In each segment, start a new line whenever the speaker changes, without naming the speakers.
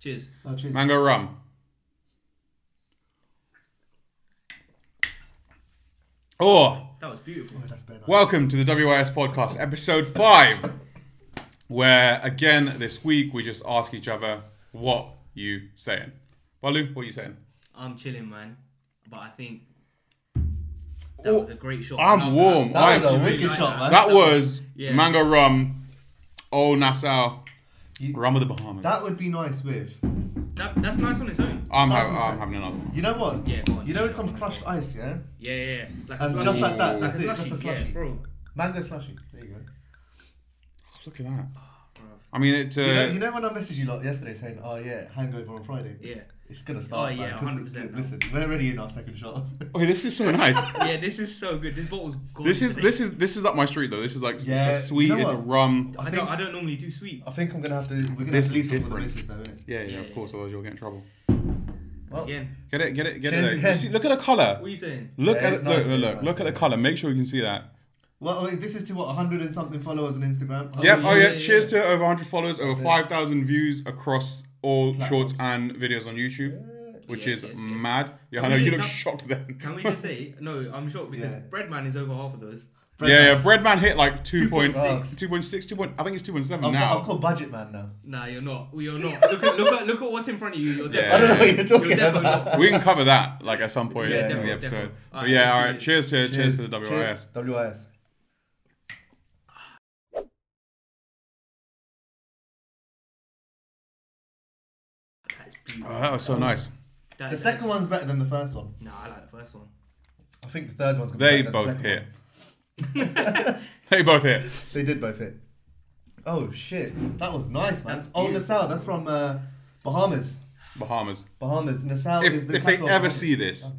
Cheers.
Oh, cheers.
Mango rum. Oh,
That was beautiful.
That's better.
welcome to the WIS podcast, episode five, where again this week we just ask each other what you saying. Balu, what you saying?
I'm chilling, man. But I think that
Oh,
was a great shot.
I'm
I love
warm.
That.
I
That was a
really
wicked
like
shot,
that.
man.
That was
Yeah.
mango rum, old Nassau,
You-
rum of the Bahamas.
That would be nice with.
That- that's nice on its own.
I'm,
That's
ha-
insane.
I'm having another one.
You know what?
Yeah, go on.
You know it's some crushed ice, yeah?
Yeah, yeah, yeah. Like a
And
slushy.
just like that, that's
Like
it, just a
Yeah,
slushy.
bro.
Mango slushy. There you go.
Look at that. I mean, it. Uh,
You know, you know when I messaged you lot yesterday saying, "Oh yeah, hangover on Friday."
Yeah.
It's gonna start.
Oh, yeah,
man, 'cause
100% now.
Listen, we're already in our second shot.
oh, this is so nice.
Yeah, this is so good. This bottle's gone.
This is
today.
this is this is up my street though. This is like
Yeah,
it's sweet.
you know
it's
what?
rum.
I,
I
don't.
think-
I don't normally do sweet.
I think I'm gonna have to. We're gonna
This
have to leave
is
some for the
different.
missus, though, innit?
Yeah, yeah,
Yeah,
of
yeah.
course. Otherwise, you'll get in trouble.
Well,
Again,
Get it, get it, get
Cheers
it. though. You
again.
see- look at the color.
what are you saying?
Look
Yeah,
at
it's
it, look,
nice,
look,
it's
look,
nice,
look at the
yeah.
color. Make sure you can see that.
Well, wait, this is to what 100 and something followers on Instagram.
Oh,
Yep.
yeah,
Oh yeah.
yeah,
Cheers
yeah.
to over 100 followers, over
it.
5,000 views across all shorts
Platforms.
and videos on YouTube, which
Yeah,
is
yes, yes.
mad. Yeah, I
Can
know
we
you
do
look
that?
shocked then.
Can we just say no? I'm shocked because
Yeah.
Breadman is over half of those.
Bread
yeah,
man.
yeah. Breadman hit like 2.6,
2.6.
2.6, 2. I think it's 2.7
I'm,
now.
I'm called budget man now.
Nah, you're not. Well, You're not. Look at look at look at what's in front of you. You're
Yeah.
definitely.
I don't know what you're talking
You're definitely
about.
not.
we can cover that like at some point
Yeah,
in the
definitely,
episode.
definitely.
But
Alright,
yeah,
let's
all
do
right.
it.
Cheers to cheers to the WIS.
Cheers. WIS.
That's beautiful.
Oh, that was so nice.
That
The
is-
second one's better than the first one.
Nah, I like the first one.
I think the third one's. gonna be
They
better than the
both
second
hit.
one.
they both hit.
They did both hit. Oh shit, that was nice, man.
That's
oh,
beautiful.
Nassau, that's from uh, Bahamas.
Bahamas.
Bahamas. Nassau
If,
is the
if they
capital of
ever
Bahamas.
see this,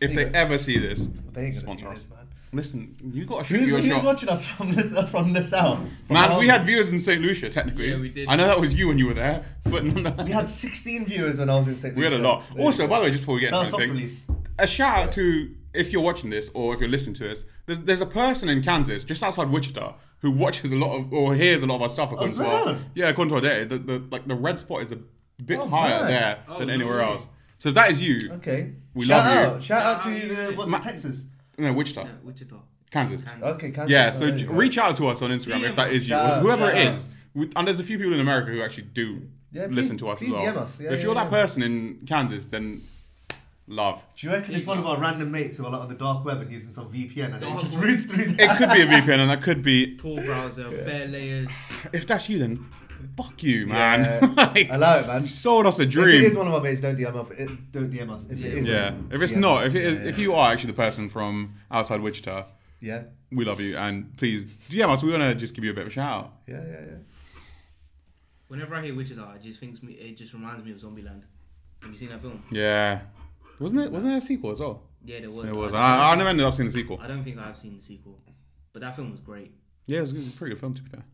if
There
they
you go.
ever see this,
They ain't gonna see
sponsor us.
this, man.
Listen, you got to shoot
Who's,
your
who's
shot.
watching us from Nassau? From Nassau? From
Man, we
Bahamas?
had viewers in St. Lucia, technically.
Yeah, we did.
I know that was you when you were there, but nonetheless,
We had 16 viewers when I was in St.
we had a
Lucia.
lot.
There
Also,
you
by
go.
the way, just before we get
that was
into
soft
anything,
release.
a shout out to if you're watching this or if you're listening to this, there's, there's a person in Kansas, just outside Wichita, who watches a lot of or hears a lot of our stuff according
Oh,
to our
swear.
yeah according to our data. The, the like the red spot is a bit
Oh, man.
higher
Uh,
there
Oh,
than anywhere
lovely.
else. So if that is you.
Okay.
We
Shout
love you.
out. Shout out to
Shout out
the
you.
what's
Ma-
it, Texas?
No, Wichita,
Yeah, Wichita.
Kansas.
Kansas.
Okay. Kansas.
Yeah,
Oh,
so
there
j-
you go.
reach out to us on Instagram
DM
if that is you,
us.
or whoever
Yeah.
it is. We- And there's a few people in America who actually do
Yeah, please-
listen to us
please
as well.
DM us. Yeah,
if
yeah,
you're that
yeah.
person in Kansas, then love.
Do you reckon it's one of our random mates who are like on the dark web and using some VPN and
Dark
it just
web.
routes through the
It could be a VPN, and that could be.
Tall browser, bare layers.
If that's you, then fuck you, man.
Yeah.
Like,
Allow it, man.
you sold us a
If it is
dream.
one of our mates, don't DM us. It, don't DM us. If it
Yeah.
is,
Yeah. If it's
DM
not,
us.
if it is,
Yeah,
if
yeah.
you are actually the person from outside Wichita,
yeah,
we love you, and please DM us. We want to just give you a bit of a shout out.
yeah, yeah, yeah.
Whenever I hear Wichita, it just thinks me. It just reminds me of Zombieland. Have you seen that film?
Yeah. Wasn't it? Wasn't there a sequel as well?
Yeah, there was.
It was. Ah,
I don't,
And I, I never ended up seeing the sequel.
I don't think I have seen the sequel, but that film was great.
Yeah, it was, it was a pretty good film to be fair.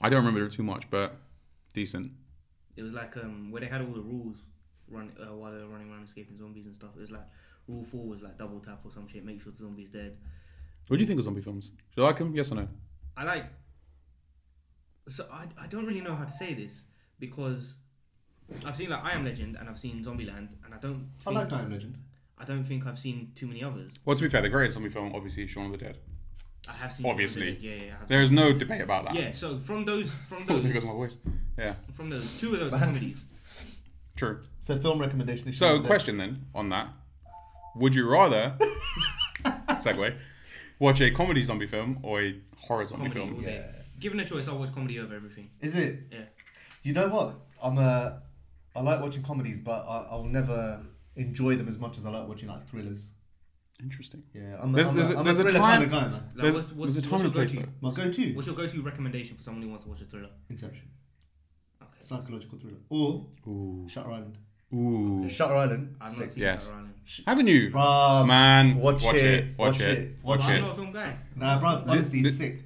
I don't remember it too much, but decent.
It was like um where they had all the rules run uh, while they were running around escaping zombies and stuff. It was like rule four was like double tap or some shit, make sure the zombie's dead.
What do you think of zombie films? Do you like them? Yes or no?
I like. So I, I don't really know how to say this because I've seen like I Am Legend and I've seen Zombieland and I don't
I
think,
like I Am Legend.
I don't think I've seen too many others.
Well, to be fair, the greatest zombie film obviously is Shaun of the Dead.
I have seen Shaun of the
Obviously.
Dead, yeah yeah I have
There is no debate about that.
seen- yeah. So from those from
Oh, there
those
goes my voice. Yeah,
from those two of those
Bad.
comedies.
true.
So film recommendation. is
So,
Shaun of the
question then on that: Would you rather segue watch a comedy zombie film or a horror zombie
Comedy all
film?
day. Given a choice, I'll watch comedy over everything.
Dead. Is it?
Yeah.
You know what? I'm a. I like watching comedies, but I, I'll never enjoy them as much as I like watching like thrillers.
Interesting.
Yeah, I'm a,
There's-
I'm
there's a-
a, I'm a
there's a
thriller
time-
kind of guy, man.
Like,
There's,
what's, what's,
there's a time
what's
and a
your
place
go-to?
though.
My go-to
What's your go-to recommendation for someone who wants to watch a thriller?
Inception,
Okay.
psychological thriller, or
Ooh.
Shutter Island.
Ooh.
Shutter Island.
I've
sick.
not seen
Yes.
that running.
Haven't you,
Bruv,
man?
watch, it,
Watch it.
But
Watch
I'm
it.
not a film guy.
Nah, bruv, honestly,
Th-
it's sick.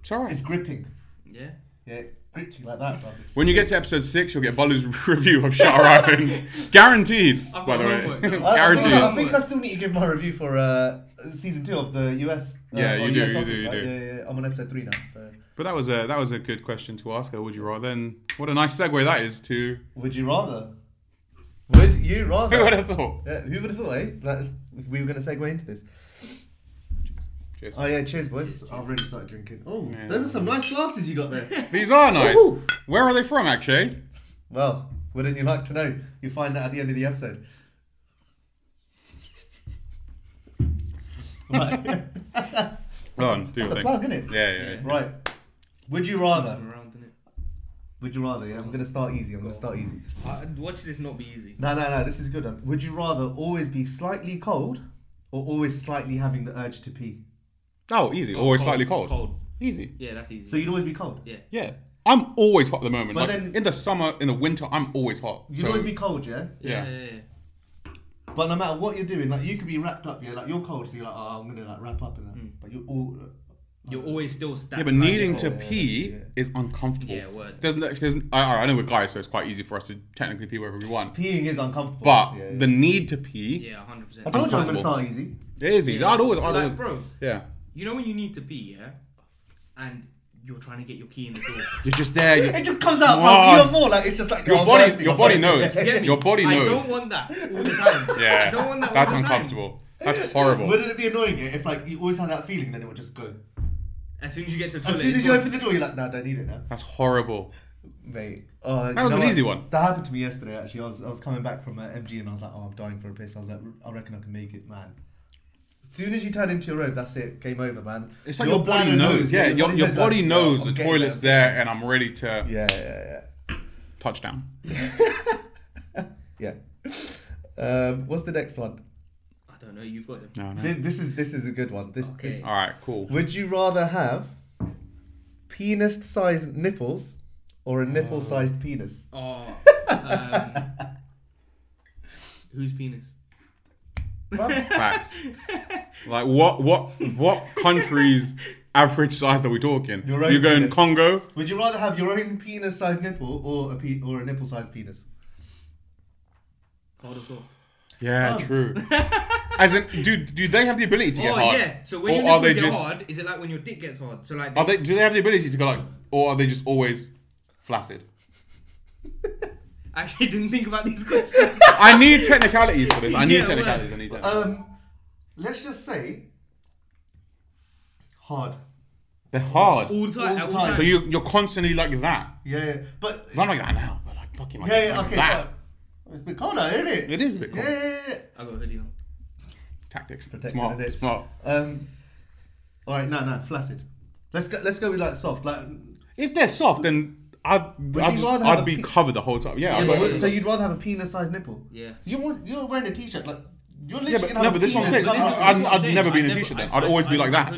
It's alright.
It's gripping.
Yeah.
Yeah, it grips you like that, bruv. It's
When you get to episode six, you'll get Bolu's review of Shutter Island. Guaranteed,
I've
by
got
the
homework
way.
now.
I- I think I, I
Guaranteed.
think I still need to give my review for uh, season two of the US. Uh,
Yeah,
or
you do,
US
you
Office,
do, you
right?
do.
Yeah, yeah, yeah. I'm on episode three now. So
But that was a that was a good question to ask her. Would you rather? And what a nice segue that is to
would you rather? Would you
who would
rather?
have thought?
yeah, who would have thought, eh? That we were going to segue into this.
Cheers.
Oh yeah, cheers, boys. I've really started drinking. Oh,
Yeah.
those are some nice glasses you got there.
These are nice.
Woohoo.
Where are they from, actually?
well, wouldn't you like to know? You find that at the end of the episode. Right.
Go on, do
That's
your
the
thing.
plug, innit?
Yeah, yeah. yeah.
right. Would you
Comes
rather?
from around, innit?
Would you rather? Yeah, I'm gonna start easy. I'm gonna start easy.
Uh, watch this not be easy.
No, no, no. This is a good. One. Would you rather always be slightly cold, or always slightly having the urge to pee?
Oh, easy.
Oh,
always slightly cold.
Cold.
Easy.
Yeah, that's easy.
So you'd always be cold.
yeah.
Yeah. I'm always hot at the moment.
But
like,
then-
in the summer, in the winter, I'm always hot.
You'd
So
always be cold, yeah.
Yeah,
Yeah.
yeah, yeah, yeah.
But no matter what you're doing, like you could be wrapped up, yeah. Like you're cold, so you're like, oh, I'm gonna like wrap up and that.
Mm.
But you're all.
You're always still
yeah,
standing.
but needing to
cold.
pee is uncomfortable.
Yeah, word.
There's no, if there's, I, I know we're guys, so it's quite easy for us to technically pee wherever we want.
Peeing is uncomfortable.
But
Yeah, yeah.
the need to pee
Yeah, hundred
I
percent.
told you I'm gonna
uncomfortable.
start easy.
is easy. I'd always, I'd
Like,
always,
bro,
yeah.
you know when you need to pee, yeah, and you're trying to get your key in the door.
You're just there.
It
you
just comes out.
Come
Bro.
on.
You're more like it's just like
Your
oh,
body-
thirsty,
your
I'm
body
thirsty.
knows.
You get me?
Your body
I
knows.
don't want that all the time.
yeah.
I don't want that.
That's
all the time.
uncomfortable. That's horrible.
Wouldn't it be annoying yeah, if like you always had that feeling, then it would just go.
As soon as you get to the toilet.
As soon as
it's
you
gone.
open the door, you're like, nah, don't need it now.
That's horrible.
Mate, uh, you
That was
know
an
what?
easy one.
That happened to me yesterday. Actually, I was I was coming back from uh, MG and I was like, oh, I'm dying for a piss. I was like, I reckon I can make it, man. As soon as you turn into your road, that's it. Game over, man.
It's like your,
bladder
body knows. Yeah,
your
your, your body
like,
knows
"Oh,
the
I'm getting
toilet's
there.
there and I'm ready to
Yeah, yeah,
touchdown.
yeah, yeah. Um, what's the next one?
I don't know. You've got them.
No, no.
This, this is this is a good one. This, this
All right, cool.
Would you rather have penis-sized nipples or a nipple-sized penis?
Oh. Um, whose penis?
Facts. Like what? What? What country's average size are we talking?
Your own
You're going
penis.
Congo.
Would you rather have your own penis-sized nipple or a pe- or a nipple-sized penis?
Hard or soft?
Yeah,
Oh.
true. As in, do do they have the ability to get
oh
hard?
yeah. So when
or
your nipples
are they
get
just
hard, is it like when your dick gets hard? So like.
are they do they have the ability to go like or are they just always flaccid?
I actually didn't think about these questions.
I need technicalities for this. I need
Yeah, well,
technicalities. I need technicalities.
Um, let's just say hard.
They're hard.
all the time.
All
All
the
the
time.
time.
So you you're constantly like that.
Yeah, yeah. but
'Cause I'm like that now, but like fucking like,
yeah, yeah,
like
okay.
that.
but It's a bit colder, isn't it?
It is a bit
Yeah,
cold.
yeah, yeah.
I got a hoodie on.
Tactics.
Protect
smart.
the lips.
Smart.
Um, all right, no, no, flaccid. Let's go. Let's go with like soft, like.
If they're soft, then I'd I'd,
you
just-
rather have
I'd
a
be
pe-
covered the whole time. Yeah.
Yeah,
I'd
but
be-
what-
So you'd rather have a penis-sized nipple?
Yeah.
You want? You're wearing a t-shirt, like. You're literally
Yeah, but-
gonna
no,
have
but
a
this is what I'm
penis
saying.
coming
I'd-
out.
I'd never be in a t-shirt then. I'd always be like that.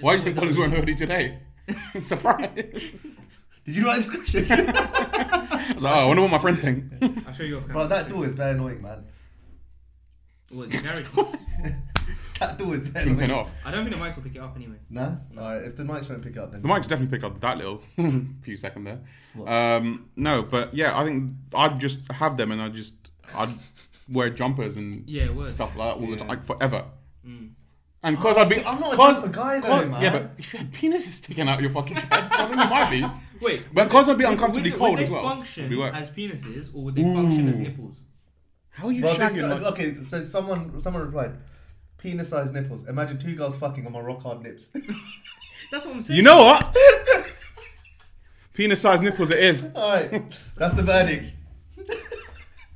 Why do you think Paul is wearing a hoodie today? Surprise.
Did you write this question?
I was like, oh, I wonder what my friends think.
I'll show you off camera.
Bro, that door is very annoying, man.
What, the garage?
That door is very
Turn
annoying.
it off.
I don't think the mics will pick it up anyway.
No? Alright, if the mics won't pick up then.
The mic's definitely picked up that little few second there. Um, no, but yeah, I think I'd just have them and I'd just I'd wear jumpers and
Yeah, word.
stuff like that all the
Yeah.
time, like forever.
Mm.
And because I'd be,
Oh, see, I'm not a
'cause-
jumper guy though,
'cause-
man.
Yeah, but if your penis is sticking out your fucking chest, I think it might be.
Wait.
But because I'd be
would-
uncomfortably
would,
cold
would they
as well.
function
It'd be work.
as penises or would they function as
Ooh.
nipples?
How are you
Well, this
shagging?
guy-
like-
okay, so someone someone replied, penis sized nipples. Imagine two girls fucking on my rock hard nips.
That's what I'm saying.
You know what? Penis-sized nipples, it is.
Alright. That's the verdict.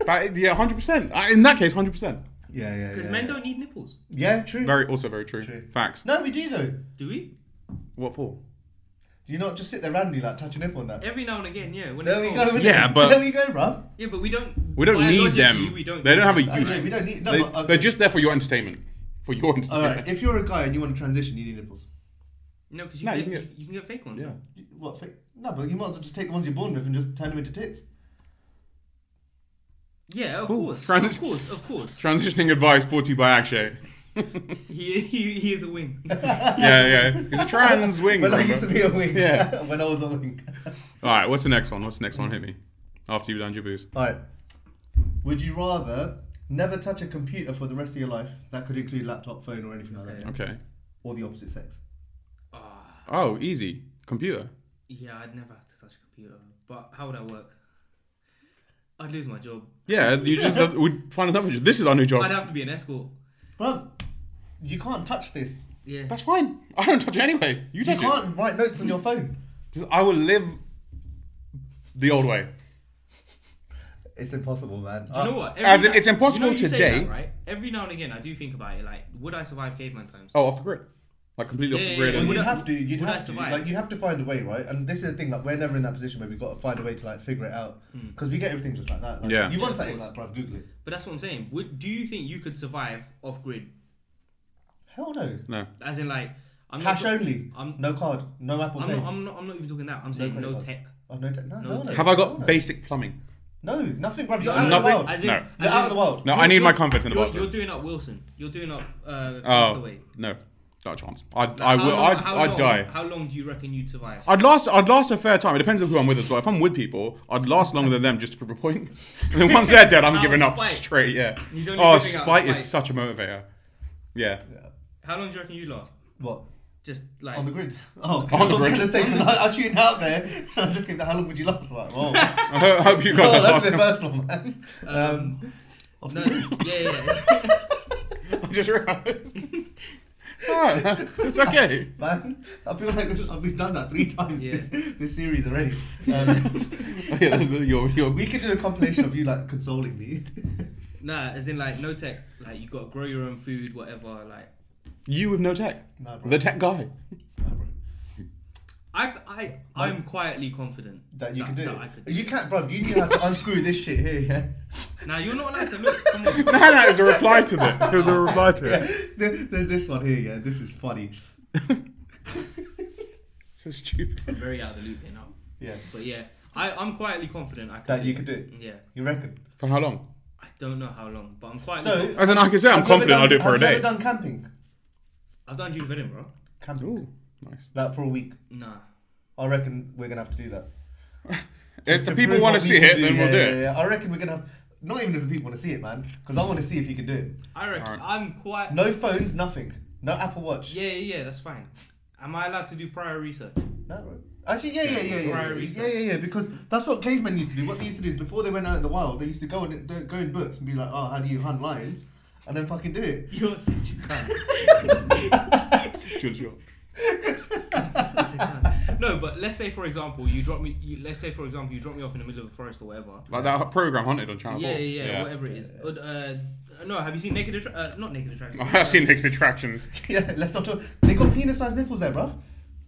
That, yeah, hundred percent. Uh, In that case, hundred percent.
Yeah, yeah.
Because
yeah,
men
yeah.
don't need nipples.
Yeah, true.
Very, also very true.
True.
Facts.
No, we do though. Do
Do we?
What for?
you not just sit there randomly like touch a nipple on that?
Every now and again, yeah. When
There
it's
we
cold.
go. innit?
Yeah, but-
there we go, bruv.
Yeah, but we don't.
We don't need
biologically,
them.
We don't
they don't have a
Okay,
use.
we don't need- no,
they,
but, uh, okay.
They're just there for your entertainment. For your entertainment.
Alright, if you're a guy and you want to transition, you need nipples.
No, because you,
No,
can
you
get-
can get-
you can get fake ones.
yeah.
You- What? Fake? No, but you might as well just take the ones you're born with and just turn them into tits.
Yeah, of
Cool.
course.
Transi-
Of course, of course.
Transitioning advice brought to you by Akshay.
He, he, he is a wing.
yeah, yeah. He's a trans wing.
When I
remember?
used to be a wing.
Yeah.
when I was a wing.
All right. What's the next one? What's the next one? Hit me. After you've done your boost.
Alright. Would you rather never touch a computer for the rest of your life? That could include laptop, phone, or anything like that.
Okay.
Okay.
Or the opposite sex.
Ah.
Oh, easy. Computer.
Yeah, I'd never have to touch a computer. But how would I work? I'd lose my job.
Yeah, you just have, we'd find another job. This is our new job.
I'd have to be an escort.
Bruv, you can't touch this.
Yeah.
That's fine. I don't touch it anyway. You
You
touch it.
can't write notes on your phone.
I will live the old way.
It's impossible, man.
Do you
Uh,
know what?
As in, it's
now-
impossible
you know you say
today.
that, right? Every now and again, I do think about it. Like, would I survive caveman times?
Oh, off the grid. Like completely
Yeah,
off the
yeah,
grid.
yeah.
Well,
and-
Would
you'd
I-
have to. You'd
would I
have to.
survive?
Like you have to find a way, right? And this is the thing. Like we're never in that position where we've got to find a way to like figure it out because we get everything just like that. Like,
Yeah.
You
Hmm. Yeah,
want
of
something
course.
like, bruv, Google it.
But that's what I'm saying. Would do you think you could survive off grid?
Hell no.
No.
As in, like, I'm
Cash
not.
only.
I'm-
no card. No Apple
I'm
Pay.
not, I'm not. I'm not even talking that. I'm saying
credit
no
cards.
tech.
Oh, no tech. No,
No
hell no.
tech.
Have I
Hell
got
no.
basic plumbing?
No, nothing, bruv. You're out of the
Nothing?
world.
As in,
No.
as
You're out of
in-
the world.
No, I need
you're-
my confidence in the
you're,
bathroom.
You're doing up Wilson. You're doing up. Uh,
Oh
Castaway.
no, not a chance. I'd, I
Like, how
will.
long-
I'd,
how
I'd
long-
die.
How long do you reckon you'd survive?
I'd last. I'd last a fair time. It depends on who I'm with as well. If I'm with people, I'd last longer than them just to prove a point. And then once they're dead, I'm
Out
giving
of
up
spite.
straight. Yeah.
He's only
Oh,
giving out
spite is
spite.
such a motivator. Yeah.
How long do you reckon you last?
What?
Just like
On the grid. Oh,
On
I
the
was
grid.
going to say, because I, I tuned out there. And I just came down, how long would you last? Like, oh, oh
I ho- hope you guys are
that's the
last.
first one, man.
Um,
Um, off
no,
the grid.
yeah, yeah.
I just realised. Ah, it's okay.
Man, I feel like we've done that three times
Yeah.
this, this series already. Um,
Oh, yeah, that's the- your- your-
we could do a compilation of you like consoling me.
Nah, as in like no tech. Like you got to grow your own food, whatever. Like
you with no tech.
Nah, bro.
the tech guy.
Nah, bro.
I, I, I'm quietly confident
that you can do.
that
it.
I could.
you can't, bruv. You knew how to unscrew this shit here. Yeah.
Now you're not allowed to look. Come on.
No, no, it was a reply to that. It was a reply to
yeah.
it.
There, there's this one here. Yeah. This is funny.
So stupid.
I'm very out of the loop here now.
Yeah.
But yeah, I, I'm quietly confident I could.
That
do
you could do it.
Yeah,
You reckon?
For how long?
I don't know how long, but I'm quite.
So- uh,
As in, I can say I'm
Have you ever
confident
done-
I'll do it for a
Have you
day.
ever done camping?
I've done Jude Venom, bro.
Camping.
Ooh, nice.
That for a week.
Nah.
I reckon we're gonna have to do that.
If the
To
people
prove
want to
what we
see
can
it, then
yeah,
we'll do
yeah,
it.
yeah. I reckon we're gonna have. Not even if the people want to see it, man, because I want to see if you can do it.
I reckon
Alright.
I'm quite.
No phones, nothing. No Apple Watch.
Yeah, yeah, yeah, that's fine. Am I allowed to do prior research?
No, right. Actually, yeah, yeah, yeah, yeah, yeah,
Prior
yeah,
research.
yeah, yeah, because that's what cavemen used to do. What they used to do is before they went out in the wild, they used to go and uh, go in books and be like, "Oh, how do you hunt lions?" and then fucking do it.
You're such a cunt.
Sure, sure.
Such a cunt. No, but let's say for example you drop me. You, let's say for example you drop me off in the middle of a forest or whatever.
Like oh, that program hunted on Channel
Yeah,
Four.
yeah, yeah, whatever it is. Uh, uh, no, have you seen Naked Attraction? Uh, not Naked Attraction.
I've seen Naked Attraction.
yeah, let's not talk. They got penis-sized nipples there, bruv.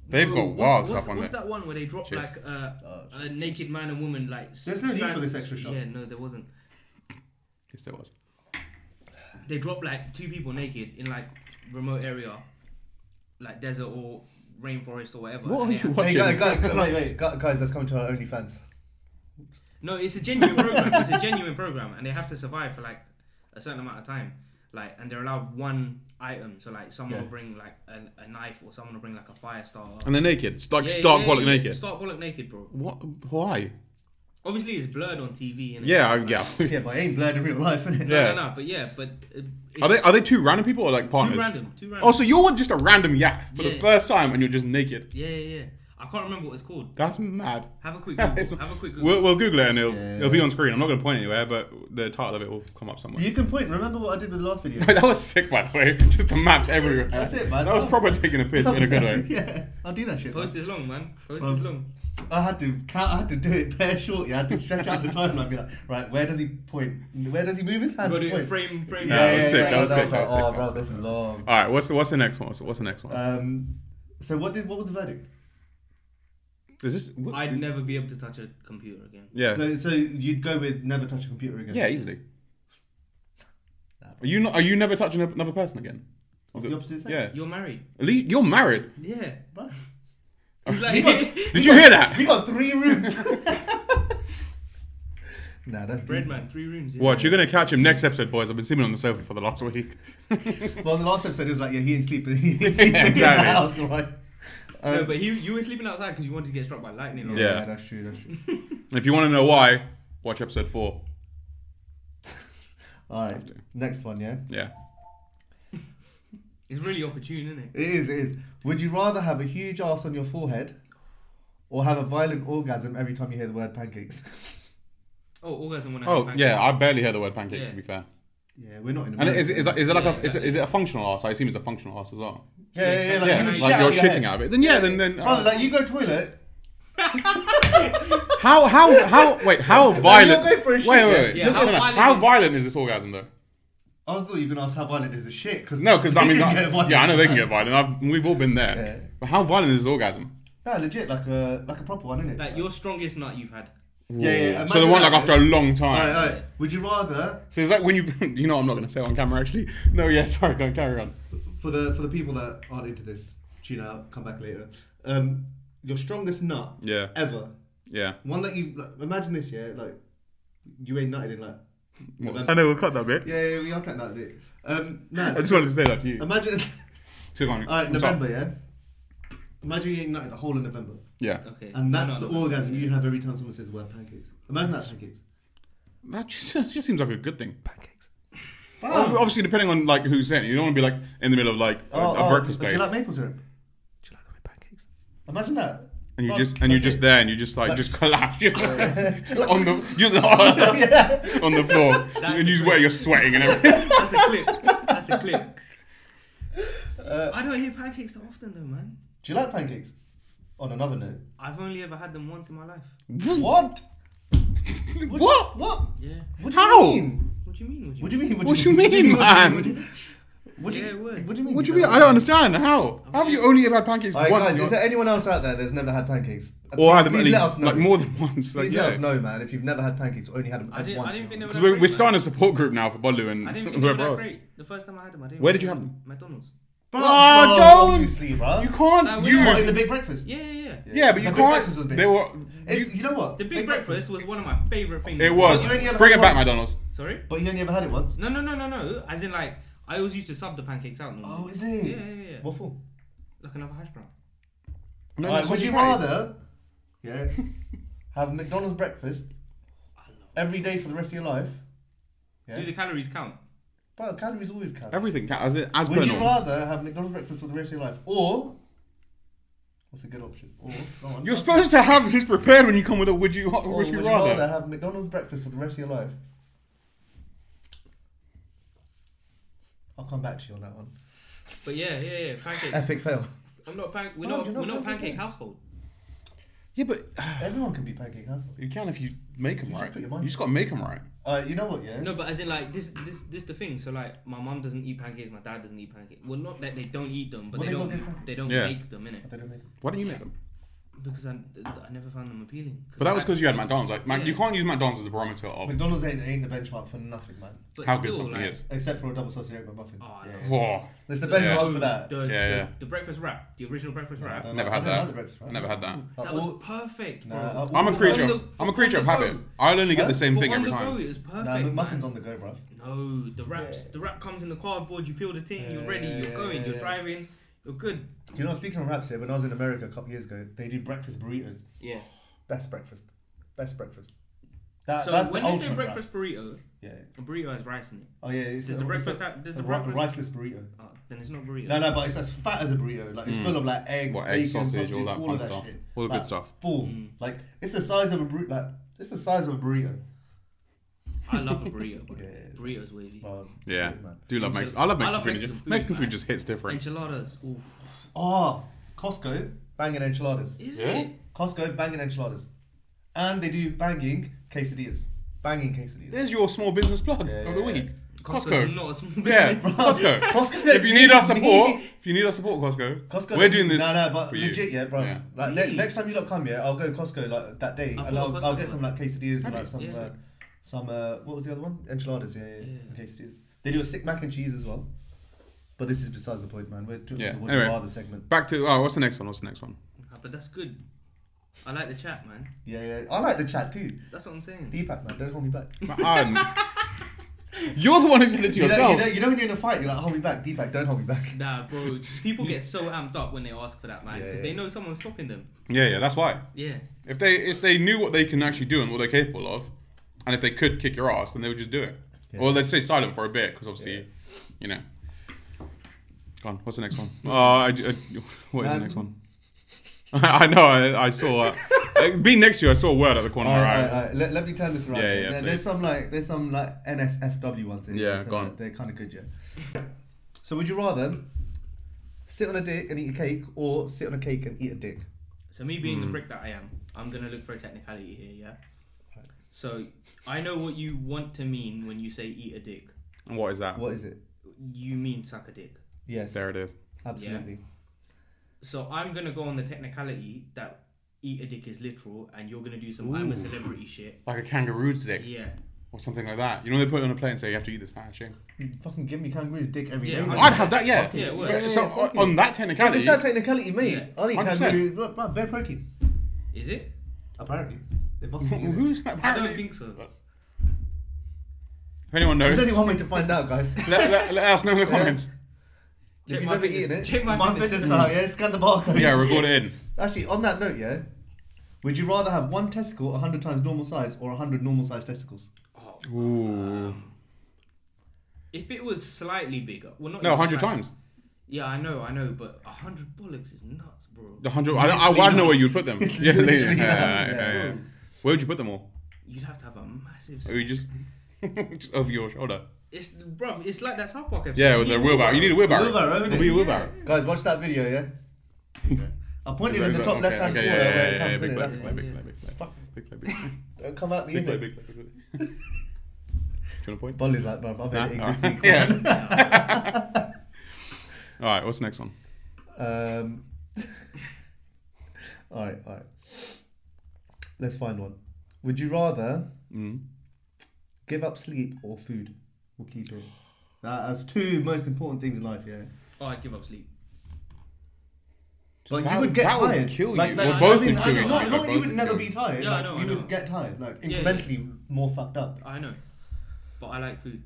They've
Oh,
got
what's-
wild
what's,
stuff on
what's
there.
that one where they drop
Cheers.
like uh,
Oh,
a naked man and woman like?
There's no need for
strand-
this extra shot.
Yeah, no, there wasn't.
Yes, there was.
They drop like two people naked in like remote area, like desert or rainforest or whatever. and
What are
they
you
have-
watching?
Hey, guys, guys, guys, wait, wait, gu- guys, that's coming to our OnlyFans.
No, it's a genuine program. It's a genuine program, and they have to survive for like a certain amount of time. Like, and they're allowed one item. So like, someone
Yeah.
will bring like a, a knife, or someone will bring like a fire starter.
And they're naked. It's like
Yeah,
stark
yeah,
bollock
yeah,
naked.
Stark bollock naked, bro.
What? Why?
Obviously, it's blurred on TV. Innit?
Yeah, I, yeah.
Yeah, but I ain't blurred in real life, innit?
Yeah.
No, no, no, but yeah, but uh, it's
Are they are they two random people or like
too
partners?
random. Too random.
Also, you're just a random yak for the
Yeah.
first time, and you're just naked.
yeah, yeah, yeah. I can't remember what it's called.
That's mad.
Have a quick
It's-
Google. Have a quick Google.
We'll, we'll Google it and it'll,
Yeah.
it'll be on screen. I'm not going to point anywhere, but the title of it will come up somewhere.
You can point. Remember what I did with the last video?
that was sick, by the way. Just the maps everywhere.
That's it, man.
That was proper taking a piss in a good way.
yeah, I'll do that shit. man.
Post is long, man. Post
Well,
is long.
I had to count. I had to do it bare short. Yeah, I had to stretch out the timeline. Be like, right, where does he point? Where does he move his hand?
Got
to
it.
point?
Frame, frame.
Yeah, that was sick, that
I
was sick, that was
like,
sick,
Oh,
that
bro,
was
this
sick,
is long.
All right, what's the, what's the next one? What's, what's the next one?
Um, so what did what was the verdict?
Is this? what-
I'd never be able to touch a computer again.
yeah,
So so you'd go with never touch a computer again.
yeah, easily. Are you not? Are you never touching another person again?
Of the opposite sex?
Yeah,
You're married.
At least you're married.
Yeah.
Bruh.
It's like,
Did you hear that?
We got three rooms. nah, that's
bread
deep.
man, three rooms. Yeah.
What? You're gonna catch him next episode, boys. I've been sitting on the sofa for the last week.
Well, the last episode it was like, yeah, he ain't sleeping. He ain't sleeping in
exactly.
the house, right? Um,
No, but he, you were sleeping outside because you wanted to get struck by lightning. or-
Yeah.
that's true. That's true.
And if you want to know why, watch episode four.
All right, next one. Yeah.
Yeah.
It's really opportune, isn't it?
It is, it is. Would you rather have a huge ass on your forehead or have a violent orgasm every time you hear the word pancakes?
Oh, orgasm when I
Oh
hit back.
yeah, I barely hear the word pancakes
Yeah.
to be fair.
Yeah, we're not in
And
America.
is, is, is it like
Yeah,
a is, it- is it a functional ass? I assume it's a functional ass as well.
yeah, yeah, yeah, like,
Yeah,
you would
like
shit out
you're
of your
shitting
head.
out of it. Then yeah, then then
Brother,
uh,
like you go toilet.
how how how wait how violent?
going for a
Wait wait
shit,
wait.
yeah.
No, no, no.
Yeah, how
How
violent is-
violent is this orgasm though?
I was thought you were gonna ask how violent is the shit because
No, because I mean, I- yeah, I know they can get violent. I've, we've all been there.
Yeah.
But how violent is this orgasm?
No, legit, like a like a proper one, isn't it?
Like your strongest night you've had.
yeah, yeah.
So the
imagine
one like
that.
after a long
All
time.
right, all right. Would you rather
So it's like when you, you know, what I'm not going to say on camera actually. No, yeah, sorry, go on, carry on.
for the for the people that aren't into this, tune out, come back later. Um, your strongest nut
Yeah,
ever,
yeah.
one that you like, imagine this, yeah, like you ain't nutted in like.
I know we'll cut that bit.
Yeah, yeah, we are cutting that bit. Um, no,
I just wanted to say that to you.
imagine.
So go on,
All right,
what's up?
November, yeah. Imagine you ain't nutted the whole of November,
Yeah.
Okay.
and that's
No,
the
no, no.
orgasm you have every time someone says the word pancakes. Imagine that pancakes.
That just, that just seems like a good thing.
Pancakes.
Ob- Obviously, depending on like who's in, it. you don't want to be like in the middle of like a,
Oh,
a breakfast
but
place,
Do you like maple syrup? Do you like the way pancakes? Imagine that.
and you
Oh,
just and you're
that's
just
it.
there, and you just like just collapse you
yeah.
on the you're,
yeah.
on the floor, and you just where you're sweating and everything.
That's a clip. That's a clip.
Uh,
I don't hear pancakes that often though, man.
Do you like pancakes? On another note.
I've only ever had them once in my life.
What?
what?
What?
Yeah.
What do
How?
you mean?
What do you mean?
What do you mean?
What do you mean, man?
What do you- What do
Yeah, it
you,
would.
what do you mean?
What do you mean? I don't understand. How? How have you only ever had pancakes
Alright,
once?
guys, is there anyone else out there that's never had pancakes?
or had them at
please
least,
let us know.
like more than once. Like,
please
yeah.
let us know, man, if you've never had pancakes or only had them
I
at
didn't- I
once.
didn't think they were-
Because we're, we're starting a support group now for Bolu
I
and
didn't think they were
whoever
that
else.
great. The first time I had them, I didn't.
Where did you
really
have
like McDonald's.
Bro,
Ah,
bro,
don't-
Obviously, bro.
You can't
Uh, we-
use.
What, in the big breakfast?
Yeah, yeah, yeah.
yeah, but you
The Big
can't.
Breakfast was big.
They were.
It's,
you-
you know what?
The big breakfast was one of my favorite things.
it was.
You only ever
Bring
had
it back,
once.
McDonald's.
Sorry.
But you only ever had it once.
No, no, no, no, no. As in, like, I always used to sub the pancakes out.
Oh,
normally.
is it?
Yeah, yeah, yeah.
What for?
Like another hash brown.
No,
Alright,
that's
would
what
you
ate.
rather, yeah, have McDonald's breakfast every day for the rest of your life? Yeah.
Do the calories count?
But calories always count.
Everything ca- as it- as per
Would you
normal.
rather have McDonald's breakfast for the rest of your life, or what's a good option? Or go on.
You're supposed to have this prepared when you come with a would you,
Or
would you
Oh, would
rather.
have McDonald's breakfast for the rest of your life? I'll come back to you on that one.
But yeah, yeah, yeah. Pancakes.
Epic fail.
I'm not a pan- We're
No,
not.
you're not
We're not a
pancake
pancake
man.
household.
Yeah, but
Everyone can be pancake household.
you can if you make them
You just
right.
put your
You
mind-
just got to make them right.
Uh, you know what? Yeah.
No, but as in like this, this, this the thing. So like, my mom doesn't eat pancakes. My dad doesn't eat pancakes. Well, not that they don't eat them, but
Well,
they,
they don't get
don't.
pancakes.
They don't
Yeah.
make them in it
They don't make them.
Why don't you make them?
because I, I never found them appealing.
But that was
I-
because you had McDonald's. Like, Mac,
Yeah.
you can't use McDonald's as a barometer of
McDonald's ain't, ain't the benchmark for nothing, man.
but
how good
still,
something
like,
is.
Except for a double sausage egg and muffin.
Oh,
yeah.
no.
yeah.
Oh,
There's the
Yeah.
benchmark for that.
The,
Yeah,
the,
yeah.
the breakfast wrap, the original breakfast
Yeah, I
wrap.
don't
never
like-
had
I don't like
that.
the breakfast,
I
right?
never had that.
Like,
That was
all-
perfect.
Nah,
bro.
uh,
I'm a
Ooh,
creature.
on the-
I'm a creature
on
of
the
habit.
go.
I only get the
Huh?
same
For
thing
on
every
the go,
time.
it was perfect.
Nah, McMuffin's
man.
on the go, bro.
No, the wraps. The wrap comes in the cardboard. You peel the tin. you're ready.
Yeah,
You're
yeah,
going.
yeah,
you're
yeah.
driving. You're good.
You know, speaking of wraps here, when I was in America a couple years ago, they do breakfast burritos.
Yeah.
Best breakfast. Best breakfast. That,
so
that's
when
the
they
ultimate
say
wrap.
breakfast burrito,
Yeah. yeah.
a burrito has rice in it.
Oh yeah, it's
Does the
it's
breakfast
a,
have- does the
a ri-
breakfast-
riceless burrito.
Oh, then it's not burrito.
No, no, but it's as fat as a burrito. Like it's full of like eggs,
Hmm. What,
bacon,
egg sausage,
sausages,
all that
all
fun
of that
stuff.
shit.
All the good
Like,
stuff.
Full.
Hmm.
Like it's the size of a burrito. Like it's the size of a burrito.
I love a burrito. bro.
Yeah, it's-
Burritos wavy.
Well,
Yeah,
man.
do love Mexican. I love
I
Mexican
love
food.
Mexican
Mexican,
food,
food
man.
just hits different.
Enchiladas. Ooh.
Oh, Costco banging enchiladas.
Is
Yeah?
it?
Costco banging enchiladas, and they do banging quesadillas. Banging quesadillas.
There's your small business plug
Yeah,
of the
yeah,
week.
Costco's
Costco.
Not a small
Yeah,
business.
Costco.
Costco.
If you need our support, if you need our support, Costco,
Costco.
we're doing this.
No, no, but
for you.
legit, yeah, bro.
Yeah.
Like
Really?
ne- next time you lot come, yeah, I'll go Costco like that day,
I've got
and
a
I'll, I'll
Costco
get some
one.
like quesadillas and
Have
like some
Yeah.
uh, some uh, what was the other one? Enchiladas, yeah, yeah, yeah,
Yeah.
quesadillas. They do a sick mac and cheese as well. But this is besides the point, man. We're doing
Yeah,
the would
anyway.
you rather segment.
Back to oh, what's the next one? What's the next one?
Ah, But that's good. I like the chat, man.
Yeah, yeah. I like the chat too.
That's what I'm saying.
Deepak, man, don't hold me back.
Um, you're the one who said it to
You know, you,
yourself.
know, you know when you're in a fight, you're like, hold me back, Deepak, don't hold me back.
Nah, bro. People get so amped up when they ask for that, man,
Yeah,
because
yeah.
they know someone's stopping them.
Yeah, yeah, that's why.
Yeah.
If they if they knew what they can actually do and what they're capable of, and if they could kick your ass, then they would just do it.
Yeah.
Or they'd stay silent for a bit because obviously, you know. Go on. What's the next one? Uh, I, I, what is the
Um,
next one? I know. I, I saw. Uh, like, being next to you, I saw a word at the corner of
All
my
right,
eye.
all right. Let, let me turn this around.
Yeah,
okay?
yeah,
There-
please.
There's some like there's some like NSFW ones in
Yeah,
here. so
go on.
like, They're kind of good, yeah. So would you rather sit on a dick and eat a cake, or sit on a cake and eat a dick?
So me being the
Mm.
prick that I am, I'm gonna look for a technicality here, yeah. So I know what you want to mean when you say eat a dick.
And what is that?
uh, What is it?
You mean suck a dick.
Yes,
There it is.
absolutely.
So I'm gonna go on the technicality that eat a dick is literal, and you're gonna do some I'm a celebrity shit.
Like a kangaroo's dick
Yeah.
or something like that. You know, they put it on a plate and say you have to eat this. Ah, shit.
You fucking give me kangaroo's dick every day.
Yeah,
mate.
I-
I'd have that, yeah.
Yeah, it would.
But- so
Yeah, yeah,
on-
fuck it.
on that
If
technicality,
it's that technicality, mate.
Yeah.
I'll eat
100%.
kangaroo. but- but Bare protein,
Is it?
apparently. It must be.
Well,
isn't it?
who's that?
I
Apparently,
don't think so.
if anyone knows,
There's only one way to find out, guys.
let, let, let us know in the comments.
if
Check
you've
my
ever
fitness-
eaten it,
check my fitness
fitness
pal.
pal, yeah, scan the barcode.
Yeah, record it in.
Actually, on that note, yeah, would you rather have one testicle 100 times normal size or 100 normal size testicles?
Oh,
Ooh.
if it was slightly bigger, well not
No,
even
100
slightly-
times.
Yeah, I know, I know, but hundred bollocks is nuts, bro.
100. I, I, I don't know where you'd put them.
It's
Yeah,
literally
yeah, yeah,
nuts,
yeah,
yeah.
yeah, yeah. Where would you put them all?
You'd have to have a massive.
Or you just, just over your shoulder?
It's bro. It's like that South Park episode.
Yeah, with
You
the
need
wheelbarrow. You need a wheelbarrow.
Wheelbarrow, isn't
It'll be a
it?
wheelbarrow.
Guys, watch that video, yeah? I pointed
Is that-
in
is
the
that-
top
okay,
left hand
okay,
corner
yeah,
where
yeah,
it
yeah,
comes
big
in.
play,
That's
big
why.
play, big play, big play. Big play, big play.
Don't come out the
Big play,
end.
big play, big play. Do you want a point?
Bolly's like, bruv, I'm
Nah,
editing
alright.
this week. man."
Yeah. all right, what's the next one?
Um, all right, all right. Let's find one. Would you rather
Mm.
give up sleep or food? We'll keep it. That- That's two most important things in life, yeah.
Oh, I'd give up sleep.
Like
That
you would
would-
get
that would
tired.
kill
Like,
you.
like,
Well, both
as in,
would
as
kill
in,
you,
Not,
like,
not
both
you would
would
never
kill
be
you.
tired.
Yeah, I
like,
know,
you
I
would
know.
get tired. Like
Yeah, yeah.
incrementally more fucked up.
I know, but I like food.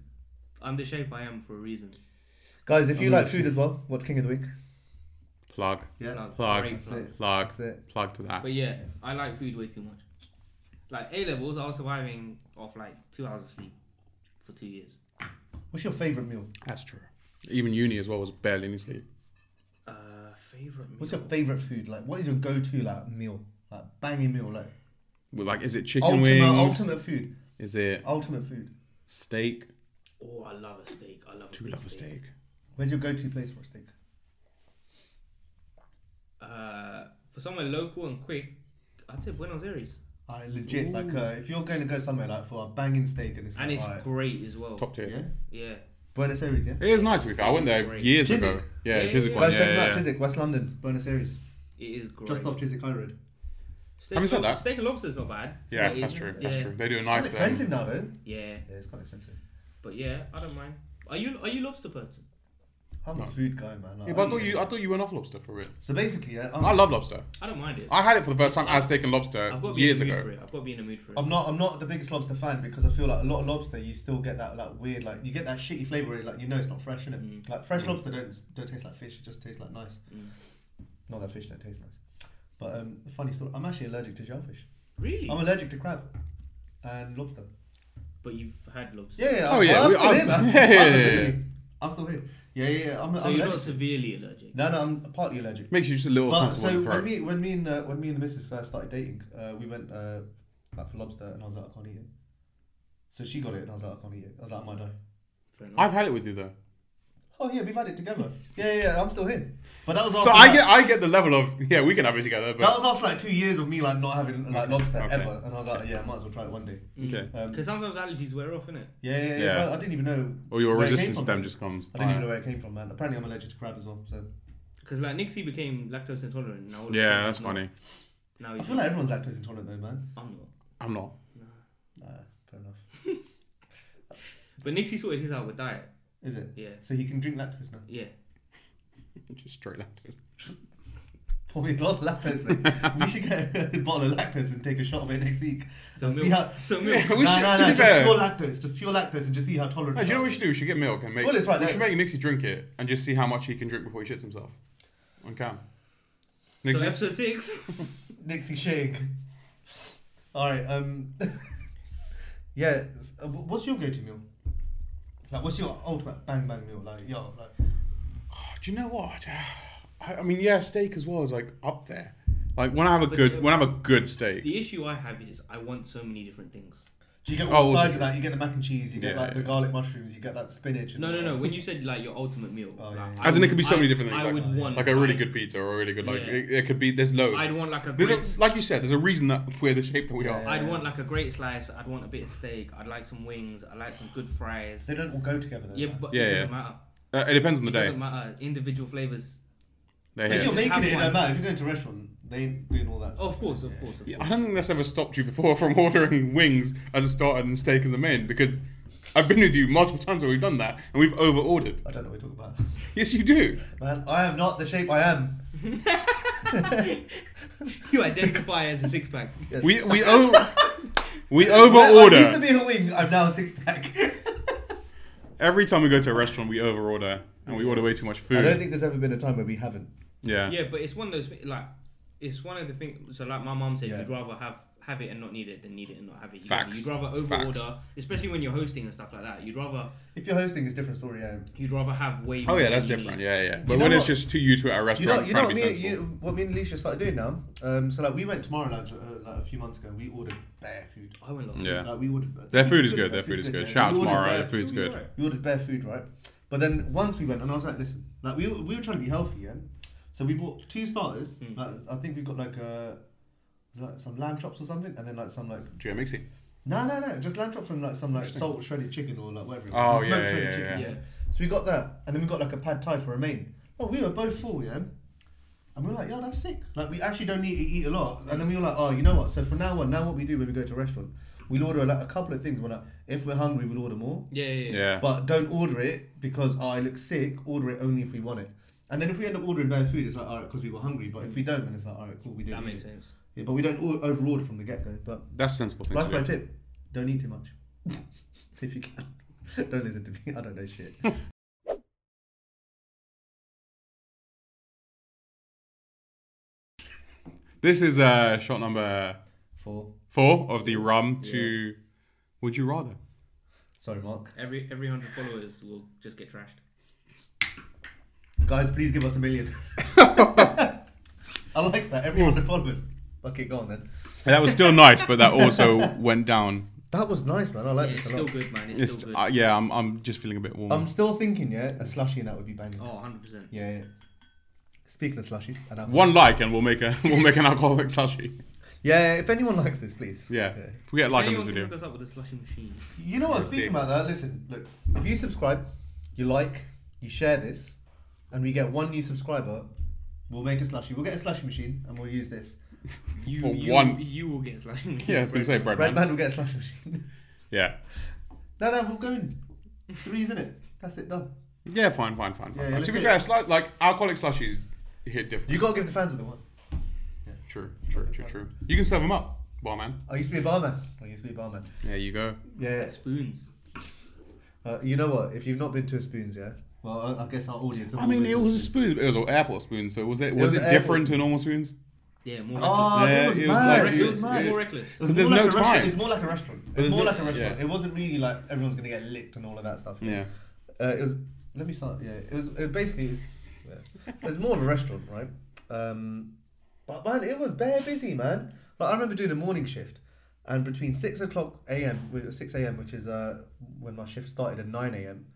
I'm the shape I am for a reason.
Guys, if you
I'm
like
with
food
you.
as well, watch King of the Week.
Plug.
Yeah.
Plug,
Plug.
great
That's
plug.
it.
Plug.
That's it.
Plug to that.
But yeah, I like food way too much. Like A levels, I was surviving off like two hours of sleep for two years.
What's your favourite meal?
That's true. Even uni as well was barely any sleep.
Uh, favorite meal.
What's your favourite food? Like, what is your go-to like meal? Like banging meal, like
Well, Like, is it chicken
ultimate,
wings?
ultimate food,
Is it
ultimate food.
steak?
oh, I love a steak. I love a
Do we
big
love a steak?
Where's your go-to place for a steak?
Uh, for somewhere local and quick, I'd say Buenos Aires,
I legit like uh, if you're going to go somewhere like for a banging steak and it's
and
like,
it's
alright.
great as well.
Top tier.
yeah,
Yeah.
Buenos Aires, yeah.
It is nice to be fair. I went there
Great.
years ago.
Chiswick.
Yeah,
Yeah,
Chiswick
yeah,
one.
Guys,
Yeah,
check them out
yeah, yeah.
Chiswick, West London, Buenos Aires,
It is great.
just off Chiswick High Road.
Steak
Having said
and
that-
lob- steak and lobster's not bad. It's
Yeah,
not
that's
easy.
true. That's
yeah.
true. They do a
It's quite
nice. um,
expensive now though.
Yeah,
Yeah, it's quite expensive.
but yeah, I don't mind. Are you are you lobster person?
I'm a
No.
food guy, man.
um, Yeah, but I
eat
thought you,
it.
I thought you went off lobster for it.
So basically, yeah, I'm,
I love lobster.
I don't mind it.
I had it for the first time as steak and
I've
lobster
got to be
years
in the mood
ago.
for it. I've got to be in the mood for it.
I'm not. I'm not the biggest lobster fan because I feel like a lot of lobster, you still get that like weird, like you get that shitty flavour. where it, Like you know, it's not fresh in it.
Mm.
Like fresh lobster don't don't taste like fish. It just tastes like nice.
Mm.
Not that fish don't taste nice. But um, funny story. I'm actually allergic to shellfish.
Really?
I'm allergic to crab and lobster.
but you've had lobster.
Yeah, yeah.
Oh,
I'm,
yeah,
I'm
we-
still
I'm-
here, man.
yeah,
I'm
yeah,
literally-
yeah.
I'm still here. Yeah, yeah. yeah. I'm,
So
I'm
you're
allergic.
not severely allergic.
No, no. I'm partly allergic.
Makes you just a little
But
comfortable
so
in the
when
throat.
me when me and uh, when me and the missus first started dating, uh, we went uh, like for lobster, and I was like, I can't eat it. So she got it, and I was like, I can't eat it. I was like, I might die.
Fair enough.
I've had it with you though,
Oh yeah, we've had it together. Yeah, yeah, yeah I'm still here. But that was
Oh,
after
so I
like,
get I get the level of yeah we can have it together,
that
but
was after like two years of me like not having like
Okay,
lobster
okay.
ever, and I was like, yeah, I might as well try it one day.
okay.
Um,
Because Mm. sometimes allergies wear off, innit?
yeah, yeah, yeah.
Yeah.
but I didn't even know.
Or your
where it came
resistance
from.
stem just comes.
I didn't even
higher.
know where it came from, man. Apparently, I'm allergic to crab as well. So
Because like Nixie became lactose intolerant. Now all of a sudden
Yeah, that's
he's not.
funny.
Now
I
he's
feel like
not.
everyone's lactose intolerant though, man.
I'm not.
I'm not.
Nah, fair enough.
But Nixie sorted his out with diet.
Is it?
Yeah,
So he can drink lactose now.
yeah.
Just straight lactose.
Pour me a glass of lactose, mate. we should get a bottle of lactose and take a shot of it next week.
So
And
milk.
see how.
So
Yeah,
milk.
we
Nah,
should.
nah,
to
nah,
be fair,
just pure lactose, just pure lactose, and just see how tolerant.
No, do you know what we
are.
should do? We should get milk and make.
Well, it's right
we
there.
should make Nixie drink it and just see how much he can drink before he shits himself. On cam. Nixie.
So episode six.
Nixie Shake. All right. Um. yeah. s- uh, wh- What's your go-to meal? Like, what's your ultimate bang bang meal? Like, yo, like.
Oh, do you know what? I, I mean, yeah, steak as well is like up there. Like when I have a good when I have a good steak.
The issue I have is I want so many different things.
Do you get
Oh,
all
was
sides
it?
of that? You get the mac and cheese, you get
Yeah,
like the
yeah.
garlic mushrooms, you get like spinach. And
No,
all
no,
that
no.
stuff.
When you said like your ultimate meal,
Oh,
like,
yeah, yeah.
I
As in, it
would-
could be
I-
so many different things.
I
like,
would want
like a really
I-
good pizza or a really good like
Yeah.
it, it could be. There's loads.
I'd want like a
There's
great.
a, like you said, there's a reason that we're the shape that we
Yeah,
are.
yeah.
I'd want like a great slice. I'd want a bit of steak. I'd like some wings. I'd like some good fries.
They don't all go together though.
Yeah,
man.
but
Yeah,
it
yeah.
doesn't matter.
Uh, it depends on the
It
day.
doesn't matter. Individual flavors.
They're
If
here.
you're
Just have
making it, it
one.
don't matter. If you're going to a restaurant, they ain't doing all that
Oh,
stuff.
of course, of
Yeah.
course, of
Yeah,
course.
I don't think that's ever stopped you before from ordering wings as a starter and steak as a main because I've been with you multiple times where we've done that and we've over ordered.
I don't know what we're talking
Yes, you do.
about. Man, I am not the shape I am.
you identify as a six pack.
We we over we over
Where I used to
order
be a wing, I'm now a six pack.
every time we go to a restaurant. We over order and we order way too much food.
I don't think there's ever been a time where we haven't.
yeah.
Yeah, but it's one of those thi- like it's one of the things. So like my mom said,
Yeah.
you'd rather have have it and not need it than need it and not have it. You
Facts.
You'd rather over
Facts.
order, especially when you're hosting and stuff like that. You'd rather
If you're hosting, it's a different story. Yeah.
you'd rather have way.
Oh
more
yeah,
than
that's
you
different.
need.
Yeah, yeah. But
know
when it's
what?
just two you two at
You
a
know,
restaurant
you know
trying
what,
to
me,
be sensible.
you, what me and Alicia started doing now. Um, so like we went to Tomorrowland uh, like a few months ago. We ordered bare food.
I went last.
Yeah.
Like we ordered.
Their food is good. Their food is good.
yeah.
Shout out
We ordered
tomorrow.
bare
Their food's
food, we
good.
ordered- We ordered bare food, right? But then once we went, and I was like, listen, like we, were- we were trying to be healthy, yeah. So we bought two starters.
Hmm.
Mm.
Like, I think we got like uh was it like some lamb chops or something, and then like some like
Geo mixy.
no no no, just lamb chops and like some like salt shredded chicken or like whatever. it was.
Oh,
Some
yeah,
smoked
yeah,
shredded
yeah,
chicken,
yeah.
So we got that, and then we got like a pad thai for a main. Oh, we were both full, yeah. And we were like, yo, that's sick. Like, we actually don't need to eat a lot. And then we were like, oh, you know what? So from now on, now what we do when we go to a restaurant, we'll order like a couple of things. We're like, if we're hungry, we'll order more.
Yeah, yeah, yeah.
Yeah.
But don't order it because oh, I look sick. Order it only if we want it. And then if we end up ordering bad food, it's like, all right, because we were hungry. But if we don't, then it's like, all right, cool, we didn't
That
eat
makes
it.
sense.
Yeah, but we don't o- overorder from the get go. But
That's a sensible thing.
that's my
to do.
tip. Don't eat too much. if you can. don't listen to me. I don't know shit.
This is uh, shot number
Four.
four of the rum to. Would you rather?
Sorry, Mark.
Every every hundred followers will just get trashed.
Guys, please give us a million. I like that. Everyone
Hmm.
that follows. Okay, go on then.
That was still nice, but that also went down.
That was nice, man. I
Yeah,
like
it's
this a
still
lot.
good, man. It's,
It's,
still good.
uh, yeah, I'm, I'm just feeling a bit warm.
I'm still thinking, yeah, a slushy and that would be banging.
oh, 100 percent.
Yeah, yeah. Speaking of slushies, and I'm-
One like, and we'll make a we'll make an alcoholic slushy.
Yeah, if anyone likes this, please.
Yeah, if we get a like on this video.
Hook us up with a slushy machine.
You know what?
You're a
Speaking
dick.
about that, listen. Look, if you subscribe, you like, you share this, and we get one new subscriber, we'll make a slushy. We'll get a slushy machine, and we'll use this.
You,
For
you,
one-
you will get a slushy machine.
Yeah, I was gonna say bread,
Breadman
man.
will get a slushy machine.
Yeah,
no, no, we'll go in. Three's in it. That's it done.
yeah, fine, fine, fine. fine.
Yeah, yeah,
Like,
let's
to be
do
fair,
it.
slight, like alcoholic slushies hit different.
You gotta give the fans what they want.
True, true, true, true. You can serve them up, barman.
I Oh, used to be a barman. I used to be a barman.
There you go.
Yeah.
Get spoons.
Uh, you know what? If you've not been to a spoons, yeah. Well, I, I guess our audience. have
I
all
mean,
been
it
to
was a
Spoons.
spoon. It was an airport spoon. So was it
was
was it,
an airport
different to
spoon.
normal spoons?
Yeah, more. reckless.
Oh,
Yeah,
it was,
it was
mad.
like-
it was
it-
mad.
it- more reckless.
It was
'Cause there's
more
no
like a restaurant. It
time.
was more like a restaurant. It
there's
was more
no-
like a restaurant.
yeah.
It wasn't really like everyone's gonna get licked and all of that stuff.
Yeah.
Uh, it was. Let me start. Yeah. It was. It basically. It was, yeah. it was more of a restaurant, right? Um, but man, it was bare busy, man. Like I remember doing a morning shift, and between six o'clock a.m. wh- six a.m. which is uh when my shift started at nine a.m.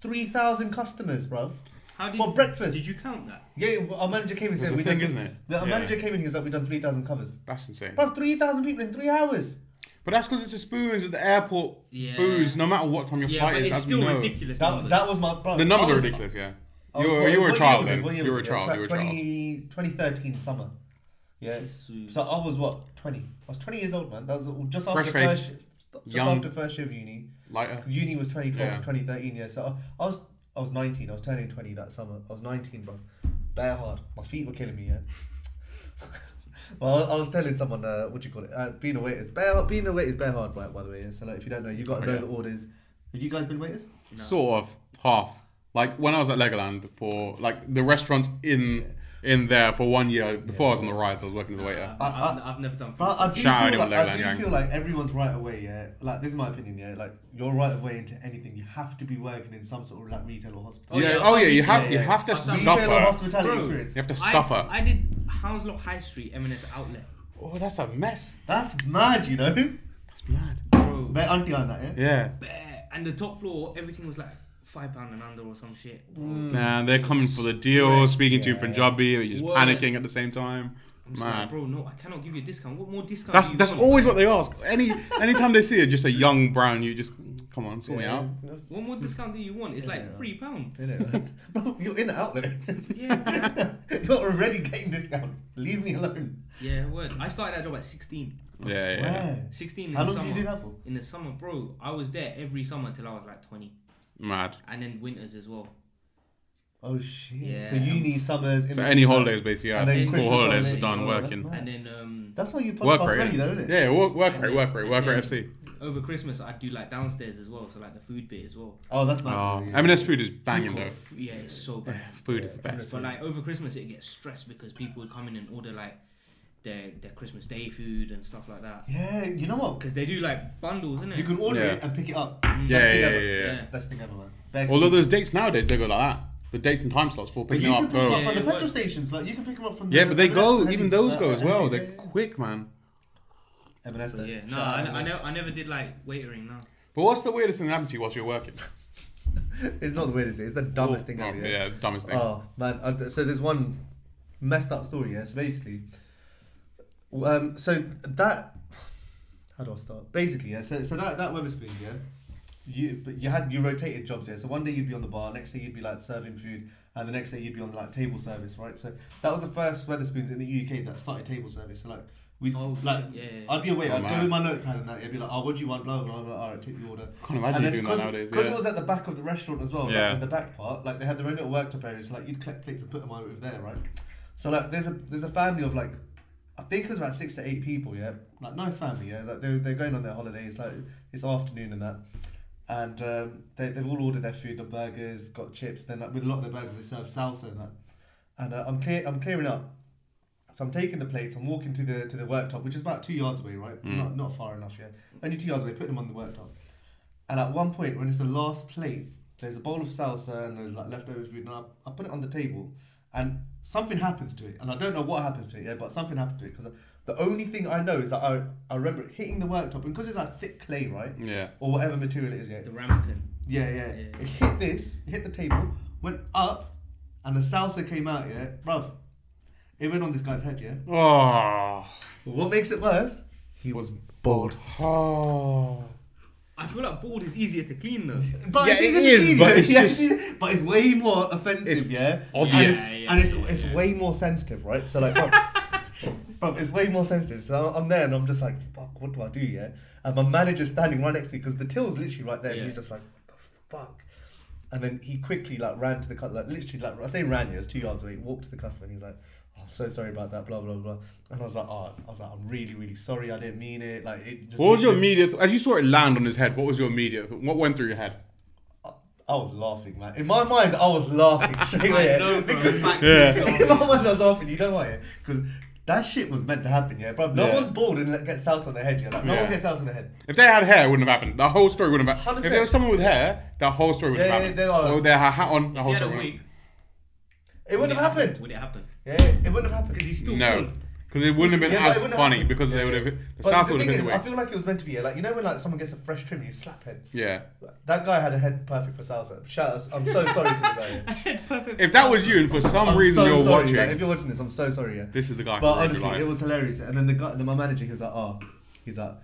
Three thousand customers, bro.
How did
For
you,
breakfast.
Did you count that?
Yeah, well, our manager came and
It's
said
a
we
thing,
done.
isn't it?
The, our
Yeah.
manager came and he was like, "We done three thousand covers."
That's insane.
Bro, three thousand people in three hours.
But that's because it's a spoons at the airport.
Yeah.
Booze, no matter what time your
Yeah,
flight
but
is,
it's
as we
still
know.
ridiculous.
That,
numbers.
that was my bro.
The numbers
I
are
was-
ridiculous, yeah.
I
you
was-
were,
Oh, what-
you were a
what year
child
was it?
then.
What year
You
was
were a
it?
child.
Yeah,
You were a child.
20, 2013 summer. Yeah.
Jesus.
So I was what twenty. I was twenty years old, man. That was just after
Fresh
first.
faced,
Shift, just
young.
after first year of uni.
Lighter.
Uni was twenty twelve
Yeah.
to twenty thirteen. Yeah. So I, I was I was nineteen. I was turning twenty that summer. I was nineteen, bro. Bare hard. My feet were killing me. Yeah. Well, I- I was telling someone, uh, what do you call it? Uh, being a waiter is bare. Being a waiter is bare hard, right? By the way, yeah? so like, if you don't know, you got to
Oh,
know
yeah.
the orders. Have you guys been waiters?
Sort of half. Like when I was at Legoland for like the restaurants in in there for one year. Before I was on the riots, I was working as a waiter.
I've,
I-
I've- I've never done food.
But I do, feel
Shout out anyone
like, I
like
do
Lang Yang.
feel like everyone's right away, yeah. Like this is my opinion, yeah. Like you're right away into anything. You have to be working in some sort of like retail or hospitality.
yeah.
yeah.
Oh yeah, you have
Yeah,
you
yeah.
have to
I've done-
suffer.
Retail or hospitality
Bro.
experience.
You have to
I-
suffer.
I did Hounslow High Street M&S outlet.
oh, that's a mess.
That's mad, you know.
That's mad.
Bro.
Bet auntie on that, yeah.
Yeah.
Bare. And the top floor, everything was like five pound and under or some shit.
Nah, they're coming for the deal.
Stress,
Speaking to you
yeah.
Punjabi, but you're just
Word.
panicking at the same time.
I'm just like,
Man,
bro, no, I cannot give you a discount. What more discount?
that's
do you
that's
want?
always what they ask. Any anytime they see it, just a young brown, you just come on, sort me out.
What more discount do you want? It's like
Yeah.
three pound.
You know, like, bro, you're in the outlet.
Yeah.
you're already getting discount. Leave me alone.
Yeah, word. I started that job at 16.
Yeah, yeah, yeah.
Swear.
16 in
How
the
long
summer.
did you do that for?
In the summer, bro, I was there every summer till I was like 20.
Mad.
And then winters as well.
Oh shit.
Yeah.
So uni summers. in
So
the-
any holidays basically,
And then
yeah. School
Christmas
holidays is
holiday,
done
oh, that's
working.
mad.
And then um,
That's why you podcast
Work
work
rate.
ready, though, isn't it?
Yeah, work work
And
rate,
then-
work rate,
and
work rate
then-
FC.
over Christmas, I'd do like downstairs as well. So like the food bit as well.
Oh, that's mad.
Oh,
yeah.
I mean, this food is banging though.
F- Yeah, it's so bad.
Food is the best.
But like over Christmas, it gets stressed because people would come in and order like their their Christmas Day food and stuff like that.
Yeah, you know what?
Because they do like bundles, isn't it?
You can order
Yeah.
it and pick it up.
Yeah,
Best
yeah,
thing
yeah,
ever.
yeah, yeah.
Yeah.
Best thing ever, man. Bear
Although
Grylls.
those dates nowadays, they go like that. The dates and time slots for
But
picking
you can
up,
pick them
bro.
up from
Yeah,
the
but-
petrol stations. Like you can pick them up from.
Yeah,
the
but they
M&S
go.
Hardee's,
Even those
uh,
go as well.
M&S,
They're
yeah, yeah.
quick, man.
M&S.
But
though.
yeah, no,
Shout out
I, I
M&S.
know I never did like waitering. No,
But what's the weirdest thing that happened to you whilst you were working?
It's not the weirdest thing. It's the dumbest thing
Oh,
ever. yeah.
yeah, dumbest thing.
Oh man, I, so there's one messed up story. Yeah, so basically, um, so that how do I start? Basically, yeah. So so that that Weatherspoons, yeah. You but you had you rotated jobs, yeah. So one day you'd be on the bar, next day you'd be like serving food, and the next day you'd be on like table service, right? So that was the first Weatherspoons in the UK that started table service. So like we
Oh,
would like
yeah, yeah.
I'd be away,
Oh,
I'd
man.
go with my notepad and that. I'd be like, oh, what do you want? Blah blah blah. blah. All right, take the order.
Can't imagine you doing that nowadays.
Because
yeah.
it was at the back of the restaurant as well, like,
Yeah.
in the back part, like they had their own little worktop area, so like you'd collect plates and put them over there, right? So like there's a there's a family of like I think it was about six to eight people, yeah. Like nice family, yeah. Like they're, they're going on their holidays, like it's afternoon and that. And um, they, they've all ordered their food, the burgers, got chips, then like with a lot of their burgers they serve salsa and that. And uh, I'm clear I'm clearing up. So I'm taking the plates, I'm walking to the to the worktop, which is about two yards away, right?
Mm.
Not not far enough, yeah. Only two yards away, put them on the worktop. And at one point, when it's the last plate, there's a bowl of salsa and there's like leftover food, and I, I put it on the table, and something happens to it, and I don't know what happens to it, yeah, but something happened to it because the only thing I know is that I, I remember it hitting the worktop, and because it's like thick clay, right,
yeah.
or whatever material it is, yeah,
the ramekin.
yeah, yeah,
Yeah.
it hit this, it hit the table, went up, and the salsa came out, yeah, bruv, it went on this guy's head, yeah.
Oh.
But what makes it worse? He was bald.
Oh.
I feel like bald is easier to clean though.
But
Yeah,
it's,
it
it's
is,
easier,
but it's
yeah,
just-
easier, but it's way more offensive, yeah.
obvious.
and it's,
Yeah,
and it's,
yeah,
it's
yeah.
way more sensitive, right? So like, bro, bro, it's way more sensitive. So I'm there and I'm just like, fuck, what do I do, yeah? And my manager's standing right next to me because the till's literally right there. And
Yeah.
he's just like, what the fuck? And then he quickly like ran to the customer, like literally like I say ran, yeah, it's two yards away. Walked to the customer and he's like, oh, I'm so sorry about that, blah blah blah. And I was like, oh, I was like, I'm really really sorry. I didn't mean it. Like, it just
What was your
literally-
immediate? As you saw it land on his head, what was your immediate? What went through your head?
I I was laughing, man. In my mind, I was laughing straight away.
I know, bro.
because
It's like-
Yeah.
in my mind, I was laughing. You know why? Because that shit was meant to happen, yeah, bro. No
Yeah.
one's bald and gets house on the head. Yeah, like, no
Yeah.
one gets house on the head.
If they had hair, it wouldn't have happened. The whole story wouldn't have happened. If
100%.
there was someone with hair, that whole story wouldn't
Yeah,
have
yeah,
happened.
they are.
Or they had a hat on, the
If
whole
he had
story
a
wouldn't
wig,
have
It
would
wouldn't have happened.
Would it happen?
Yeah, it wouldn't have happened.
Because he's still
happened. No.
bald.
Because it wouldn't have been
Yeah, but it
as
wouldn't have
funny
happened.
because they
Yeah,
would have.
yeah.
The
But
South
the
would
thing
have hit the
is, I
wig.
feel like it was meant to be. Yeah, like you know when like someone gets a fresh trim, you slap head.
Yeah.
That guy had a head perfect for salsa. Shout out! I'm so sorry to the guy. yeah.
Perfect.
If that was you, and for some
I'm
reason
so
you're
sorry,
watching,
like, if you're watching this, I'm so sorry. Yeah.
this is the guy.
But
for
honestly,
life.
it was hilarious. And then the guy, then my manager, he was like, "Oh, he's like,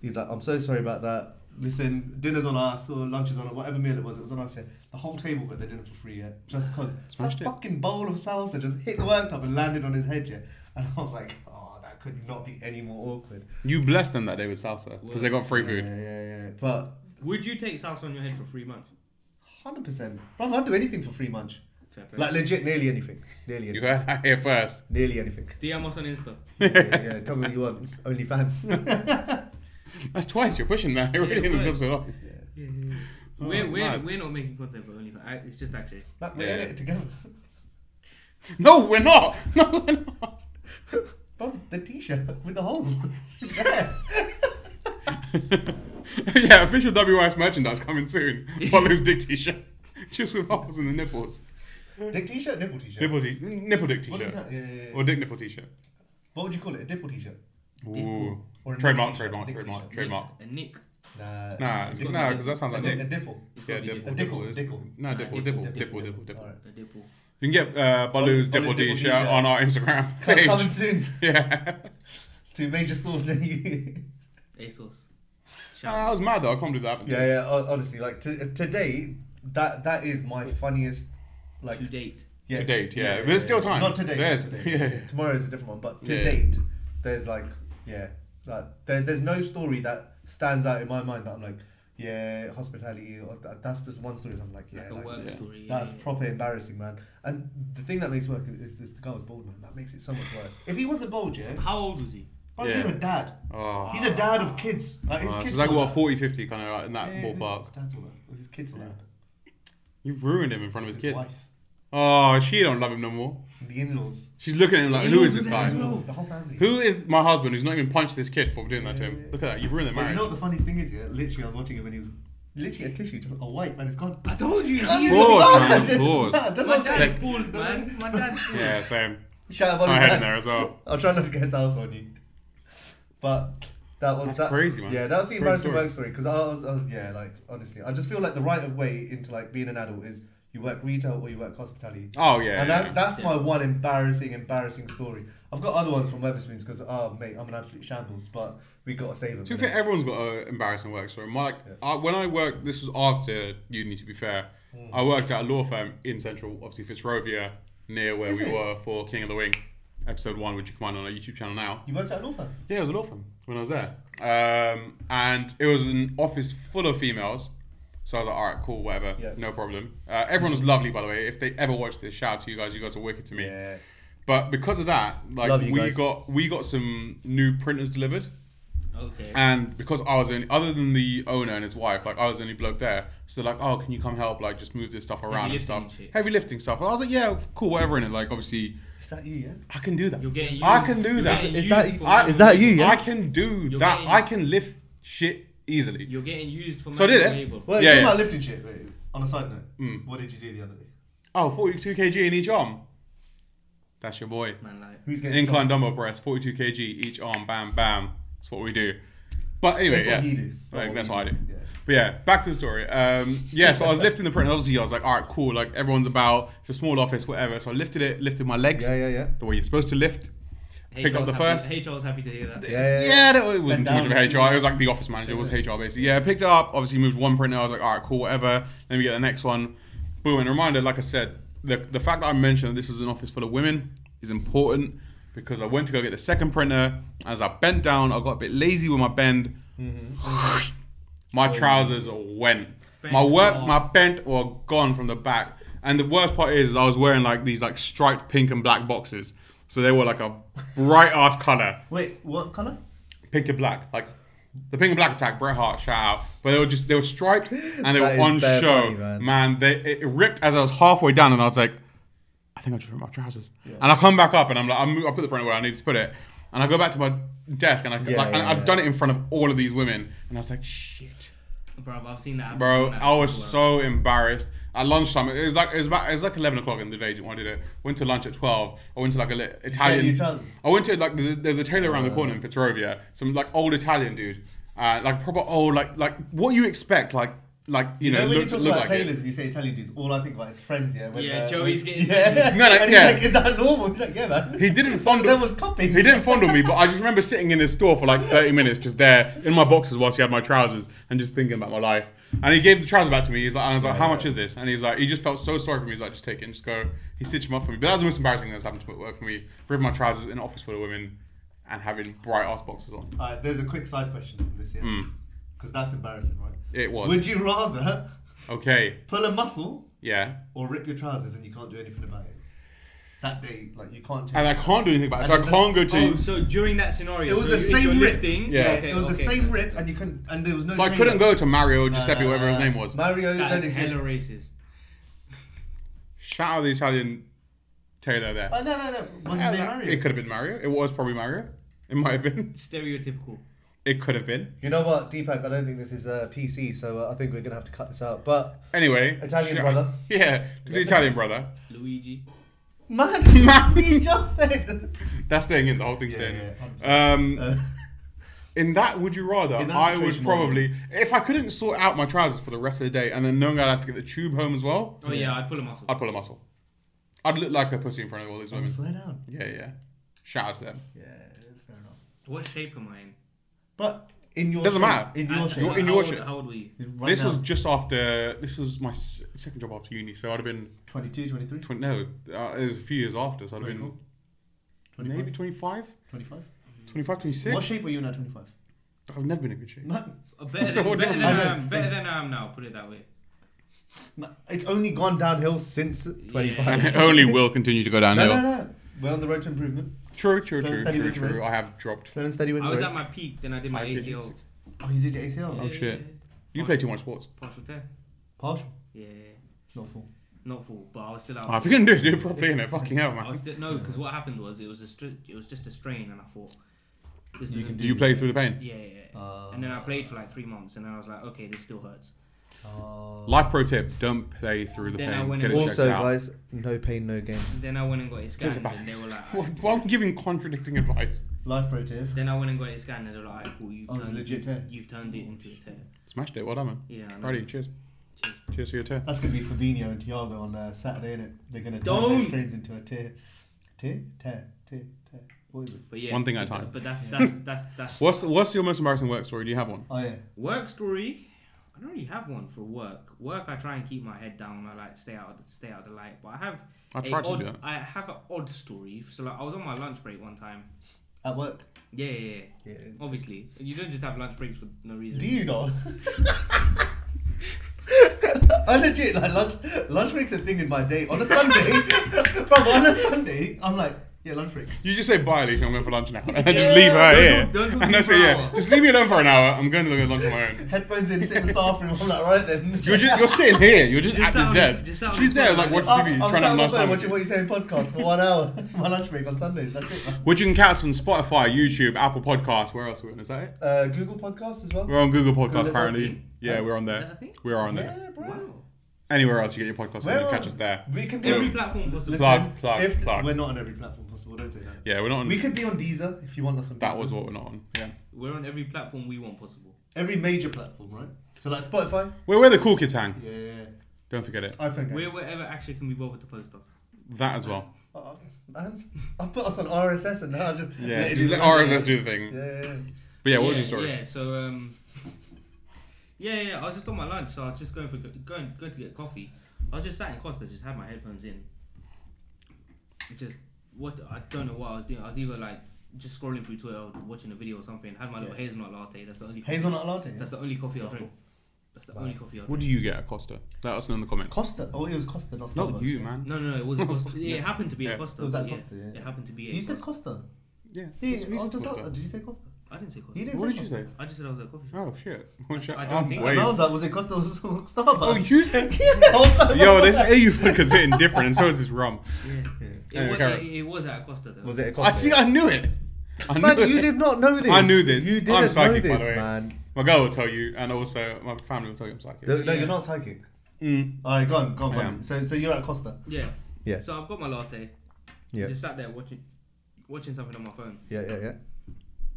he's like, I'm so sorry about that. Listen, dinner's on us or lunch is on us, whatever meal it was, it was on us. Yeah, the whole table got their dinner for free. Yeah, just cause
Smashed
that
it.
fucking bowl of salsa just hit the worktop and landed on his head. Yeah, and I was like, oh, that could not be any more awkward.
you blessed them that day with salsa because they got free
Yeah,
food.
yeah, yeah. But
would you take salsa on your head for three months?
hundred percent, bro, I'd do anything for free munch.
Fair play.
Like legit, nearly anything. Nearly,
You
anything.
heard that here first.
nearly anything.
DM us on Insta.
yeah, yeah, yeah, tell me what you want. Only fans.
That's twice you're pushing that. Really in this
right.
episode. oh.
yeah. Oh,
we're,
Oh,
we're,
mad.
we're not making content for OnlyFans. I- It's just actually.
Like, we're
Yeah.
in it together.
No, we're not. No, we're not.
Bob, the T-shirt with the holes. It's there.
yeah, official WIS merchandise coming soon. Follows Dick T-shirt, just with holes in the nipples.
Dick T-shirt, nipple T-shirt.
Nipple, t- nipple Dick
What is
T-shirt,
that? Yeah, yeah, yeah.
or Dick nipple T-shirt.
What would you call it? A dipple T-shirt?
Ooh,
Or a
trademark,
Nick T-shirt,
trademark,
Nick
trademark,
T-shirt.
trademark.
A nick.
Nah.
Nah,
a
it's-
dipple.
nah, because that sounds
A
like
di- a
Nick.
dipple.
It's
Yeah,
gotta be
dipple,
A
dipple,
is-
dipple.
No,
Nah,
dipple,
dipple, dipple,
dipple, dipple, dipple,
All
dipple.
right.
A dipple.
You can get uh, Baloo's
Baloo-
dipple
Baloo dipple
T-shirt
T-shirt.
on our Instagram
Come,
page.
coming soon
Yeah.
to major stores near you.
ASOS.
Nah, Oh,
Ah,
that was mad though. I can't believe that happened.
yeah, yeah. hon- Honestly, like to, today, that that is my funniest. Like
to date.
yeah,
To date, yeah. There's still time.
Not today.
There's-
not today.
yeah, yeah.
Tomorrow is a different one, but to
Yeah.
date, there's like yeah, like there, there's no story that stands out in my mind that I'm like yeah, hospitality. Or that, that's just one story. that I'm like yeah,
Like a
like,
work
yeah.
story.
That's
yeah.
proper embarrassing, man. And the thing that makes it work is, is this the guy was bald, man. That makes it so much worse. If he wasn't bald, yeah,
How old was he?
but he's
Yeah.
a dad.
Oh.
He's a dad of kids. Like his
Oh, so
kids.
it's like
saw
what
that.
40, 50 kind of in that
Yeah,
ballpark.
His dad's all that. His kids all that.
You've ruined him in front of his,
His
kids.
wife,
Oh, she don't love him no more.
the in-laws,
She's looking at him like,
He
who
was
is this
with
guy?
him as well.
in-laws, the whole family.
Who is my husband who's not even punched this kid for doing that to him? Look at that, you've ruined their
But you
marriage.
know what the funniest thing is? Yeah, literally, I was watching him and he was literally a tissue, just a wipe, and it's gone.
I told you.
He's
he's-
course,
a
man, of
it's
course.
mad. That's
My
what I'm
dad's
saying.
bald, man. My dad's bald.
Yeah, same.
Shout out
I
Bobby
had
Brown.
him there as well.
I'll try not to get his house on you. But that was
That's
that,
crazy, man.
Yeah, that was the
Crazy
embarrassing
story.
work story because I was, I was, yeah, like honestly, I just feel like the right of way into like being an adult is you work retail or you work hospitality.
Oh, yeah.
and
yeah,
that, that's my
Yeah.
one embarrassing, embarrassing story. I've got other ones from Weatherspoons because, oh mate, I'm an absolute shambles, but we gotta save them.
To be
innit?
fair, everyone's got an embarrassing work story. My, like,
Yeah.
I, when I worked, this was after uni, to be fair. I worked at a law firm in central, obviously Fitzrovia, near where
Is
we
it?
were for King of the Wing, episode one, which you can find on our YouTube channel now.
You worked at an author.
Yeah, it was a law firm when I was there. Um, and it was an office full of females. So I was like, all right, cool, whatever,
Yeah.
no problem. Uh, everyone was lovely, by the way. If they ever watch this, shout out to you guys. You guys are wicked to me.
Yeah.
But because of that, like
Love you
we
guys.
got we got some new printers delivered,
Okay.
and because I was the only, other than the owner and his wife, like I was the only bloke there. So they're like, oh, can you come help? Like just move this stuff around and
lifting
stuff,
and shit.
heavy lifting stuff. And I was like, yeah, cool, whatever. In it, like obviously,
Is that you? Yeah.
I can do that.
You're getting. Used,
I can do
you're
that.
getting
Is
used
that-
for
I-
money.
Is that you, yeah?
I can do
You're
that.
getting-
I can lift shit easily.
You're getting used for
So I did
manual
it.
labor.
Well,
Yeah,
yeah,
yeah. Hmm.
about lifting shit. But on a side note, what did you do the other day?
Oh, 42 kg in each arm. That's your boy.
Man, like.
Who's getting
Incline dumbbell press, 42 kg each arm, bam, bam. That's what we do. But anyway,
That's
yeah.
what he do.
Like,
Not
that's
we
what I do.
Yeah.
But yeah, back to the story. Um, yeah, so I was lifting the print. Obviously, I was like, all right, cool. Like everyone's about. It's a small office, whatever. So I lifted it, lifted my legs
Yeah, yeah, yeah.
the way you're supposed to lift. Picked up
HR's
the
happy-
first.
HR's happy to hear that.
Yeah, yeah,
Yeah, that it wasn't
Bend
too much of
down.
HR. It was like the office manager was HR basically. Yeah, I picked it up. Obviously, moved one printer. I was like, all right, cool, whatever. Let me get the next one. Boom. And reminder, like I said, the the fact that I mentioned that this is an office full of women is important because I went to go get the second printer. As I bent down, I got a bit lazy with my bend.
Mm-hmm. Oh,
my trousers went.
Bent
my work,
hard.
my bent were gone from the back. And the worst part is, I was wearing like these like striped pink and black boxes, so they were like a bright ass color
Wait, what color?
pink and black, like the pink and black attack, Bret Hart shout out. But they were just they were striped and they
That
were on
is bare
show.
funny, man.
man. they it it ripped as I was halfway down and I was like, I think I just ripped my trousers. And I come back up and I'm like, I, move, I put the print where I need to put it, and I go back to my desk and I
Yeah,
like, and
yeah,
I've
yeah.
done it in front of all of these women, and I was like, shit,
Bro, I've seen that. I've
bro,
seen that
I was
before.
so embarrassed. At lunchtime, it was like it was, about, it was like eleven o'clock in the day when I did it. Went to lunch at twelve. I went to like a li- Italian.
your trousers? Oh.
I went to like there's a, there's a tailor around the corner in Fitzrovia, some like old Italian dude, uh, like proper old like like what you expect like like
You
you, know
know, when
look,
you talk
look
about
like it.
tailors and you say Italian dudes, all I think about is friends, yeah. When,
Yeah,
uh,
Joey's
when-
getting-
Yeah.
No, no,
and he's
yeah.
like, is that normal? He's like, yeah, man.
He didn't fondle.
There was cupping.
He didn't fondle me, but I just remember sitting in his store for like 30 minutes, just there in my boxes whilst he had my trousers and just thinking about my life. And he gave the trousers back to me. He's like, and I was like, how much is this? And he's like, he just felt so sorry for me. He's like, just take it and just go. He stitched them up for me. But that was the most embarrassing thing that's happened to me at work for me. Ripping my trousers in an office full of women and having bright ass boxes on.
All right, there's a quick side question from this, yeah. Because that's embarrassing, right?
Hmm. It was.
Would you rather
Okay.
pull a muscle
Yeah.
or rip your trousers and you can't do anything about it? That day, like, you can't change
And I
it.
can't do anything about it. So I
And
can't go
there's
to.
Oh, so during that scenario,
It was
so
the
you, if
same
you're
rip.
lifting.
Yeah.
okay,
it was the
okay,
same
okay.
rip, and you couldn't, and there was no.
so I
training.
couldn't go to Mario,
No,
Giuseppe,
no,
whatever his
no.
name was.
Mario
That
didn't
is
exist.
hella racist.
Shout out the Italian Taylor there.
Oh, no, no, no. Wasn't
Yeah,
there
that-
Mario?
It could have been Mario. It was probably Mario. It might have been.
Stereotypical.
It could have been.
You know what, Deepak? I don't think this is uh, PC, so uh, I think we're gonna have to cut this out. But
Anyway.
Italian
should-
brother.
Yeah, to the Italian brother.
Luigi.
man,
Man.
he just said.
That's staying in. The whole thing's
Yeah,
staying
yeah,
in. um,
Uh,
in that, would you rather?
In that
I would
situation, what would
probably, if I couldn't sort out my trousers for the rest of the day, and then knowing I'd have to get the tube home as well,
Oh yeah, I'd pull a muscle.
I'd pull a muscle. I'd look like a pussy in front of all these women.
slow down.
Yeah, yeah. Shout out to them.
Yeah, fair enough.
What shape am I in?
But in your
Doesn't
shape-
matter.
In your
And
shape.
You're in
how
your
old-
shape.
How old were you?
Right
this was
now,
just after. This was my s- second job after uni, so I'd have been
22, 23,
20, no, uh, it was a few years after, so I'd have been
25,
maybe 25,
25.
25, 26.
What shape were you in at 25?
I've never been in good shape.
Man,
Uh, Better,
So
than,
what
better,
do
than
I
you-
I
know.
am, better than I am now. Put it that way.
man, it's only gone downhill since 25.
And it only will continue to go
No,
downhill.
no, no. We're on the road to improvement.
True, true,
So
true,
instead you
true,
went to
true.
race.
I have dropped.
Slow and steady wins
I
the
was
race.
at my peak, then I did my
Five kg,
ACL.
six.
Oh, you did your ACL.
Oh
Yeah.
shit. You play too much sports.
Partial tear.
Partial.
Yeah.
Not full.
Not full, but I was still out.
Oh, if you're gonna do it, do it properly, innit? Fucking hell,
I
man.
was still, no, because what happened was it was a str- it was just a strain, and I thought this
You
is
can
Do you play through the pain?
yeah, yeah. yeah.
Uh,
and then I played for like three months, and then I was like, okay, this still hurts.
Uh,
Life pro tip: Don't play through the
Then I
pain.
went
Get it
and-
checked
also,
out.
guys, no pain, no gain.
And then I went and got it
Just
scanned,
about-
and they were like,
Why why am I giving contradicting advice?
Life pro tip.
then I went and got it scanned, and they were like, alright, cool, you've
Oh, it's a
turned
legit tear.
You've turned
Oh,
it into a tear.
Smashed it. Well done, man.
Yeah. I know.
Alrighty, cheers. Cheers for your turn.
That's going to be Fabinho and Thiago on uh, Saturday, innit? They're going to turn
Don't.
their strains into a tear. Tear? Tear. Tear. Tear. What is it?
But yeah,
One thing at a
but-
time.
But that's
Yeah.
that's that's that's
What's What's your most embarrassing work story? Do you have one?
Oh, yeah.
work story. I don't really have one for work. Work, I try and keep my head down. I like stay out, stay out of the light. But I have
I
a
tried to
odd,
do that.
I have an odd story. So like, I was on my lunch break one time.
At work.
Yeah, yeah, yeah.
Yeah. it's-
Obviously, you don't just have lunch breaks for no reason.
Do you not? I legit like lunch. Lunch break's a thing in my day. On a Sunday, bro. On a Sunday, I'm like, yeah, lunch break.
You just say bye, Alicia. I'm going for lunch now, and I just
Yeah,
leave her
don't
here.
talk- don't talk
and
to
I
me
say,
for
yeah,
hours.
just leave me alone for an hour. I'm going to go get lunch on my own.
Headphones in, sit in the staff room. I'm like, right then.
You're just, you're sitting here. You're just,
You're
at
sat
this
on this-
desk.
you're sat on
She's
this
there,
phone.
like watching
I'm,
TV,
I'm
trying to
sat on
have
my
nice
phone
time.
watching what you say in podcast for one hour. My lunch break on Sundays. That's it. man.
Which you can catch us on Spotify, YouTube, Apple Podcasts. Where else are we on? Is that it?
Uh, Google Podcast as well.
We're on Google Podcasts,
Google
apparently.
Podcasts.
Yeah, we're
Is
on
that
there.
a thing?
We're on there.
Yeah, bro.
Wow.
Anywhere else you get your podcasts,
We're
you can
on-
catch us there.
We can be
Every
on-
platform possible.
Listen,
Plug, plug,
if-
plug.
We're not on every platform possible. Don't say that.
Yeah, we're not on.
We could be on Deezer if you want us on.
that
Deezer.
was what we're not on. Yeah,
We're on every platform we want possible.
every major platform, right? So like Spotify.
we're where the cool kids hang.
Yeah, yeah.
Don't forget it.
yeah. iPhone.
We're wherever actually can be bothered to post us.
That as well.
Uh, man, I put us on RSS and now I just
Yeah,
it
just
is
let
random.
RSS do the
Yeah,
thing.
yeah,
But yeah, what was your story?
Yeah, so um, yeah, yeah, yeah, I was just on my lunch, so I was just going for going going to get coffee. I was just sat in Costa, just had my headphones in. Just what I don't know what I was doing. I was either like just scrolling through Twitter, or watching a video or something. Had my little
Yeah.
hazelnut latte. That's the only
yeah. Hazelnut latte.
that's the only coffee I
Oh,
drink. That's the
Wow.
only coffee I drink.
What do you get at Costa? Let us know in the comments.
Costa. Oh, it was Costa, not Starbucks.
Not you, man.
No, no, no, it wasn't Costa.
Yeah.
It happened to be
Yeah.
a Costa.
It was
but
at
yeah,
Costa, yeah.
It happened to be a
You said
Costa.
Costa.
Yeah.
Yeah,
we
I was
said
just
Costa.
did you say Costa?
I didn't say Costa.
You didn't
What
say
did you
Costa.
say?
I just said I was at a coffee shop.
Oh shit!
I
Shut
don't
up,
think-
And
wait.
I was like, was it Costa or Starbucks?
Oh, you said.
Yeah, I was like,
Yo, this AU fucker's hitting different, and so is this rum.
Yeah. It,
Anyway,
was,
carry on.
it, it was at a Costa though.
Was it a
I
Costa?
see. I knew it. I
Man,
knew
you
it.
did not know this.
I knew this.
You
I'm
didn't
psychic, by
know
the
this,
way.
man.
My girl will tell you, and also my family will tell you I'm psychic.
No, no,
Yeah.
you're not psychic.
Mm.
All right, go on, go on,
I
go on.
am.
So, so you're at Costa.
Yeah.
Yeah.
So I've got my latte.
Yeah.
Just sat there watching, watching something on my phone
Yeah, yeah, yeah.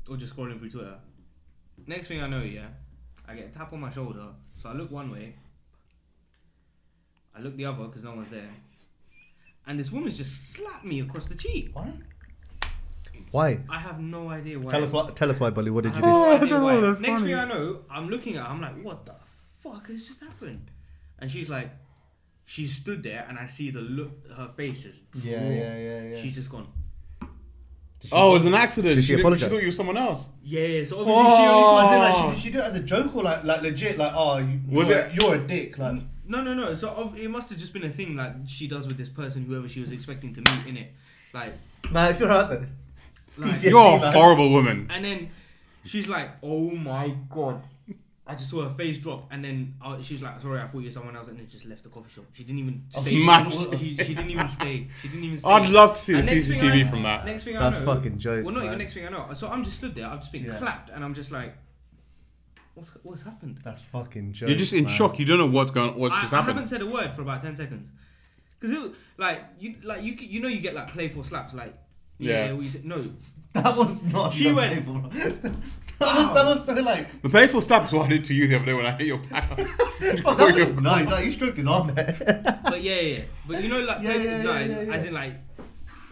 or just scrolling through Twitter. Next thing I know, yeah, I get a tap on my shoulder. So I look one way. I look the other because no one's there. And this woman's just slapped me across the cheek.
Why? Why?
I have no idea why.
Tell us why. Tell us why, Bolly. What
I
did
have
you do?
no
Oh, I
idea
don't know,
why.
that's
Next
funny.
thing I know, I'm looking at her, I'm like, what the fuck has just happened? And she's like, she stood there and I see the look, her face just.
Yeah,
drawn.
yeah, yeah, yeah.
She's just gone.
Did she
Oh, it was
apologize?
an accident.
Did she
didn't-
apologize?
She thought you were someone else.
Yeah, so obviously
Oh.
she only
As
smiled.
in, like, she, did she do it as a joke or like, like legit? Like, oh, you,
Was
you're,
it-
You're a dick. Like,
No, no, no. So ob- it must have just been a thing like she does with this person, whoever she was expecting to meet in it, like,
man, if you're out there,
like.
Yeah,
You're a
man.
horrible woman.
And then she's like, "Oh my god," I just saw her face drop, and then I, she was like, "Sorry, I thought you were someone else," and then just left the coffee shop. She didn't even stay.
Smashed.
She, she didn't even stay. She didn't even. Stay.
I'd love to see the
And next thing I
CCTV
know-
from that.
Next thing
That's
I know,
fucking jokes,
Well, not
man.
even next thing I know. So I'm just stood there. I've just been
Yeah.
clapped, and I'm just like, "What's what's happened?"
That's fucking jokes.
You're just in
man.
shock. You don't know what's going. What's
I,
just
I
happened?
haven't said a word for about ten seconds, because like you like you you know you get like playful slaps like yeah,
Yeah.
we said, no
That was not.
She
the
went-
label. that, was, that was so like.
The playful slaps what I did to you the other day when I hit your back.
Oh, that was nice. Like, you stroked his arm there.
but yeah, yeah, yeah. But you know, like,
Yeah,
playful-
yeah,
no,
yeah, yeah, yeah.
as in, like,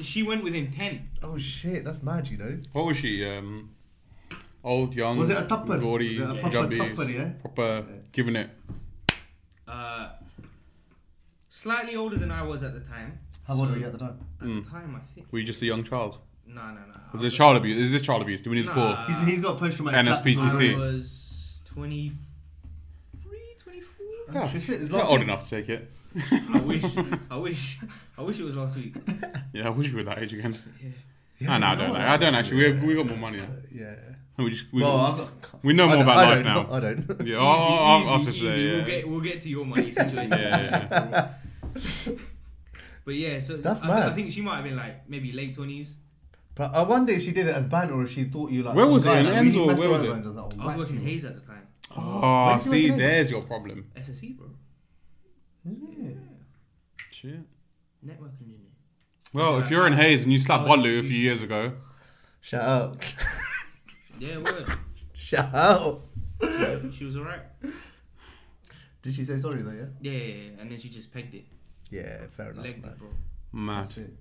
she went within 10.
oh shit, that's mad. You know.
What was she? Um, old, young,
Was it a tupper?
gaudy,
Was it a proper
jumpy,
tupper, yeah?
proper
Yeah.
giving it.
Uh, slightly older than I was at the time.
How old
So,
were you at the time?
At the time, I think.
Were you just a young child?
No, no, no. I
Mm. Was this child abuse? Is this child abuse? Do we need to
Nah.
call?
Uh,
he's, he's got post traumatic.
NSPCC.
I was 23, 24.
Yeah,
Oh, shit, it's
you're
last
old
week.
enough to take it.
I wish, I wish, I wish it was last week.
Yeah, I wish we were that age again.
Yeah.
Nah, nah, I don't.
no,
like- I don't
that's-
actually. We we got more money now.
Yeah.
We just we,
well,
got-
I've got,
we know
I
more
don't-
about
I
life
don't,
now.
I don't.
Easy,
Yeah, oh,
easy,
after
easy.
today,
We'll,
yeah.
get, we'll get to your money situation.
Yeah, yeah,
But yeah, so
That's
I, th-
mad.
I think she might have been like maybe late 20s.
But I wonder if she did it as banter or if she thought you like.
Where
some
was it?
guy
In
that
Enzo,
really messed
where was
around
it?
and
I was
whacked
working
you.
Hayes at the time.
Oh,
Where's your
see,
money?
there's your problem.
SSE, bro.
Yeah.
Shit.
Network engineer.
Well, if you're in Hayes and you
Oh,
slapped Bodlu a few years ago,
Shout out.
Yeah, word.
Shout out.
she was alright.
Did she say sorry though? Yeah.
Yeah, yeah, yeah, and then she just pegged it.
Yeah, fair enough.
Legged
man.
it, bro.
mad.
That's it.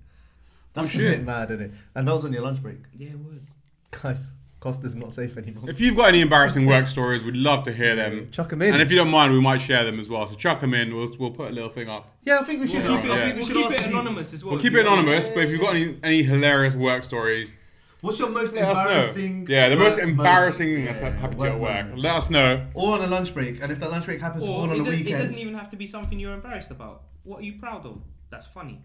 That's a
Oh, shit.
bit mad, isn't it? And that was on your lunch break,
Yeah, word.
guys. Costa's not safe anymore.
If you've got any embarrassing work stories, we'd love to hear them.
Chuck 'em in.
And if you don't mind, we might share them as well. So chuck them in. We'll, we'll put a little thing up.
Yeah, I think we should.
We'll
I think, I
yeah.
think we
We'll
should
keep
ask
it
the people.
anonymous as well.
We'll keep it anonymous, but if you've got any, any hilarious work stories,
What's your most
let us know.
embarrassing?
Yeah, the most
work
embarrassing thing
moment?
that's
Yeah,
happened to you at work.
moment.
Let us know.
Or on a lunch break, and if that lunch break happens to
Or
fall on
it,
a
does, it
weekend,
doesn't even have to be something you're embarrassed about. What are you proud of? That's funny.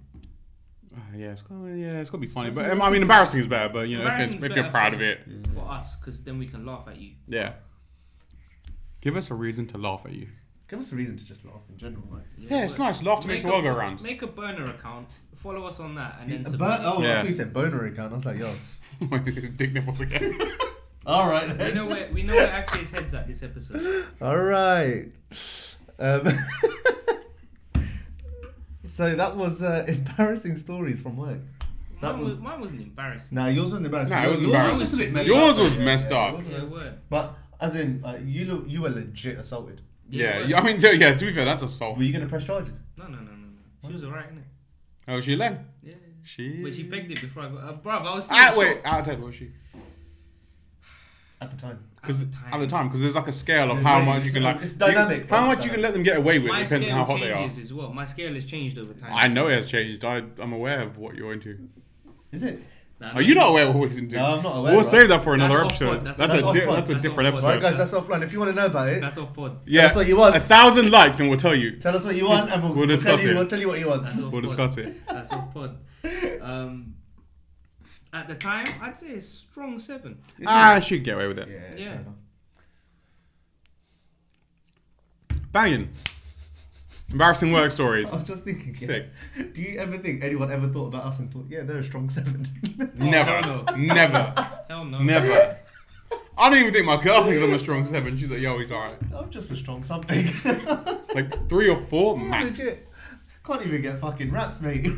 Uh, yeah, it's gotta, yeah, it's gotta be funny.
That's
But
a-
um, I mean, embarrassing is better. But you know, if, it's,
Embarrassing's
if you're
better
proud
for-
of it,
For us, because then we can laugh at you.
yeah. Give us a reason to laugh at you.
give us a reason to just laugh in general, right?
Yeah, it's
word.
nice. Laughter makes the world
a-
go round.
Make a burner account. Follow us on that, and then.
A
submit
bur-
it.
oh, I
Yeah.
thought you said boner account. I was like, yo,
His dick nipples again.
all right.
We know where we know where Akhe's head's at this episode.
All right. Um, so that was uh, embarrassing stories from work. That
Mine,
was-
was, mine wasn't embarrassing.
Nah, yours wasn't embarrassing.
Nah, it
Yours-
wasn't
yours
embarrassing.
just a bit messed
Yours
up.
was messed up.
yours was-
Yeah, word.
But as in, like, you look, you were legit assaulted.
yeah,
word.
yeah, I mean, yeah, yeah. To be fair, that's assault.
Were you gonna press charges?
No, no, no, no, no. She was alright, innit?
How was she then?
Yeah. yeah.
She.
But she begged it before I got. Uh, bruv, I was. still
Ah,
in
wait.
shock
Out of ten, what was she?
At the time.
Because
time.
at the time, because there's like a scale of
There's
how
range,
much you can like.
it's
you-
dynamic,
how
bro,
much you can let them get away with
My
depends on
scale
how hot they are.
changes as well. My scale has changed over time.
I know it has changed. I, I'm aware of what you're into.
Is it?
Nah,
Are you not aware of what he's into?
No, I'm not aware,
We'll
bro.
save that for
That's
another
off
episode.
pod,
That's,
that's
a
off
di-
pod,
that's a
that's
different
off pod.
episode.
All right, guys, that's offline. If you want to know about it,
That's off pod.
yeah,
that's what you want.
a thousand likes and we'll tell you.
tell us what you want, and we'll,
We'll
we'll
discuss
tell you,
it.
We'll tell you what you want.
That's off pod.
We'll discuss it.
That's off pod. Um, at the time, I'd say a strong seven.
Ah, she could get away with it.
Yeah. fair
Yeah.
enough.
Banging. Embarrassing work stories.
I was just thinking. yeah.
Sick.
Do you ever think anyone ever thought about us and thought, yeah, they're a strong seven?
Never. Never.
Hell no.
Never. I don't even think my girl thinks I'm a strong seven. She's like, yo, he's alright.
I'm just a strong something.
Like three or four max.
Legit. Can't even get fucking raps, mate.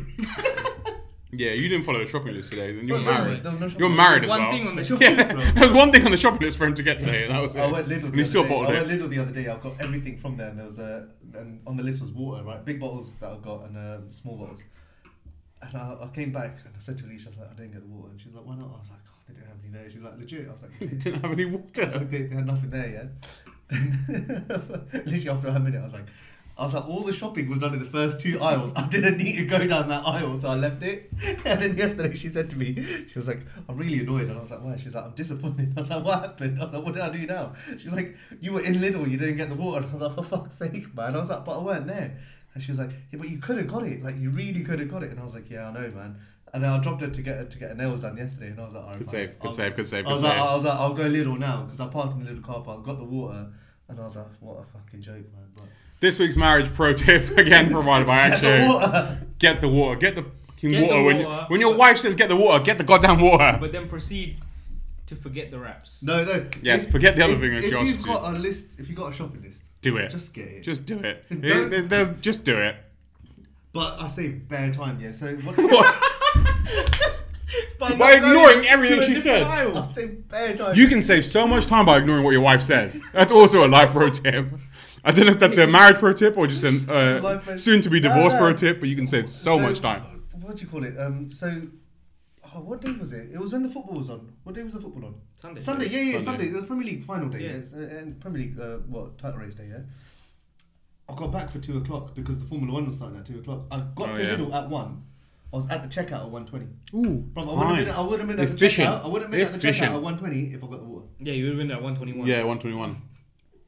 Yeah, you didn't follow the shopping list today. Then you're
Well, there was-
married.
there was no shopping
you're
list.
married as
One
well.
thing on the shopping
yeah,
list,
there was one thing on the shopping list for him to get today, and that was it.
I went Lidl.
and
the
he still
other day.
bottled
I
it.
went Lidl the other day. I've got everything from there, and there was a and on the list was water, right? Big bottles that I've got and uh, small bottles. And I, I came back and I said to Alicia, I was like, I didn't get the water, and she's like, Why not? I was like, oh, they didn't have any there. She's like, Legit. I was like,
He didn't have any
I was
water.
like, they, they had nothing there yet. Literally after a minute, I was like, I was like, all the shopping was done in the first two aisles. I didn't need to go down that aisle, so I left it. And then yesterday she said to me, she was like, I'm really annoyed. And I was like, why? She's like, I'm disappointed. I was like, what happened? I was like, what did I do now? She was like, you were in Lidl, you didn't get the water. And I was like, for fuck's sake, man. I was like, but I weren't there. And she was like, yeah, but you could have got it. Like, you really could have got it. And I was like, yeah, I know, man. And then I dropped her to get her, to get her nails done yesterday, and I was like, all right,
Good
fine.
save, good
I'll-
save, good save,
I was
good
like,
save.
I was like, I'll go little now because I parked in the little car park, got the water, And I was like, what a fucking joke, man. But
This week's marriage pro tip again provided by
Get the
Ancho.
water.
Get the water. Get the fucking
Get the
water. When, you-
water.
when your wife says get the water, get the goddamn water.
But then proceed to forget the wraps.
No, no.
Yes, forget the other
if,
thing that
If
she asked
you've
you to
got a list, if you've got a shopping list,
do it. Just,
just get it.
do it.
Don't-
There- there's- just do it.
But I save bare time, yeah. So what?
By
By
not going
ignoring
to
everything
a
she
different
said.
I
aisle.
save bare time.
You can save so much time by ignoring what your wife says. That's also a life pro tip. I don't know if that's a marriage pro tip or just an
Life
uh,
pro-
soon to be divorce
No,
pro
no.
tip, but you can save so much time.
What do you call it? Um, so. Oh, what day was it? It was when the football was on. What day was the football on?
Sunday.
Sunday, yeah, yeah, Sunday.
Sunday.
It was Premier League final day, yeah.
Yeah.
It's, uh, and Premier League, uh, what title race day, yeah. I got back for two o'clock because the Formula One was starting at two o'clock. I got
Oh,
to
yeah.
Lidl at one. I was at the checkout at one twenty.
Ooh,
Bro, I would have been, I would have been at
Efficient.
the checkout. I would have been at
Efficient.
the checkout at one twenty if I got the water.
Yeah, you would have been there at 121.
Yeah, 121.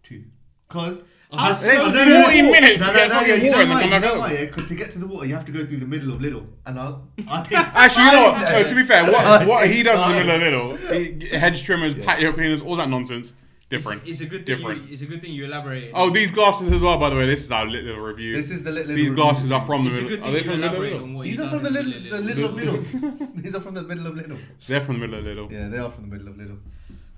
Two. Cause
Uh-huh.
Ah, so
I
good.
know-
40
minutes to get fucking
you
water
know
and then
why,
come
you
back
know
up.
why, yeah? 'Cause to get to the water, you have to go through the middle of Lidl, and I, I take.
Actually, you know what?
five
No, to be fair, what,
minutes.
what he does in the
Five.
middle of Lidl, he- hedge trimmers, patio cleaners, all that nonsense,
It's,
different.
it's a good thing.
Different.
You, it's a good thing you elaborated.
Oh, these glasses as well, by the way. This is our Lidl review.
This is the Lidl
These
review.
glasses are from the
it's a
middle.
good
Are
thing
they
you
from the middle?
elaborate
of
on
Lidl?
what
These
he
are
does
from the
in
little, the
Lidl.
little of
Little.
Lidl. These are from the middle of Lidl.
They're from the middle of Lidl.
Yeah, they are from the middle of Lidl.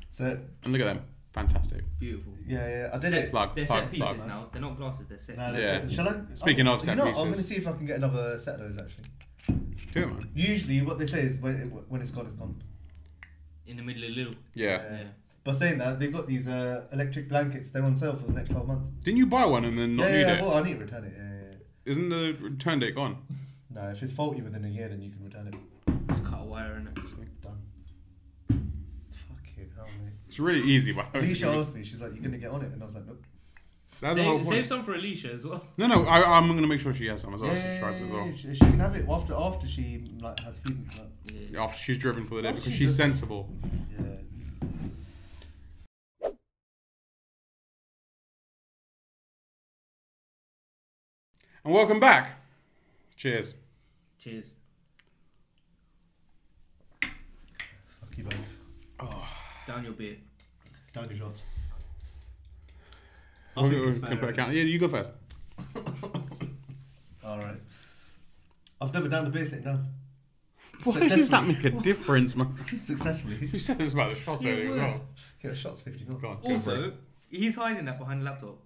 So
And look at them, fantastic.
Beautiful.
yeah, yeah, I did it.
Plug,
They're
plug,
set pieces
plug.
now. They're not glasses. They're set.
Nah,
pieces.
that's
Yeah.
it. Shall I?
Speaking
I'm-
of
you
set
know what, I'm
pieces.
gonna see if I can get another set of those actually.
Do it, man.
Usually, what they say is when it, when it's gone, it's gone.
In the middle of little.
Yeah.
Yeah.
But saying that, they've got these uh, electric blankets. They're on sale for the next twelve months.
Didn't you buy one and then not
yeah,
need
yeah,
it?
Well, I need to return it. Yeah, yeah,
Isn't the return date gone?
yeah. No, if it's faulty within a year, then you can return it.
Just cut a wire in it.
Done. Fucking hell, mate.
It's really easy, by the way.
Alicia asked me, she's like, "You're gonna get on it," and I was like, "Nope."
That's the whole
Save,
point.
save some for Alicia as well.
No, no, I, I'm gonna make sure she has some as well. she tries as well.
yeah, She, she can have it after after she like has food. Like,
Yeah.
After she's driven for the day
After
because
she
she's
does-
sensible.
yeah.
And welcome back. Cheers.
Cheers.
Fuck you both.
Down your beer.
Don't do shots. I
We're
think it's
gonna- gonna put
fair.
a count- Yeah, you go first.
All right. I've never downed a beer sitting down.
Why does that
Successfully.
make a difference, man?
Successfully.
You said this about the shots
You
earlier as
would.
well.
Yeah, shots 50
Go
not.
on, go for it.
Also, he's hiding that behind the laptop.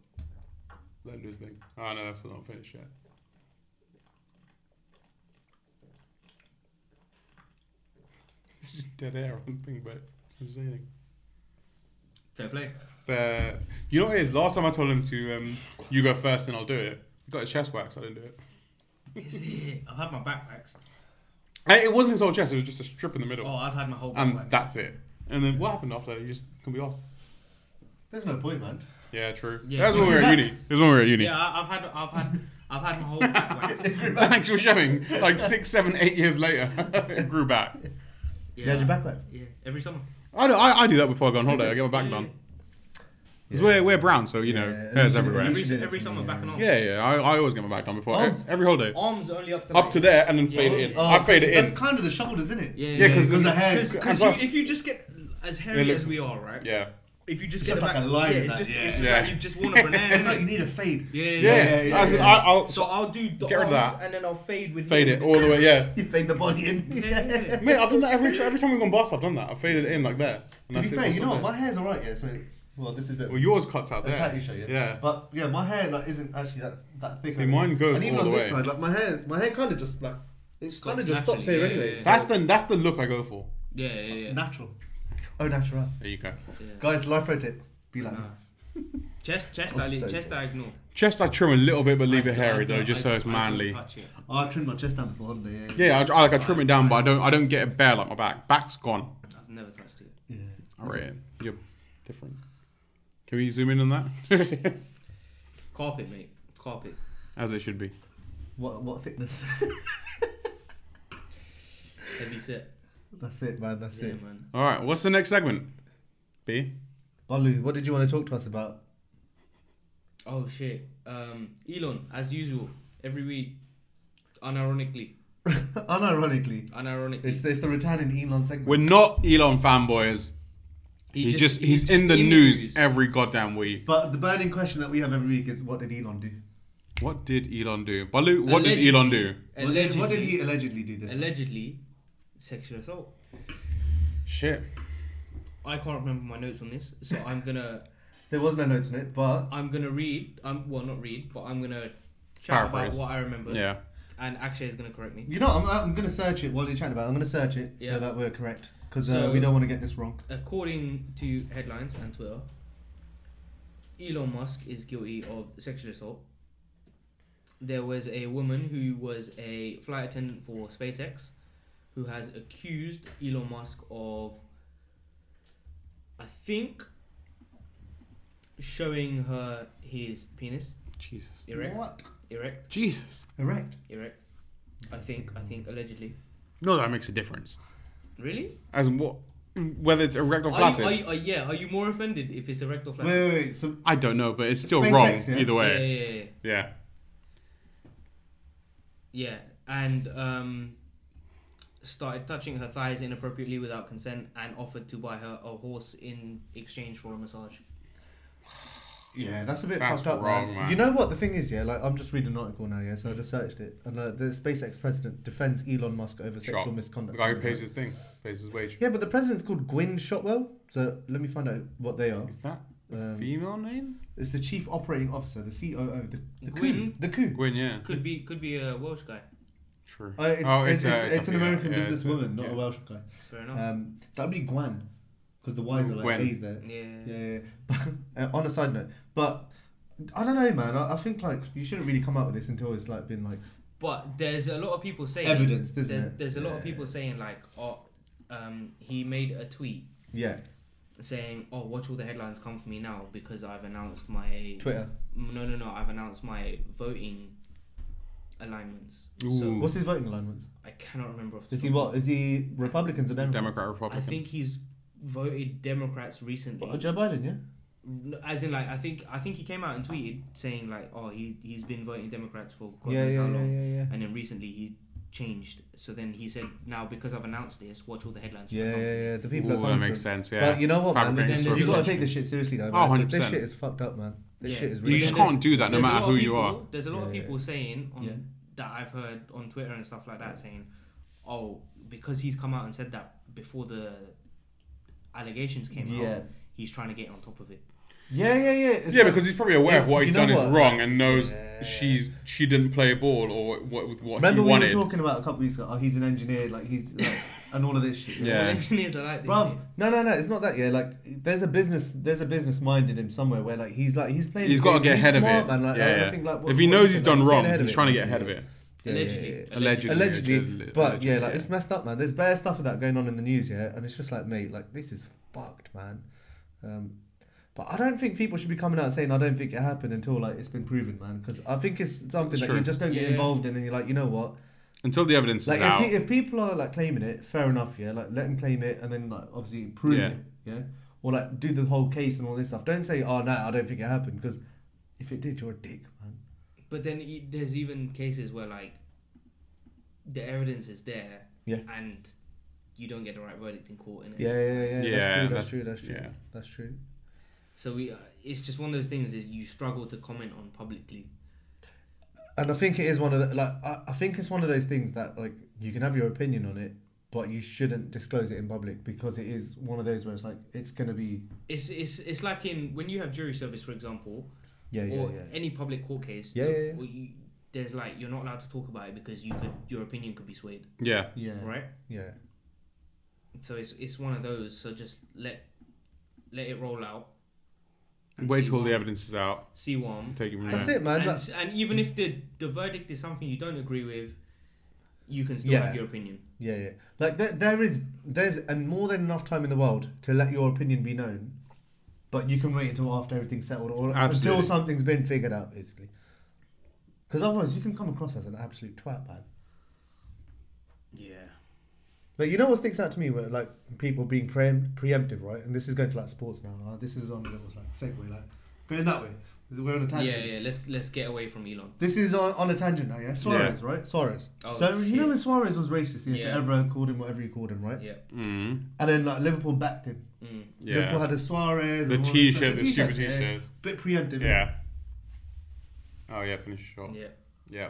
Don't do his thing. Oh no, that's not finished yet. It's just dead air on the thing, but it's entertaining.
Fair play.
But you know what it is? Last time I told him to, um, you go first and I'll do it. He got his chest waxed, I didn't do it.
Is it? I've had my back waxed.
Hey, it wasn't his whole chest, it was just a strip in the middle.
Oh, I've had my whole back
and
waxed.
that's it. And then what happened after that? You just couldn't be asked.
There's no point, man.
Yeah, true.
Yeah.
That's when we were at uni. That's when we were at uni.
Yeah, I- I've had, I've had, I've had my whole back waxed.
Thanks for showing. Like six, seven, eight years later, it grew back.
You had your back waxed?
Yeah, every summer.
I do, I, I do that before I go on holiday. I get my back
Yeah,
done.
yeah.
Because we're, we're brown, so, you know,
Yeah, at
hair's
least- at
everywhere.
least-
Every, every summer, back and on.
Yeah, yeah. I, I always get my back done before.
Arms.
Every holiday.
Arms only up to
Up to there and then
Yeah.
fade it in.
Oh,
I fade it
Oh. that's
in.
kind of the shoulders, isn't it?
Yeah,
Yeah,
yeah,
because
Because the
yeah,
hair.
And
Because
plus-
if you just get as
It
hairy
looks-
as we are, right?
yeah.
If you just get
It's just
the
like
back-
a line
yeah,
in
it's
that,
just,
yeah.
it's just
Yeah.
like you've just worn a banana.
It's like you need a fade.
yeah,
Yeah.
yeah, yeah.
yeah,
As in,
yeah.
I, I'll
So I'll do the
Get rid of
arms
that.
and then I'll fade with
fade
him.
it all the way. Yeah.
You fade the body in.
Yeah, yeah, yeah.
Mate, I've done that every every time we've gone bus. I've done that. I faded it in like there. And
To be
that's it,
fair,
it's
you
all
know what?
there.
My hair's alright, yeah. So, well, this is a bit.
Well, yours cuts out
a
there.
tattoo show, yeah.
Yeah.
But yeah, my hair like isn't actually that that thick.
See,
like-
mine goes
And even
all
on
the
this
way.
side, like my hair, my hair kind of just like it's kind of
Stops
just stops here
naturally, yeah,
anyway.
yeah,
That's the that's the look I go for.
Yeah, yeah, yeah.
natural. Oh, natural.
There you go.
Yeah.
Guys, life pro tip: be like.
Nah. Chest, chest,
That's
I,
so
chest, I ignore.
Chest I trim a little bit, but leave
I-
it hairy
I
though,
don't-
just
I-
so it's
I don't
manly.
touch it.
Oh, I trimmed my chest down before uh, holiday. Yeah.
Yeah, I, I like I trim it down, but I don't I don't get it bare like my back. Back's gone.
I've never touched it.
yeah.
All right, you're different. Can we zoom in on that?
Carpet, mate. Carpet.
As it should be.
What what thickness?
Heavy set.
That's it, man. That's
Yeah,
it.
man.
All right, what's the next segment? B.
Balu, what did you want to talk to us about?
Oh shit. Um, Elon, as usual, every week, unironically,
Unironically,
unironically.
it's the, it's the return in Elon segment.
We're not Elon fanboys. He, just, he's, in the news, every goddamn week.
But the burning question that we have every week is what did Elon do?
What did Elon do? Balu, what
Allegedly.
did Elon do?
What did,
allegedly,
what did he allegedly do this time?
allegedly sexual assault.
Shit.
I can't remember my notes on this, so I'm gonna
There was no notes on it, but
I'm gonna read. I'm well, not read, but I'm gonna chat
Paraphrase.
about what I remember.
Yeah.
And Akshay is gonna correct me.
you know, I'm, I'm going to search it while you're chatting about it. I'm going to search it
Yeah.
so that we're correct because uh,
So-
we don't want to get this wrong.
According to headlines and Twitter, Elon Musk is guilty of sexual assault. There was a woman who was a flight attendant for SpaceX who has accused Elon Musk of, I think, showing her his penis.
Jesus.
Erect.
What?
Erect.
Jesus.
Erect.
Erect. I think, I think, allegedly.
No, that makes a difference.
Really?
As in what? Whether it's erect or
Are
flaccid.
you, are you, are, yeah, are you more offended if it's erect or
Wait,
flaccid?
wait, wait. So
I don't know, but it's still
SpaceX,
wrong
yeah?
either
Yeah,
way.
yeah, yeah, yeah.
Yeah.
Yeah, and um, started touching her thighs inappropriately without consent and offered to buy her a horse in exchange for a massage.
Yeah, that's a bit
That's
fucked up.
wrong,
man.
man.
You know what the thing is, yeah. Like I'm just reading an article now, yeah. So I just searched it, and uh, the SpaceX president defends Elon Musk over sexual
Shot.
misconduct.
The guy who pays his thing, pays his wage.
Yeah, but the president's called Gwyn Shotwell. So let me find out what they are.
Is that a
Um,
female name?
It's the chief operating officer, the COO, the, the coup,
Gwyn?
the coup.
Gwyn, yeah.
Could be, could be a Welsh guy.
True.
Uh, it's,
Oh,
it's,
it's a-
it's,
it's a
it's an
female,
American
yeah, it's a-
businesswoman, not
yeah.
a Welsh guy.
Fair enough.
Um, that'd be Gwan, because the Y's are like
Gwen.
A's there.
yeah.
Yeah, yeah, yeah. Uh, on a side note, but I don't know, man. I, I think like you shouldn't really come out with this until it's like been like
But there's a lot of people saying
evidence, doesn't
There's,
it?
there's a lot of
Yeah.
people saying like, oh, um, he made a tweet
Yeah,
saying, oh, watch all the headlines come for me now because I've announced my
Twitter.
No, no, no. I've announced my voting alignments.
Ooh.
So
What's his voting alignments?
I cannot remember. Off the
Is he
top.
what? Is he Republicans or Democrats?
Democrat,
I
Republican.
think he's voted Democrats recently.
What, uh, Joe Biden, yeah.
As in, like, I think I think he came out and tweeted saying like, oh, he he's been voting Democrats for God
yeah,
knows
yeah,
how
yeah,
long,
yeah, yeah.
and then recently he changed. So then he said, now because I've announced this, watch all the headlines. that
Yeah,
come."
yeah, yeah. The people
Ooh,
are
that
coming
makes
from.
sense, yeah.
But you know what, man?
Fabricating
Then
stories.
You gotta
there's-
take this shit seriously, though.
Oh,
Man, 'cause This
100%.
shit is fucked up, man. This
Yeah.
shit is
You
really.
You just
There's-
can't do that no
There's a
matter
lot of
who you
people-
are.
There's a lot of
Yeah, yeah,
people saying on
Yeah.
that I've heard on Twitter and stuff like that saying, "Oh, because he's come out and said that before the allegations came
Yeah.
out, he's trying to get on top of it."
Yeah, yeah, yeah. It's
Yeah,
like-
because he's probably aware
If-
of what
you
he's
know
done
what?
is wrong and knows
Yeah.
she's she didn't play ball or what with what
remember we
he
were
wanted.
talking about a couple weeks ago. Oh, he's an engineer, like he's like, and all of this shit.
Yeah.
Well, engineers are like this.
Bruv, no, no, no, it's not that. Yeah, like there's a business, there's a business mind in him somewhere where like he's like he's playing.
He's
the
got to
game,
get
he's
ahead of
smart,
it.
man, like,
yeah,
I don't
yeah.
think, like, what-
if he
what
knows
he
he's
said,
done
like, getting
wrong,
ahead of
he's
it,
trying to
man.
get ahead of
Yeah.
it.
Yeah, yeah,
Allegedly.
yeah, yeah.
Allegedly,
allegedly,
allegedly,
but yeah,
allegedly,
like
yeah.
it's messed up, man. There's bare stuff of that going on in the news, yeah, and it's just like, mate, like this is fucked, man. Um, but I don't think people should be coming out and saying I don't think it happened until like it's been proven, man. Because I think it's something
It's
that
true.
you just don't get
Yeah.
involved in, and you're like, you know what?
Until the evidence
Like
is out.
if, pe- if people are like claiming it, fair enough, yeah. Like let them claim it, and then like obviously prove
Yeah.
it, yeah. Or like do the whole case and all this stuff. Don't say, oh no, I don't think it happened, because if it did, you're a dick, man.
But then e- there's even cases where like the evidence is there,
Yeah.
and you don't get the right verdict in court, and
Yeah, yeah, yeah.
Yeah,
that's,
that's-
true, that's, true. That's true.
yeah.
That's true.
so we. Uh, it's just one of those things that you struggle to comment on publicly.
And I think it is one of the like I, I think it's one of those things that like you can have your opinion on it, but you shouldn't disclose it in public because it is one of those where it's like it's gonna be
It's it's it's like in when you have jury service, for example.
yeah yeah
or
yeah.
any public court case.
Yeah,
the-
yeah, yeah.
or You, there's like you're not allowed to talk about it because you could your opinion could be swayed,
yeah.
Yeah,
right?
yeah,
So it's it's one of those. So just let let it roll out. and
Wait
see
till
what-
the evidence is out.
see what. I'm-
Take it from
That's
there.
it, man.
and,
That's,
and even if the the verdict is something you don't agree with, you can still
Yeah.
have your opinion.
yeah, yeah. Like there, there is, there's, and more than enough time in the world to let your opinion be known, but you can wait until after everything's settled or
Absolutely.
until something's been figured out, basically. Because otherwise, you can come across as an absolute twat, man.
Yeah.
Like you know what sticks out to me were like people being pre- preemptive, right? And this is going to like sports now. Like, this is on a little like segue, like going that way. Is it- We're on a tangent.
Yeah, yeah. Let's let's get away from Elon.
This is on, on a tangent now, yeah? Suarez, right? Suarez.
Oh,
so, you know
shit.
when Suarez was racist, yeah,
Yeah.
to everyone called him whatever you called him, right?
Yeah.
Mm,
And then, like, Liverpool backed him.
Mm.
Liverpool
yeah.
had a Suarez.
The
and all this
t-shirt,
stuff.
the stupid
t-shirts, yeah.
t-shirts.
Bit preemptive. innit?
Yeah. Oh yeah, finish your shot.
Yeah.
Yeah.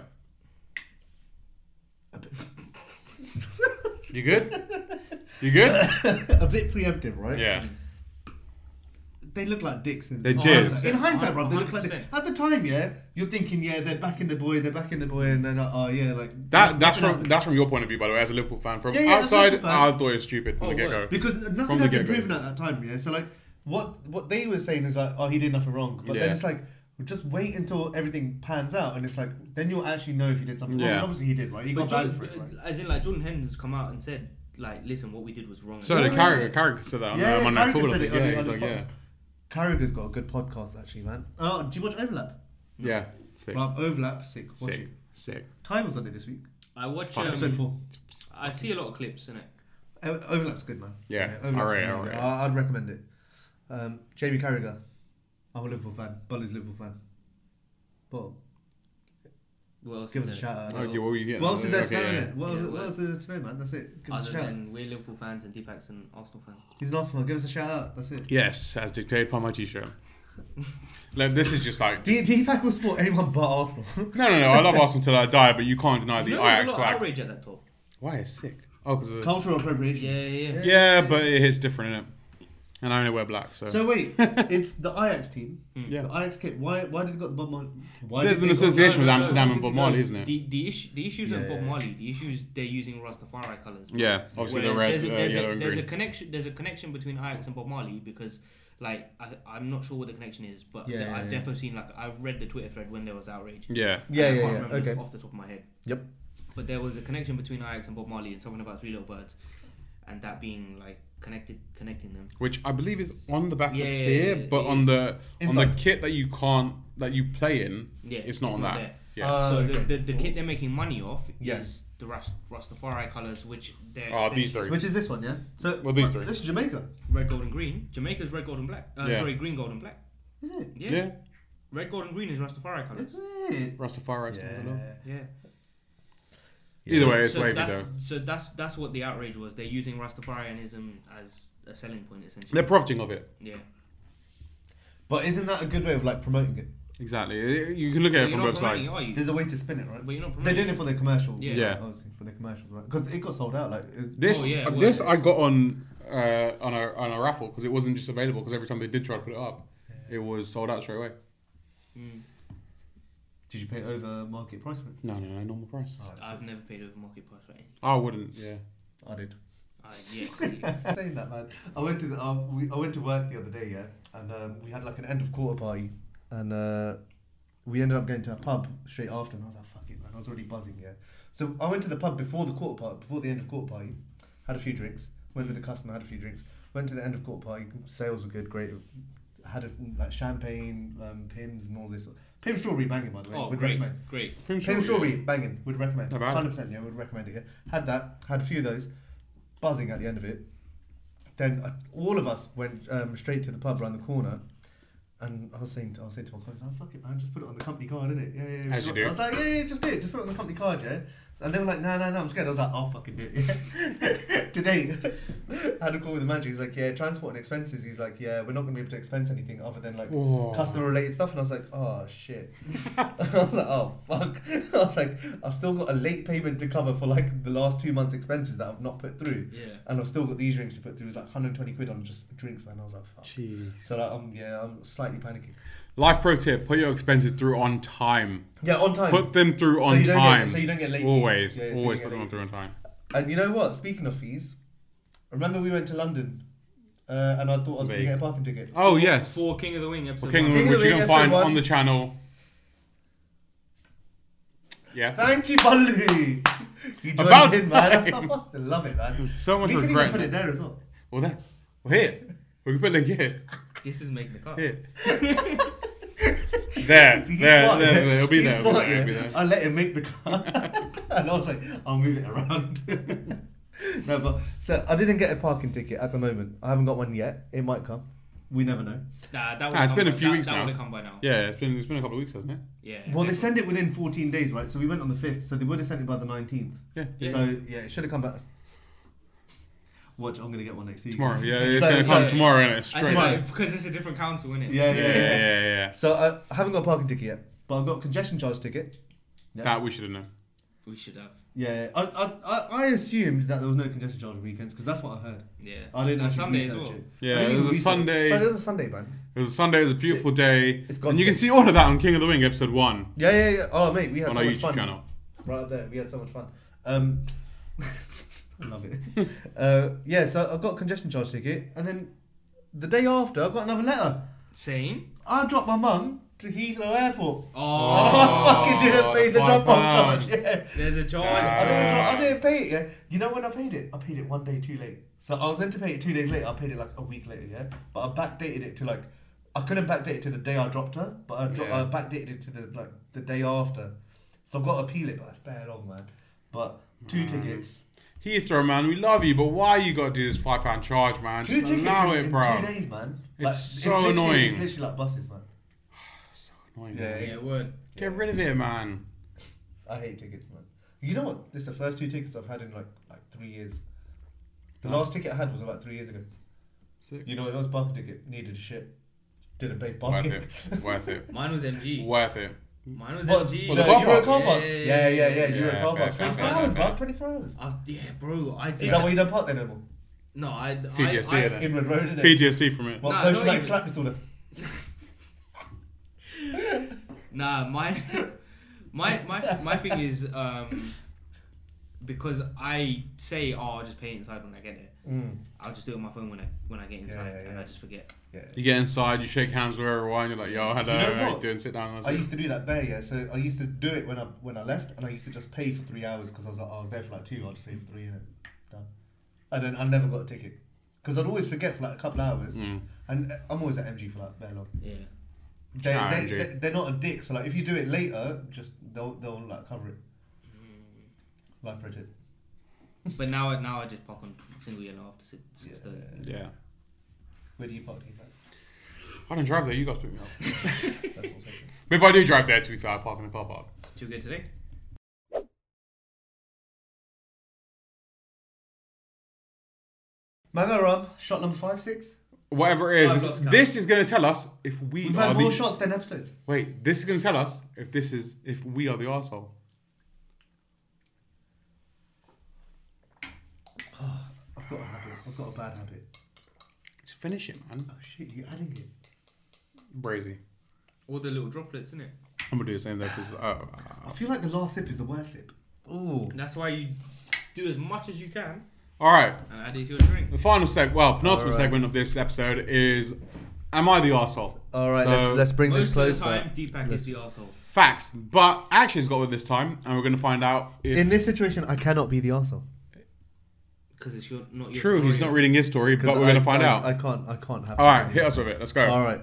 A bit,
You good? You good?
a bit preemptive, right?
Yeah.
They look like dicks. In,
They
in
did.
hindsight- In hindsight, bro, they look like dicks.
100%.
At the time, yeah, you're thinking, yeah, they're backing the boy, they're backing the boy, and then, uh, oh, yeah, like.
That that's
nothing
from
happened.
that's from your point of view, by the way, as a Liverpool fan. From
Yeah, yeah, as a
outside,
Liverpool fan.
I thought it was stupid from
Oh,
the get go.
word.
Because nothing
From the
had been
get-go.
proven at that time, yeah. So like, what what they were saying is like, oh, he did nothing wrong, but then
Yeah.
it's like, just wait until everything pans out, and it's like, then you'll actually know if he did something wrong.
Yeah.
And obviously, he did, right? He
But
got
Jordan,
banned for it, right?
as in, like Jordan Henderson's come out and said, like, listen, what we did was wrong.
So
Yeah,
the
yeah,
Carragher,
yeah.
Carragher said that on
Yeah,
yeah,
yeah,
Monday Night
Carragher
Football. I
said it
think.
on the
Yeah, he's
other
like,
spot.
yeah,
Carragher's got a good podcast actually, man. Oh, do you watch Overlap?
yeah, sick,
Bruv, Overlap, sick. Watch
sick,
it.
sick.
Ty was on it this week.
I watch.
Fuck.
Episode
Um,
four.
I see a lot of clips in it.
O- Overlap's good, man.
Yeah,
Overlap's
alright,
really good.
alright.
I- I'd recommend it. Um, Jamie Carragher. I'm a Liverpool fan. Bully's Liverpool fan. But
What else
give
is
us a
in it?
shout out.
Okay, what were you getting?
What else is there to
Okay,
know?
yeah.
innit? What else,
Yeah,
what
well-
else is there to know, man? That's it. Give us a
Other
shout out.
than we're Liverpool fans and Deepak's an Arsenal fan.
Uh,
He's an Arsenal. fan. Give us a shout out. That's it.
Yes, as dictated by my t-shirt. like this is just like
D Deepak will support anyone but Arsenal.
no, no, no. I love Arsenal until I die, but you can't deny
You
the
know, there was
Ajax
a lot of
swag.
outrage at that top.
Why it's sick? Oh, because
Cultural appropriation.
Yeah, yeah, yeah.
yeah, but it hits different, innit? And I only wear black, so,
So wait, it's the Ajax team.
yeah.
The Ajax kit. Why? Why did they got the Bob Marley? Why
There's
did
an
they got-
association with
no, no,
Amsterdam
no,
and Bob
no,
Marley, isn't it?
The the, issue, the issues
Yeah,
of Bob
yeah.
Marley, the issues they're using Rastafari colours.
Yeah, obviously the red,
Whereas
uh,
there's, a,
yellow, and
there's
green.
a connection. There's a connection between Ajax and Bob Marley because, like, I, I'm not sure what the connection is, but
Yeah,
the-
yeah,
I've
yeah.
definitely seen like I read the Twitter thread when there was outrage.
Yeah,
Yeah,
I
yeah,
can't
yeah.
remember
Okay.
off the top of my head.
Yep.
But there was a connection between Ajax and Bob Marley and something about Three Little Birds, and that being like connected, connecting them.
which I believe is on the back
Yeah,
of
yeah,
here,
yeah,
but
it
on
is.
the on the
Inside.
kit that you can't that you play in,
Yeah,
it's not
it's
on
not
that.
there. Oh,
Yeah.
Uh,
so
okay.
the, the, the kit they're making money off
Yeah.
is the Ras- Rastafari colours, which they're
Oh,
essentially-
these three.
Which is this one, yeah. So
Well, these
what-
three.
This is Jamaica,
red, gold, and green. Jamaica's red, gold, and black. Uh,
Yeah.
Sorry, green, gold, and black.
is it?
Yeah.
yeah.
Red, gold, and green is Rastafari colours.
Is it?
Rastafari yeah.
Yeah.
Either way, it's
so
wavy
that's,
though.
So that's that's what the outrage was. They're using Rastafarianism as a selling point, essentially.
They're profiting of it.
yeah.
But isn't that a good way of like promoting it?
Exactly. You can look
But
at
you're
it from
not
both
promoting
sides.
it, Are you?
There's a way to spin it, right?
But you're not
They're
promoting.
doing it for their commercial.
Yeah.
Mm. Yeah.
Obviously, for their commercials, right? Because it got sold out. Like it-
This
Oh, yeah,
uh,
well-
this I got on uh, on a on a raffle because it wasn't just available because every time they did try to put it up, it was sold out straight away.
Mm.
Did you pay over market price for it?
No, no, no, normal price.
Oh, that's
I've never paid over market price for anything.
I wouldn't. Yeah.
it. I did.
Uh, yeah. clearly.
Saying that, man, I went to the, uh, we, I went to work the other day, yeah, and um, we had like an end of quarter party, and uh, we ended up going to a pub straight after, and I was like, fuck it, man, I was already buzzing, yeah. So I went to the pub before the quarter party, before the end of quarter party, had a few drinks, went with the customer, had a few drinks, went to the end of quarter party, sales were good, great, had a, like champagne, um, pims, and all this. Pim strawberry banging, by the way.
oh,
would
great,
recommend.
great.
Film
Pim
short,
strawberry banging, would recommend.
Not bad.
Hundred percent, yeah, would recommend it. Yeah. Had that, had a few of those, buzzing at the end of it. Then uh, all of us went um, straight to the pub around the corner, and I was saying, to, I was saying to my colleagues, "Oh fuck it, man, just put it on the company card, innit? Yeah, yeah." yeah
As you
I
do.
was like, "Yeah, yeah, just do it, just put it on the company card, yeah." And they were like, "No, no, no, I'm scared." I was like, "I'll fucking do it." Yeah. Today, I had a call with the manager. He's like, "Yeah, transport and expenses." He's like, "Yeah, we're not gonna be able to expense anything other than like
Whoa.
customer related stuff." And I was like, "Oh shit." I was like, oh fuck. I was like, I've still got a late payment to cover for like the last two months' expenses that I've not put through,
Yeah.
and I've still got these drinks to put through. It was like 120 quid on just drinks, man. I was like, fuck.
Jeez.
So like, I'm yeah, I'm slightly panicking.
Life pro tip: Put your expenses through on time.
Yeah, on time.
Put them through
So
on
you don't get-
time.
so you don't get late fees.
Always,
Yeah, so you
always
don't get
put them
late
through on
fees.
time.
and you know what? Speaking of fees, remember we went to London, uh, and I thought I was going to
Vague.
get a parking ticket.
Oh yes.
For King of the Wing episode.
Well, King of
one.
the Ring,
King of
which
the
you
Ring,
can find
episode
on
one.
the channel. Yeah.
Thank you, Bully. You joined
About
in, man. I
time.
fucking love it, man.
So much
we could even
regret.
put it there as well.
Well, there. Well, here. We can put it here.
This is making the cut.
Here. there. There.
See, he's
There.
smart, yeah.
there. It'll be
He's
there. It'll be
smart,
there. It'll be
yeah.
there.
I let him make the car, and I was like, I'll move it around. no, but so I didn't get a parking ticket at the moment. I haven't got one yet. It might come. We never know.
Nah, that would
Nah, it's
come
been a
by-
few
that,
weeks
that
now.
would have come by now.
Yeah, it's been it's been a couple of weeks, hasn't it?
Yeah.
Well, they send it within 14 days, right? So we went on the 5th, so they would have sent it by the 19th.
Yeah.
Yeah.
So, yeah, it should have come back. Watch, I'm going to get one next week.
Tomorrow. Yeah,
So-
it's gonna
so-
come tomorrow, innit?
I
Straight.
don't
Yeah,
know, because it's a different council, isn't it?
Yeah,
yeah, yeah, yeah, yeah.
So I I haven't got a parking ticket yet, but I've got a congestion charge ticket. Yeah.
That we should have known.
We should have.
Yeah, I, I, I, I assumed that there was no congestion charge on weekends because that's what I heard.
Yeah.
I didn't
On
actually
Sunday as
research
well.
it.
Yeah,
I didn't
it was a
research-
Sunday.
But it was a Sunday, man.
It was a Sunday. It was a beautiful day.
it's
and you can
God's
see all of that on King of the Ring, episode one,
Yeah, yeah, yeah. Oh, mate, we had
on
so
our
much
YouTube
fun.
channel.
Right up there, we had so much fun. Um, I love it. uh, yeah, so I've got a congestion charge ticket, and then the day after, I've got another letter.
Same.
I dropped my mum to Heathrow Airport.
Oh,
I fucking didn't pay the
five
drop off
pound.
charge. Yeah.
there's a joy.
I didn't,
Ah.
I didn't pay it, yeah. You know when I paid it? I paid it one day too late. So I was meant to pay it two days later. I paid it like a week later, yeah. But I backdated it to like, I couldn't backdate it to the day I dropped her, but I, dro-
Yeah.
I backdated it to the like the day after. So I've got to appeal it, but that's bare long, man. But two tickets,
Heathrow, man, we love you, but why you gotta do this five pound charge, man?
two
Just
tickets
allow
in,
it,
in
bro.
two days, man.
It's so
literally-
annoying.
It's literally like buses, man.
Annoying,
Yeah.
man.
Yeah, word.
Get rid of it, man.
I hate tickets, man. You know what? This is the first two tickets I've had in like like three years. The last ticket I had was about three years ago.
Sick.
You know, it was parking ticket. Needed shit. Didn't pay
Worth
parking.
it. Worth it.
Mine was MG.
Worth it.
Mine was
What,
MG.
Well,
what,
the
the
car
Euro
park?
car parks?
Yeah,
Yeah, yeah, yeah.
yeah,
Euro
yeah,
car
fair,
parks.
fair,
24
fair,
hours,
fair.
bruv. 24 hours. Is
I, yeah, bro. I did.
that why you don't park there no more?
No, I.
PTSD,
I, I,
innit?
Inward Road, innit?
PTSD from it.
What,
Nah,
post
not
like
even.
slap disorder?
Nah, my my my my thing is um because I say, oh, I'll just pay inside when I get there.
Mm.
I'll just do it on my phone when I when I get inside,
yeah,
and
yeah.
I just forget.
Yeah.
You get inside, you shake hands with everyone, you're like, yo, hello,
You know
how you
what?
doing? Sit down.
I used to do that there, yeah. So I used to do it when I when I left, and I used to just pay for three hours because I was like, "Oh, I was there for like two. I'll just pay for three, and done. And then I never got a ticket because I'd always forget for like a couple hours,
Mm.
and uh, I'm always at MG for like very long.
Yeah.
They,
Shout out
they,
MG.
they, they're not a dick, so like if you do it later, just they'll they'll like cover it. Life Bridget.
But now I- now I just pop on single yellow after six six thirty.
Yeah.
Where do you park? Do you park?
I don't drive there, you guys pick me up.
That's also true.
But if I do drive there, to be fair, I park in the car park.
Too good today.
Mango Rob, shot number five six.
Whatever it
Five
is,
blocks
this,
count.
this is going to tell us if we
We've
are
had
the
more shots than episodes.
wait. This is going to tell us if this is if we are the arsehole.
I've got a habit. I've got a bad habit.
Just finish it, man.
Oh shit! You're adding it.
Brazy.
All the little droplets, innit?
I'm gonna do the same though, uh, because
I feel like the last sip is the worst sip. Oh.
That's why you do as much as you can
all right.
and add it to your drink.
The final seg, well, penultimate
Alright.
segment of this episode is, am I the arsehole?
All right.
So,
let's let's bring this
Most of the
closer.
time, Deepak is the asshole.
Facts, but Action's got with this time, and we're gonna find out if
In this situation, I cannot be the arsehole.
Because it's your, not your
true. He's
story.
not reading his story,
'Cause
but we're
I-
gonna find
I-
out.
I can't. I can't have.
all right,
it.
hit us with it. Let's go.
All right.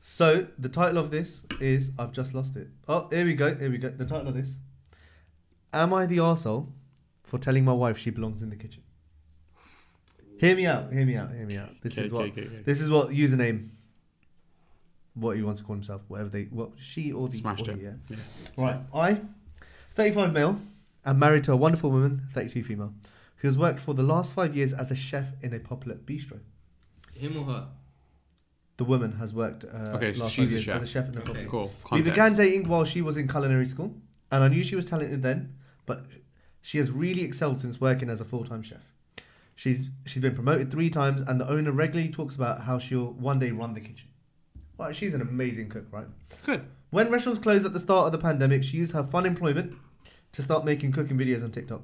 So the title of this is I've just lost it. Oh, here we go. Here we go. The title of this: Am I the arsehole for telling my wife she belongs in the kitchen? Hear me out. Hear me out. Hear me out. This
Okay,
is what.
okay, okay, okay.
This is what username. What he wants to call himself, whatever they, what she or the
Smashed
or
it.
he, yeah.
Yeah.
Right. I, 35 male, am married to a wonderful woman, 32 female, who has worked for the last five years as a chef in a popular bistro.
Him or her?
The woman has worked uh,
Okay, so
last
she's
five
a
years
chef.
as a chef in the
Okay.
public.
Cool.
We
Context.
began dating while she was in culinary school, and I knew she was talented then, but she has really excelled since working as a full-time chef. She's she's been promoted three times, and the owner regularly talks about how she'll one day run the kitchen. Right, she's an amazing cook, right?
Good.
When restaurants closed at the start of the pandemic, she used her fun employment to start making cooking videos on TikTok.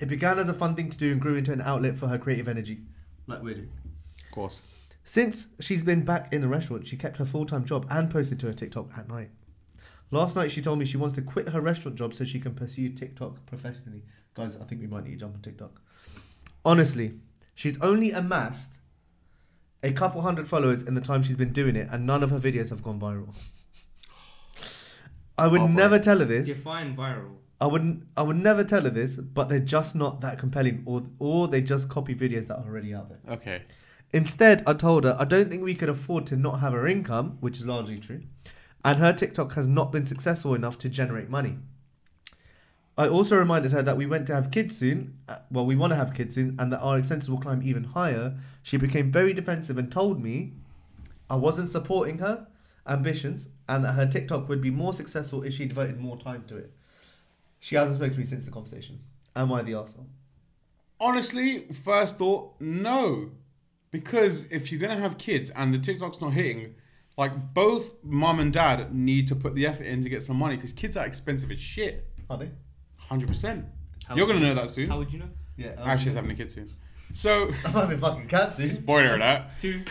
It began as a fun thing to do and grew into an outlet for her creative energy, like we're doing.
Of course.
Since she's been back in the restaurant, she kept her full time job and posted to her TikTok at night. Last night, she told me she wants to quit her restaurant job so she can pursue TikTok professionally. Guys, I think we might need to jump on TikTok. Honestly, she's only amassed a couple hundred followers in the time she's been doing it, and none of her videos have gone viral. I would
Heartbreak.
never tell her this.
Define viral.
I wouldn't. I would never tell her this, but they're just not that compelling, or or they just copy videos that are already out there.
Okay.
Instead, I told her, I don't think we could afford to not have her income, which is largely true, and her TikTok has not been successful enough to generate money. I also reminded her that we went to have kids soon, uh, well, we want to have kids soon, and that our expenses will climb even higher. She became very defensive and told me I wasn't supporting her ambitions and that her TikTok would be more successful if she devoted more time to it. She hasn't spoken to me since the conversation. Am I the arsehole?
Honestly, first thought, no. Because if you're going to have kids and the TikTok's not hitting, like both mum and dad need to put the effort in to get some money because kids are expensive as shit.
Are they?
100%.
How
You're
would
going
you-
to know that soon.
How would you know?
Yeah. um,
Actually, is having a kid soon. So,
I'm having fucking cats soon.
spoiler alert.
Two,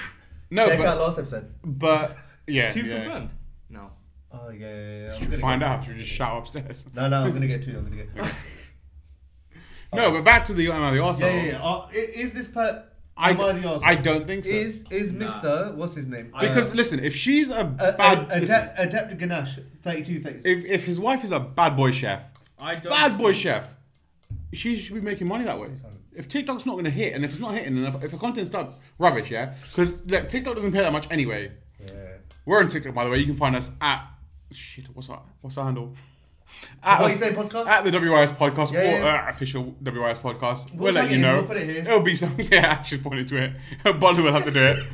No,
Check out
but,
last episode.
but yeah.
two
yeah.
confirmed. No.
Oh, yeah, yeah, yeah. I'm
Should we
gonna
find
get-
out? Should we just shout upstairs?
No, no, I'm gonna get two. I'm gonna get.
No, but back to the am I the arsehole?
Yeah, yeah, yeah. Are- i- is this per?
I,
am I the arsehole?
I don't think so.
Is is
Nah.
Mister? What's his name?
because
uh,
listen, if she's a
a-
bad,
a-
listen,
adept, adept Ganache, thirty-two, thirty-six.
if if his wife is a bad boy chef,
I don't.
bad boy chef, she should be making money that way. If TikTok's not going to hit, and if it's not hitting, and if, if the content's not rubbish, yeah, because look, TikTok doesn't pay that much anyway.
yeah.
We're on TikTok, by the way. You can find us at shit. What's our what's our handle?
What you say, podcast?
At the WIS podcast
Yeah,
or
yeah.
Uh, official WIS podcast. We'll,
We'll
let
tag it
you
in,
know.
we'll put it here.
will be something. Yeah, Ash just pointed to it. Bonnie will have to do it.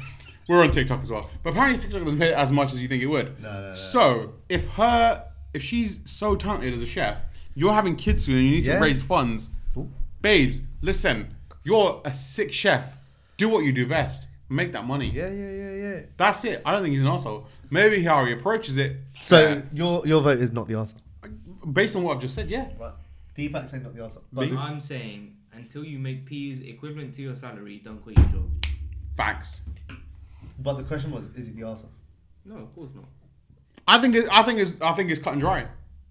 We're on TikTok as well, but apparently TikTok doesn't pay as much as you think it would.
No, no, no.
So if her, if she's so talented as a chef, you're having kids soon and you need
Yeah.
to raise funds. Babes, listen, you're a sick chef. Do what you do best. Make that money.
yeah, yeah, yeah, yeah.
That's it. I don't think he's an asshole. Maybe how he approaches it.
So
uh,
your your vote is not the arsehole.
based on what I've just said, yeah.
Right. Deepak's saying not the arsehole.
But-
But
I'm saying until you make peas equivalent to your salary, don't quit your job.
Facts.
but the question was, is it the arsehole?
No, of course not.
I think it, I think it's I think it's cut and dry.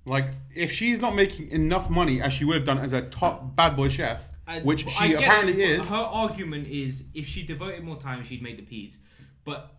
Like if she's not making enough money as she would have done as a top bad boy chef,
I-
which
I
she
get
apparently
it,
is.
but Her argument is if she devoted more time, she'd make the peas. But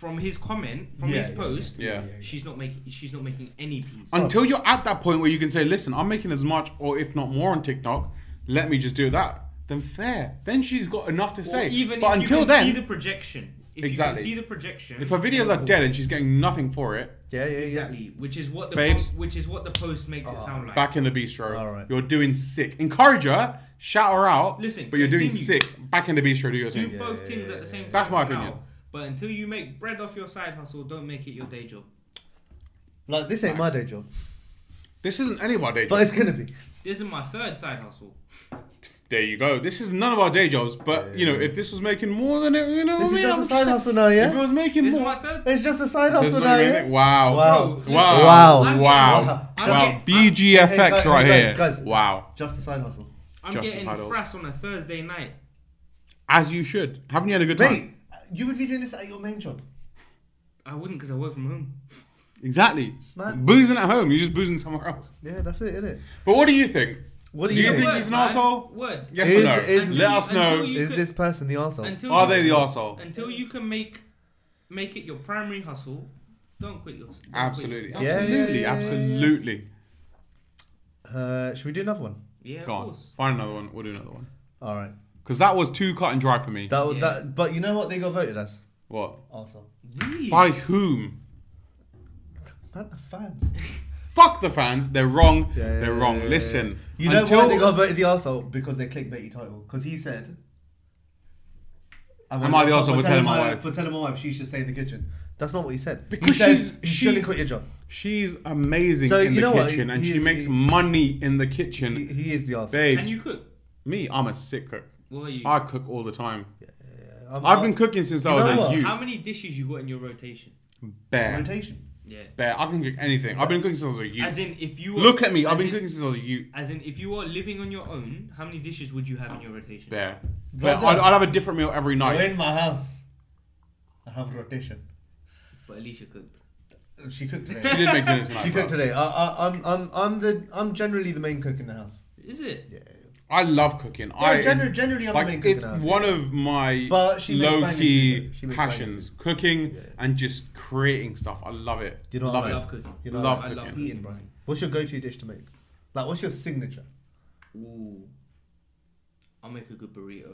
from his comment, from
Yeah,
his
yeah,
post,
yeah.
she's not making she's not making any peas.
Until you're at that point where you can say, "Listen, I'm making as much or if not more on TikTok. Let me just do that." Then fair. Then she's got enough to
Or
say.
even
but
if
until
you can see
then,
the projection. If
Exactly.
you can see the projection.
if her videos are dead and she's getting nothing for it,
Yeah, yeah,
Exactly, which is what the
Babes.
po- which is what the post makes it sound like.
back in the bistro.
All right.
You're doing sick. Encourage her, shout her out.
Listen,
but you're doing
continue.
sick. Back in the bistro, do your
Do
thing.
both things at the same time.
That's my
for now.
opinion.
But until you make bread off your side hustle, don't make it your day job.
Like this ain't my day job,
This isn't any of our day
but
jobs.
it's gonna be.
This is my third side hustle.
There you go. This is none of our day jobs. But you know, if this was making more than it, you know,
This is
what I mean?
just a
I'm
side
saying-
hustle now,
If it
yeah.
was making
This is
more,
my third.
It's just a side
This is
hustle
not
now,
gonna
yeah.
make- Wow.
Wow.
Wow. Wow.
Wow.
Wow.
I'm
Wow.
getting- I'm getting-
Hey,
BGFX
guys,
right
guys,
here.
guys.
Wow.
Just a side hustle.
I'm
Justified
getting
also.
frass on a Thursday night.
As you should. Haven't you had a good time?
Mate, you would be doing this at your main job.
I wouldn't because I work from home.
Exactly.
Man.
Boozing at home. You're just boozing somewhere else.
Yeah, that's it, isn't it?
But what do you think?
What do
Do
you,
you
think?
think he's an
man.
arsehole?
Word.
Yes or
Is-
no?
is-
Let us
Until
know.
you-
Is this person the arsehole?
Until
Are
you-
they the arsehole?
Until you can make make it your primary hustle, don't quit yours. Don't quit.
Absolutely,
Don't
Yeah,
quit.
absolutely,
yeah, yeah,
absolutely.
Uh, should we do another one?
Yeah, of
Go on,
course.
find another one. We'll do another one.
All right.
Because that was too cut and dry for me.
That w
Yeah.
that. But you know what? They got voted as
what?
arsehole.
Really?
By whom?
Man, the fans.
Fuck the fans. They're wrong.
Yeah, yeah,
They're wrong.
yeah, yeah,
Listen.
You know why they got voted the arsehole? Because they clickbaity title. Because he said,
Am I the arsehole for telling my wife?
For telling my wife she should stay in the kitchen. That's not what he said.
Because
he said,
she's-
you shouldn't
she's-
quit your job.
She's amazing
So,
in
you
the
know what?
kitchen, and
He
she
is-
makes
he-
money in the kitchen.
He, he is the arsehole.
Babes,
Can you cook?
me, I'm a sick cook.
What are you?
I cook all the time.
I'm-
I've
I'm-
been cooking since I
You
was
know
a
what?
youth.
How many dishes you got in your rotation?
Bear,
rotation.
Yeah.
bear. I can cook anything. I've been cooking since I was a
As
youth.
in, if you were,
Look at me. I've
as
been
in-
cooking since I was a youth.
As in, if you are living on your own, how many dishes would you have in your rotation?
Bear. Bear.
Brother.
I'd, I'd have a different meal every
You're
night.
in my house. I have rotation.
But Alicia cooked.
She cooked
She
today.
did make dinner tonight.
she
for us.
cooked today. I, I, I'm, I'm, I'm the, I'm generally the main cook in the house.
Is it?
Yeah.
I love cooking. I
gener- generally I'm the main
like,
cook in
it's
the house,
one of my
But she makes
low
banging
key
food, though. She makes
passions: cooking and just creating stuff. I love it.
You know what
love
I
it.
love cooking.
You know,
Love
I
cooking.
love eating, Brian. What's your go-to dish to make? Like, what's your signature?
Ooh. I'll make a good burrito.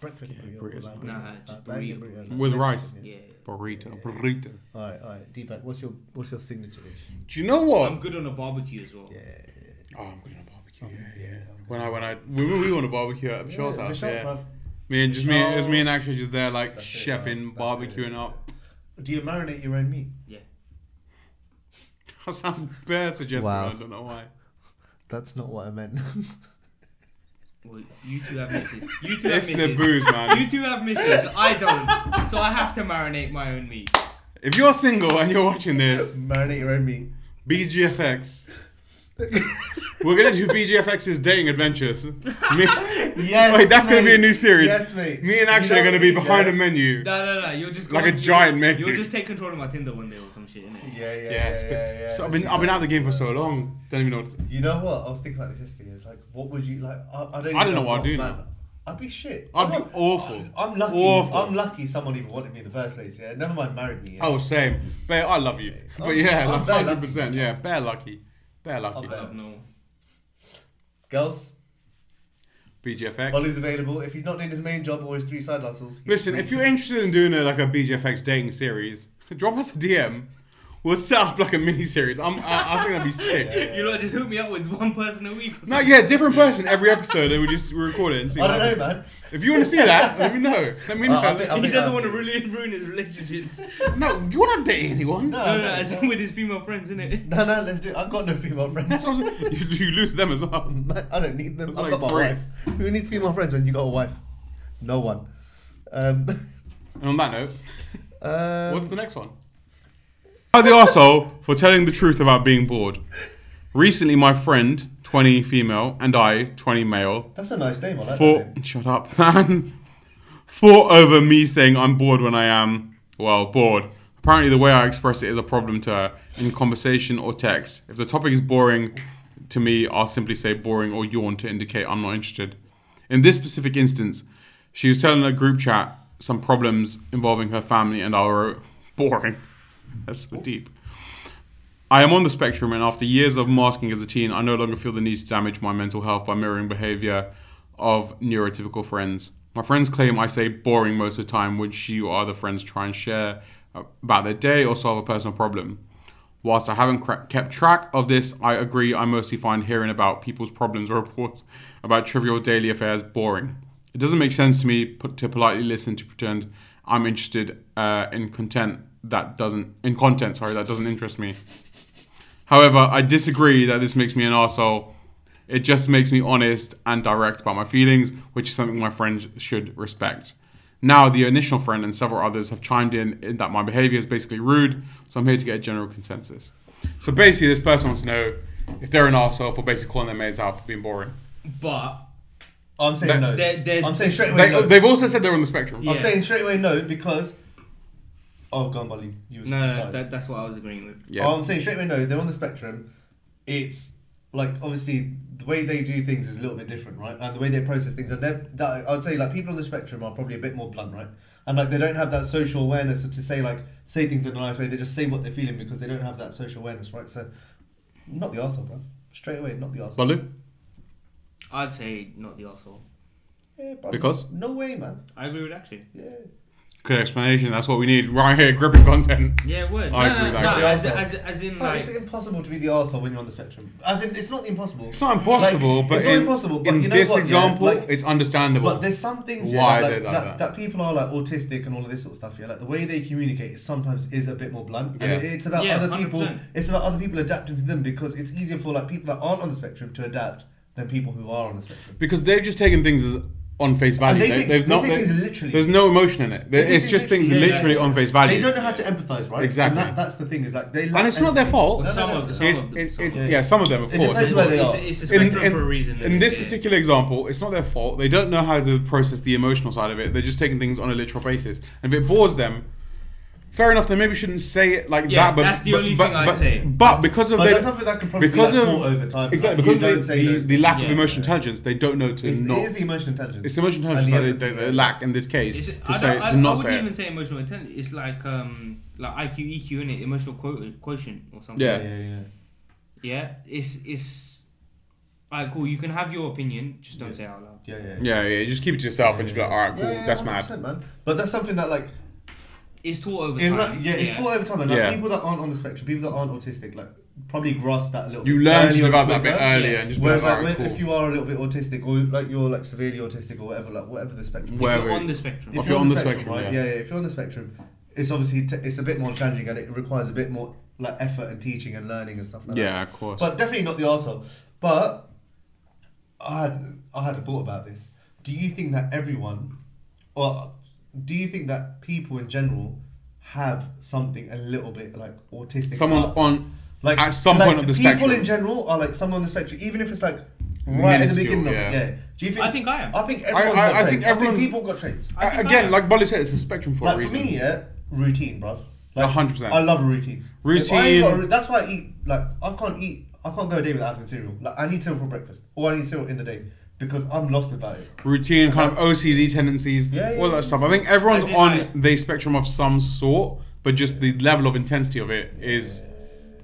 breakfast burrito.
Yeah, burritos.
Like
Nah,
burritos.
it's burrito.
Like banging burritos.
With
Mexican,
rice.
Yeah.
Burrito, burrito.
All right, all right. Deepak, what's your what's your signature dish?
Do you know what?
Um,
I'm good on a barbecue as well.
Yeah,
oh, I'm good on barbecue. Yeah,
yeah,
yeah.
I'm
When I when I we were, we were on a barbecue at Vishal's house.
Vishal,
yeah.
bruv.
Me and just me, it was me and
Vishal.
actually just there like
That's it,
chefing,
man. That's it.
barbecuing up.
Do you marinate your own meat?
Yeah.
That sounds bare suggestive.
Wow.
I don't know why.
That's not what I meant.
Well, you two have misses. You two have
It's the
misses.
booze, man.
You two have misses. I don't. So I have to marinate my own meat.
If you're single and you're watching this,
marinate your own meat.
BGFX. We're gonna do BGFX's dating adventures. Me,
Yes,
wait, that's gonna be a
mate.
new series.
Yes, mate.
Me and
You
Akshay
know
are gonna be
what you
behind
do?
a menu.
No, no, no. You'll just go
Like a
on-
giant
you'll,
menu.
You'll just take control of my Tinder one day or some shit. Innit?
Yeah, yeah, yeah,
Yeah,
yeah,
it's been-
yeah,
so I've been I've been out of the game for so long. Don't even know. What to,
You know what? I was thinking about this yesterday. It's like, what would you like? I, I don't.
I don't know what I'd do
man.
now.
I'd be shit.
I'd
I'm
be
not-
awful.
I, am lucky.
Awful.
I'm lucky someone even wanted me in the first place. Yeah. Never mind, married me. Yeah.
oh, same. Bear, I love you,
I'm-
but yeah,
I'm
like
very
hundred percent. Yeah, bear lucky, bear
I'm
lucky.
bear.
I don't know.
Girls,
BGFX.
Ollie's available. If he's not doing his main job or his three side hustles. he's
Listen,
free.
if you're interested in doing a, like a BGFX dating series, drop us a DM. We'll set up like a mini series. I'm I, I think that'd be sick.
You know, just hook me up with one person a week. Or
No,
something.
yeah, different person every episode, and we just we record it and see.
I don't
what
know,
happens.
man.
If you want to see that, let me know. Let me know.
Uh, I think- I
He
think
doesn't
I-
want to ruin, ruin his relationships. no,
no, you're not dating anyone.
No.
no, as in with his female friends, innit?
No, no, let's do it. I've got no female
That's
friends.
what I'm saying. You, you lose them as well.
Man, I don't need them.
Like
I've got my
three.
wife. Who needs female friends when you got a wife? No one. Um,
And on that note,
um,
what's the next one? By the arsehole for telling the truth about being bored. Recently, my friend, 20 female, and I, 20 male,
That's a nice name. I like that
fought.
name.
Shut up, man. Fought over me saying I'm bored when I am, well, bored. Apparently, the way I express it is a problem to her in conversation or text. If the topic is boring to me, I'll simply say boring or yawn to indicate I'm not interested. In this specific instance, she was telling a group chat some problems involving her family, and I wrote, boring. That's so deep. I am on the spectrum, and after years of masking as a teen, I no longer feel the need to damage my mental health by mirroring behavior of neurotypical friends. My friends claim I say boring most of the time when she or other friends try and share about their day or solve a personal problem. Whilst I haven't cra- kept track of this, I agree I mostly find hearing about people's problems or reports about trivial daily affairs boring. It doesn't make sense to me put, to politely listen to pretend I'm interested uh, in content that doesn't in content. Sorry, that doesn't interest me. However, I disagree that this makes me an arsehole. It just makes me honest and direct about my feelings, which is something my friends should respect. Now, the initial friend and several others have chimed in, in that my behavior is basically rude, so I'm here to get a general consensus. So basically, this person wants to know if they're an arsehole for basically calling their mates out for being boring.
But
Oh, I'm saying
They-
no.
they- they-
I'm saying straight away
They,
no.
they've also said they're on the spectrum.
Yeah.
I'm saying straight away no because. Oh, go on, Bolly. You were
no, no,
starting.
that, that's what I was agreeing with.
Yeah.
Oh, I'm saying straight away no. They're on the spectrum. It's like obviously the way they do things is a little bit different, right? And the way they process things, and they're that I'd say like people on the spectrum are probably a bit more blunt, right? And like they don't have that social awareness to say like say things in a nice way. They just say what they're feeling because they don't have that social awareness, right? So, not the arsehole, bro. Straight away, not the arsehole.
Balu?
I'd say not the asshole.
Yeah, bro.
Because?
no way, man.
I agree with Akshay.
Yeah.
Good explanation. That's what we need right here. Gripping content.
Yeah, word.
I
no,
agree
no,
with
no,
Akshay
as,
also.
as, as in
But
like
it's impossible to be the arsehole when you're on the spectrum. As in, it's not impossible.
It's not impossible,
Like,
but
it's not
in,
impossible. But
in
you know
this
what, yeah,
example,
like-
it's understandable.
But there's some things yeah,
Why
like,
they're
that,
like
that,
that.
people are like autistic and all of this sort of stuff. Yeah, like the way they communicate is sometimes is a bit more blunt,
Yeah.
and it, it's about
Yeah,
other people.
100%.
It's about other people adapting to them because it's easier for like people that aren't on the spectrum to adapt than people who are on the spectrum.
Because they've just taken things as on face value.
they
They,
take-
have
they
not.
take
they-
things literally.
There's no emotion in it. They-
They take
it's just things
literally.
literally,
Yeah, yeah.
on face value.
They don't know how to empathize, right?
Exactly.
And that, that's the thing is like they. lack
and it's not their
empathy.
fault.
Well,
No,
some
no, no.
of some
it's,
of them.
it's,
some of
it's-
them.
yeah, some of them, of
It
course.
depends where they
It's-
are.
It's a
In-
spectrum
in-
for a reason.
in
innit?
this
Yeah.
particular example, it's not their fault. They don't know how to process the emotional side of it. They're just taking things on a literal basis. And if it bores them, fair enough. They maybe shouldn't say it like
Yeah,
that. But
that's the
but-
only
but-
thing I'd
but-
say.
But because of
But
they-
that's something that can probably be,
because
like,
of-
taught over time. Like,
Exactly
you
because
don't
of
say
the, the,
those
the lack of
Yeah.
emotional intelligence, they don't know to
It's,
not.
it is the emotional intelligence.
It's emotional
And
intelligence
the
that they,
empathy,
they, they
yeah.
lack in this case
It's-
to
I,
say
don't, I,
to
I
not
wouldn't
say
even
it.
say emotional intelligence. It's like um, like IQ, EQ, in it, emotional quo- quotient or something.
Yeah.
yeah, yeah.
Yeah, it's it's. Alright, cool. You can have your opinion, just don't say it out loud.
Yeah, yeah.
Yeah, yeah. Just keep it to yourself and just be like, all right, cool.
Yeah, yeah,
that's
100%,
mad.
Man. But that's something that like
It's taught over
in,
time.
like, yeah, it's taught over time, and like
Yeah.
people that aren't on the spectrum, people that aren't autistic, like probably grasp that a little.
You
bit
learn to
earlier
develop that
and
bit
quicker.
earlier
Yeah.
and just be
Whereas
like,
like
all right,
when-
cool.
if you are a little bit autistic or like you're like severely autistic or whatever, like whatever the spectrum.
Where-
If
wherever
you're on
it-
the spectrum.
If you're on the
right?
spectrum,
yeah. yeah, if you're on the spectrum, it's obviously t- it's a bit more challenging and it requires a bit more like effort and teaching and learning and stuff like that.
yeah, of course.
But definitely not the arsehole. But I had, I had a thought about this. Do you think that everyone, or do you think that people in general have something a little bit like autistic?
Someone's
about-
on
like
at some
like,
point of the
people
spectrum.
in general are like someone on the spectrum, even if it's like right at the
Minuscule,
beginning
yeah.
of it. Yeah. Do you think?
I think I am.
I think everyone's
I-
got
I
traits.
think everyone's-
people got traits.
I think I
Again,
am.
like Bolly said, it's a spectrum for a
Like for
reason.
me, yeah, routine, bruv. Like
100%.
I love a routine. If I ain't
Routine.
got a ru- that's why I eat. Like I can't eat. I can't go a day without having cereal. Like I need cereal for breakfast, or I need cereal in the day because I'm lost without it.
routine, kind of OCD tendencies,
Yeah, yeah,
all
yeah.
that stuff. I think everyone's
As in,
on
like-
the spectrum of some sort, but just the level of intensity of it is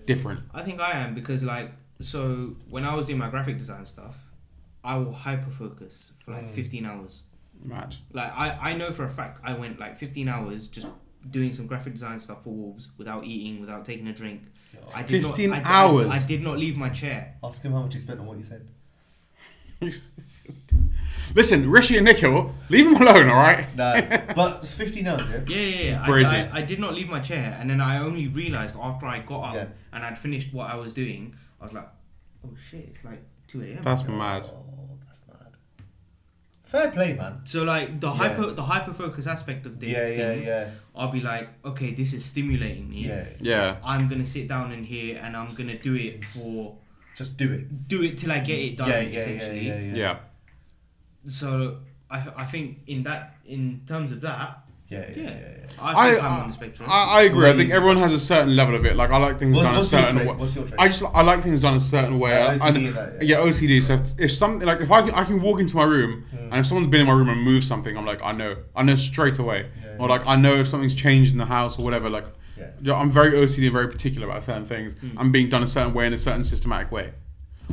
different.
I think I am because like so when I was doing my graphic design stuff, I will hyper focus for
Mm.
like fifteen hours.
Mad.
Like I, I know for a fact I went like fifteen hours just doing some graphic design stuff for Wolves without eating, without taking a drink. I did
15
not, I-
hours?
I, did not leave my chair.
Ask him how much he spent on what you said.
Listen, Rishi and Nikhil, leave them alone, all right?
Nah, but it's 15 hours, yeah.
Yeah, yeah, yeah.
Where
I,
is
I,
it?
I did not leave my chair, and then I only realized after I got up
Yeah.
and I'd finished what I was doing, I was like, oh shit, it's like two a.m.
That's mad.
Oh, that's mad. Fair play, man.
So like the
Yeah.
hyper the hyper focus aspect of things,
Yeah, yeah, yeah,
I'll be like, okay, this is stimulating me.
yeah.
Yeah.
I'm gonna sit down in here and I'm gonna do it for
Just do it.
do it till I get it done
Yeah, yeah, yeah,
essentially.
yeah,
Yeah.
yeah,
So I I think in that in terms of that,
yeah,
yeah,
yeah, yeah, yeah.
I
I,
think I, am on
I,
the spectrum.
I agree. I think
Wait.
everyone has a certain level of it. Like I like things
What-
done a
what's your
certain
trait?
way.
What's your trait?
I just I like things done a certain way.
Yeah,
I- I-
OCD, that,
yeah,
yeah. Hmm.
OCD. So if, if something like if I can, I can walk into my room and if someone's been in my room and moved something, I'm like I know I know straight away.
Yeah,
or
yeah.
like I know if something's changed in the house or whatever. Like
Yeah. Hmm.
yeah, I'm very OCD and very particular about certain things. I'm being done a certain way in a certain systematic way.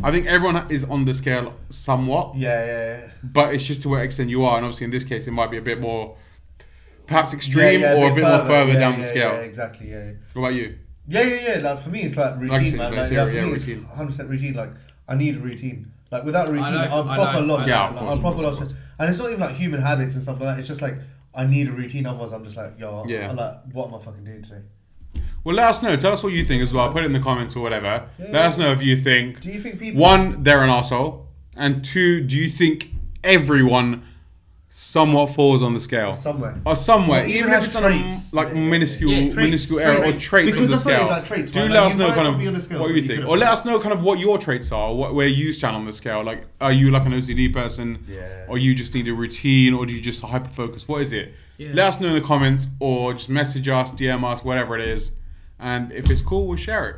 I think everyone is on the scale somewhat
yeah, yeah, yeah.
but it's just to what extent you are. And obviously, in this case, it might be a bit more, perhaps extreme
Yeah, yeah,
or a bit, more further
yeah,
down
yeah,
the scale.
Yeah, exactly. Yeah, yeah.
What about you?
Yeah, yeah, yeah. Like for me, it's like routine,
Like I said,
man.
like
Like, yeah, for
yeah,
me,
routine.
it's 100 percent routine. Like I need a routine. Like without a routine,
like-
I'm
I
proper
like-
lost.
I
Yeah,
like,
of
like,
course,
I'm
of
proper
course, of
lost. And it's not even like human habits and stuff like that. It's just like I need a routine. Otherwise, I'm just like, yo,
Yeah.
I'm like, what am I fucking doing today?
Well, let us know. Tell us what you think as well. Put it in the comments or whatever.
Yeah,
let
yeah.
us know if you think,
Do you think people?
one, they're an arsehole, and two, do you think everyone somewhat falls on the scale?
somewhere.
Or somewhere,
Well,
even,
even
if
has
it's on a,
traits.
like
Yeah, yeah, yeah.
minuscule,
Yeah, traits,
minuscule
traits.
error or traits
Because
on the
that's what it is,
scale.
like traits,
Do
right?
let
Like,
us
you
know
might
kind
not
of
be on the scale,
what
but
you
you
think,
could
or
have-
let us know kind of what your traits are, what, where you stand on the scale. Like, are you like an OCD person,
Yeah.
or you just need a routine, or do you just hyper focus? What is it?
Yeah.
Let us know in the comments, or just message us, DM us, whatever it is, and if it's cool, we'll share it.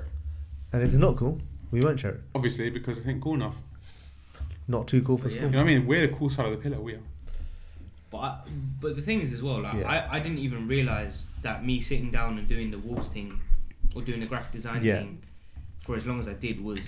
And if it's not cool, we won't share it.
Obviously, because I think cool enough.
Not too cool for
Yeah.
You know what I mean? We're the cool side of the pillar. We are.
but I, but the thing is as well, like
Yeah.
I, I didn't even realize that me sitting down and doing the Wolves thing or doing the graphic design
Yeah.
thing for as long as I did was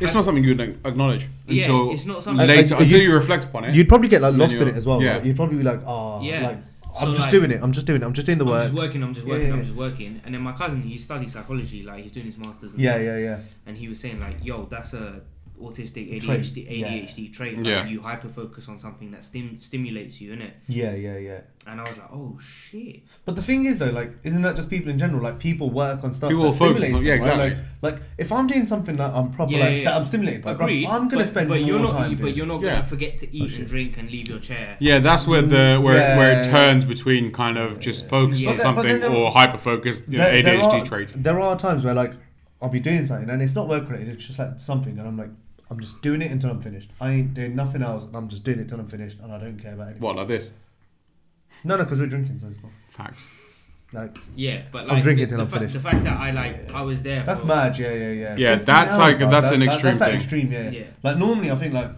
It's not something you would acknowledge
Yeah,
until
it's not something-
later,
I- I-
until
you-
you reflect upon it.
You'd probably get like
Then
lost in
you're-
it as well.
yeah.
Like, you'd probably be like, oh,
Yeah.
like
So,
I'm just
like-
doing it. I'm just doing it. I'm just doing the
I'm
work.
just working, I'm just
Yeah,
working,
yeah,
I'm
yeah.
just working. And then my cousin, he studies psychology, like he's doing his masters. And
Yeah,
stuff.
yeah, yeah.
and he was saying like, "Yo, that's a autistic
Trait,
ADHD
yeah.
ADHD trait. Like,
Yeah.
You hyper focus on something that stim- stimulates you, innit?"
Yeah, yeah, yeah.
And I was like, "Oh shit!"
But the thing is, though, like, isn't that just people in general? Like, people work on stuff.
People
that
will focus
stimulates
on- yeah,
them, right?
exactly.
Like, like, if I'm doing something that I'm proper,
Yeah,
Oh, like,
yeah,
that
yeah.
I'm stimulated by,
Agreed.
I'm gonna
but,
spend
but
more
you're not,
time. doing
but
it. Oh,
you're not
Yeah.
gonna forget to eat
shit.
and drink and leave your chair.
Yeah, that's where the where it- where it
Yeah.
turns between kind of just focus
Yeah. But
then-
on
but
something
then there-
or hyper focused you know,
There- there
ADHD
are-
traits.
There are times where like I'll be doing something and it's not work related. It's just like something, and I'm like, I'm just doing it until I'm finished. I ain't doing nothing else, and I'm just doing it till I'm finished, and I don't care about anything.
What like this?
No, no, because we're drinking, so it's not
Facts.
like
Yeah, but
I'm
like
drinking
the,
till
the,
I'm
fact-
finished.
the fact that I like I was there.
that's
for,
mad. Yeah, yeah, yeah.
Yeah,
15
that's like-
bro,
that's an extreme
that's like
thing.
extreme, yeah.
Yeah.
Like normally, I think like.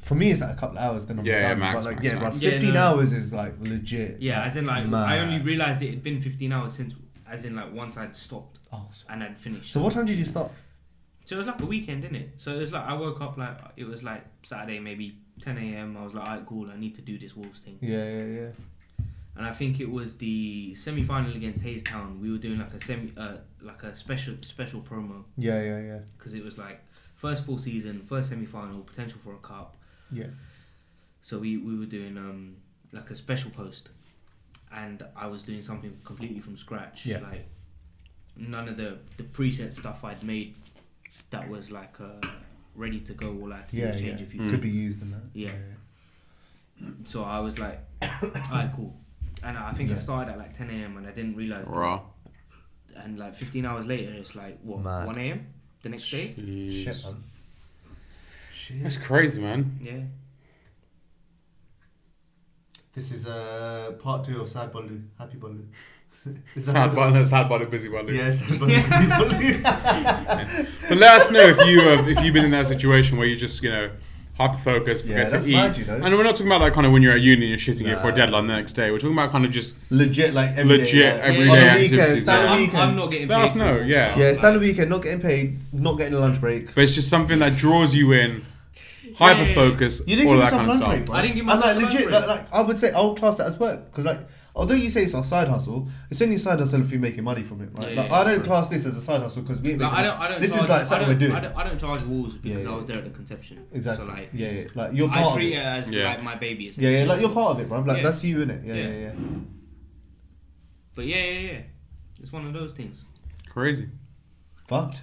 For me, it's like a couple of hours. Then I'm
Yeah, yeah,
done.
max,
but like,
max,
yeah,
max.
But
Yeah,
15
no.
hours is like legit.
Yeah, as in like I
Mad.
only realized it had been 15 hours since, as in like once I'd stopped
Oh, so,
and I'd finished.
so what time did you start?
So it was like a weekend, didn't it? So it was like I woke up like it was like Saturday, maybe 10 a.m. I was like, alright, cool. I need to do this Wolves thing.
Yeah, yeah, yeah.
And I think it was the semi-final against Hayes Town. We were doing like a semi, uh, like a special special promo
Yeah, yeah, yeah.
because it was like first full season, first semi-final, potential for a cup.
Yeah.
So we, we were doing um like a special post, and I was doing something completely from scratch.
Yeah.
Like none of the the preset stuff I'd made that was like uh, ready to go. All I had to do
Yeah,
was change
yeah.
a few.
Mm.
Could be used in that.
Yeah. So I was like, alright, cool. And I think I
Yeah.
started at like 10 a.m. and I didn't realize. that-
Raw.
And like 15 hours later, it's like what
Mad.
1 a.m. the next day.
Shit, man.
That's
Shit.
crazy, man.
Yeah.
This is uh, part two of Sad Balu. Happy Balu. Is that
Sad
what-
button, sad button, busy button.
Yeah, Sad Balu. Happy Balu.
But let us know if you have if you've been in that situation where you just you know hyper focused,
Yeah,
forget to
that's
eat.
mad, you know.
And we're not talking about like kind of when you're at uni and you're shitting it for a
Nah.
deadline the next day. We're talking about kind of just
Legit, like every day,
Legit,
like,
day
on
every
the weekend,
So
activities,
Saturday
yeah.
I'm,
weekend.
I'm not getting.
Let
paid
us
for
know,
it,
yeah.
so
yeah,
I'm
stand the
like-
weekend, not getting paid, not getting a lunch break.
but it's just something that draws you in, hyper focus,
You didn't
all
give yourself
that kind of
lunch
stuff.
break, bro.
I didn't give
And,
myself a
like,
lunch
legit,
break.
Like, like, I would say I would class that as work because like although you say it's our side hustle, it's only a side hustle if you're making money from it, right?
Yeah,
like,
yeah,
I don't
yeah.
class this as a side hustle because we. ain't
Like,
making
I don't.
money.
I don't.
this
charge,
is like
I
something
don't,
we're doing.
I don't, I don't charge walls because
yeah.
I was there at the conception.
Exactly.
So like,
yeah, yeah,
it's-
like you're part
I
of
treat it
it.
as
Yeah.
like my baby.
Yeah,
essentially.
yeah, like you're part of it, bro. Like
Yeah.
that's you in it. Yeah, yeah,
Yeah.
yeah.
But yeah, yeah, yeah. It's one of those things.
Crazy.
Fucked.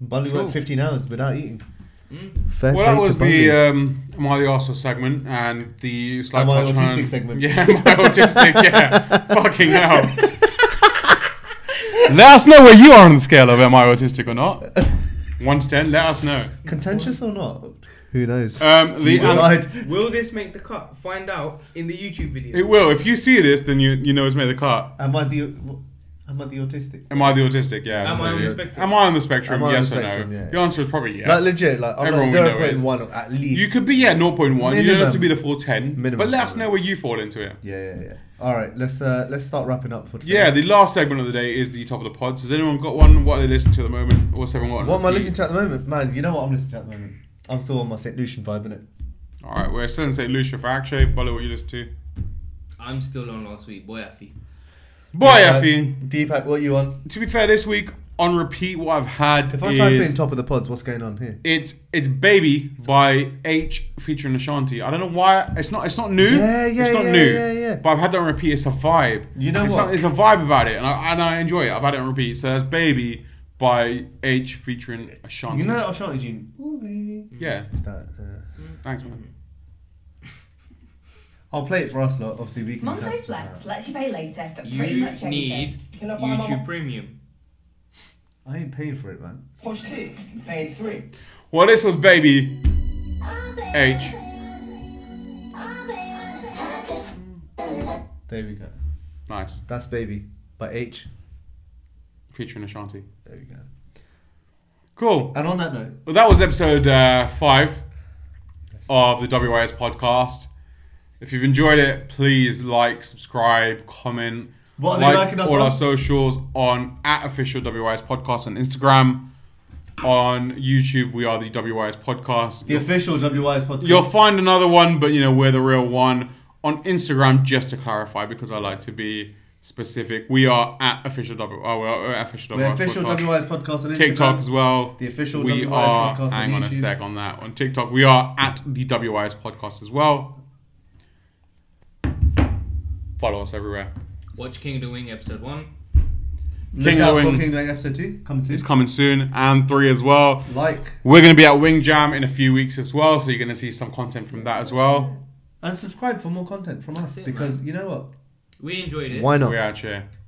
Bundy
Cool.
worked 15 hours without eating.
Mm.
Fair
Well,
play
that
to
was
Bundy.
uh,
the um, my the Arsenal segment and the slight
And my
touch
autistic
on-
segment.
Yeah, my autistic. Yeah, fucking hell. let us know where you are on the scale of am I autistic or not. One to ten. Let us know.
contentious or not. Who knows?
Um, the-
You decide.
Will this make the cut? Find out in the YouTube video.
It will. If you see this, then you you know it's made the cut.
am I the am I the autistic?
Am I the autistic? Yeah.
Am I
absolutely.
on the spectrum?
Am I on the spectrum?
Am I on the
yes
spectrum?
or no?
Yeah.
The answer is probably yes.
Like legit, like I'm
Everyone
like
we know
zero
is.
point one at least.
You could be yeah 0.1. You don't have to
Minimum.
be the full 10.
Minimum.
But let us know where you fall into it.
yeah, yeah, yeah. All right, let's uh, let's start wrapping up for today.
Yeah, the last segment of the day is the top of the pods. Has anyone got one? What are they listening to at the moment? What's everyone got? on
what am I
repeat?
listening to at the moment, man? You know what I'm listening to at the moment? I'm still on my Saint Lucian vibe, innit?
All right, we're still in St. Lucia for Akshay. Bolly, what you listen to?
I'm still on last week, boy. Afi.
Boy, Effie.
Deepak, what you on?
To be fair, this week on repeat, what I've had
If I
is
type in top of the pods, what's going on here?
it's it's Baby by H featuring Ashanti. I don't know why it's not it's not new.
Yeah, yeah,
it's not
yeah,
new.
yeah, yeah.
But I've had that on repeat. It's a vibe.
You know
it's
what?
not- it's a vibe about it, and I and I enjoy it. I've had it on repeat. So that's Baby by H featuring Ashanti.
You know that Ashanti June? Ooh, baby.
yeah.
It's that, uh,
Thanks, man.
I'll play it for us, lot. Obviously, we can.
Monzo
cancel this
Flex
out.
lets you pay later for pretty
You
much
need
anything.
Can I buy my
YouTube
mum-
Premium.
I ain't paying for it, man.
Push two, pay three.
Well, this was Baby H.
There we go.
Nice
That's baby by H.
featuring Ashanti.
There we go.
Cool.
And on that note,
Well, that was episode uh, five of the WIS podcast. If you've enjoyed it, please like, subscribe, comment.
What are they
like
liking us
all
on?
our socials on at official WIS podcast on Instagram, on YouTube. We are the WIS podcast.
the official WYS podcast.
You'll find another one, but you know we're the real one on Instagram. Just to clarify, because I like to be specific, we are at official W. Oh, we're at official
We're
WIS
official
podcast.
WYS podcast on Instagram.
TikTok as well.
The official
we
WIS
are,
podcast on
Hang on a
YouTube.
sec on that. On TikTok, we are at the WIS podcast as well. Follow us everywhere.
Watch King of the Wing episode one.
Look
King
out
Owen.
for King Owen episode two coming soon.
It's coming soon, and three as well.
like
We're going to be at Wing Jam in a few weeks as well, so you're going to see some content from that as well.
and subscribe for more content from us
That's it,
because you know what?
We enjoyed it.
Why
We out here.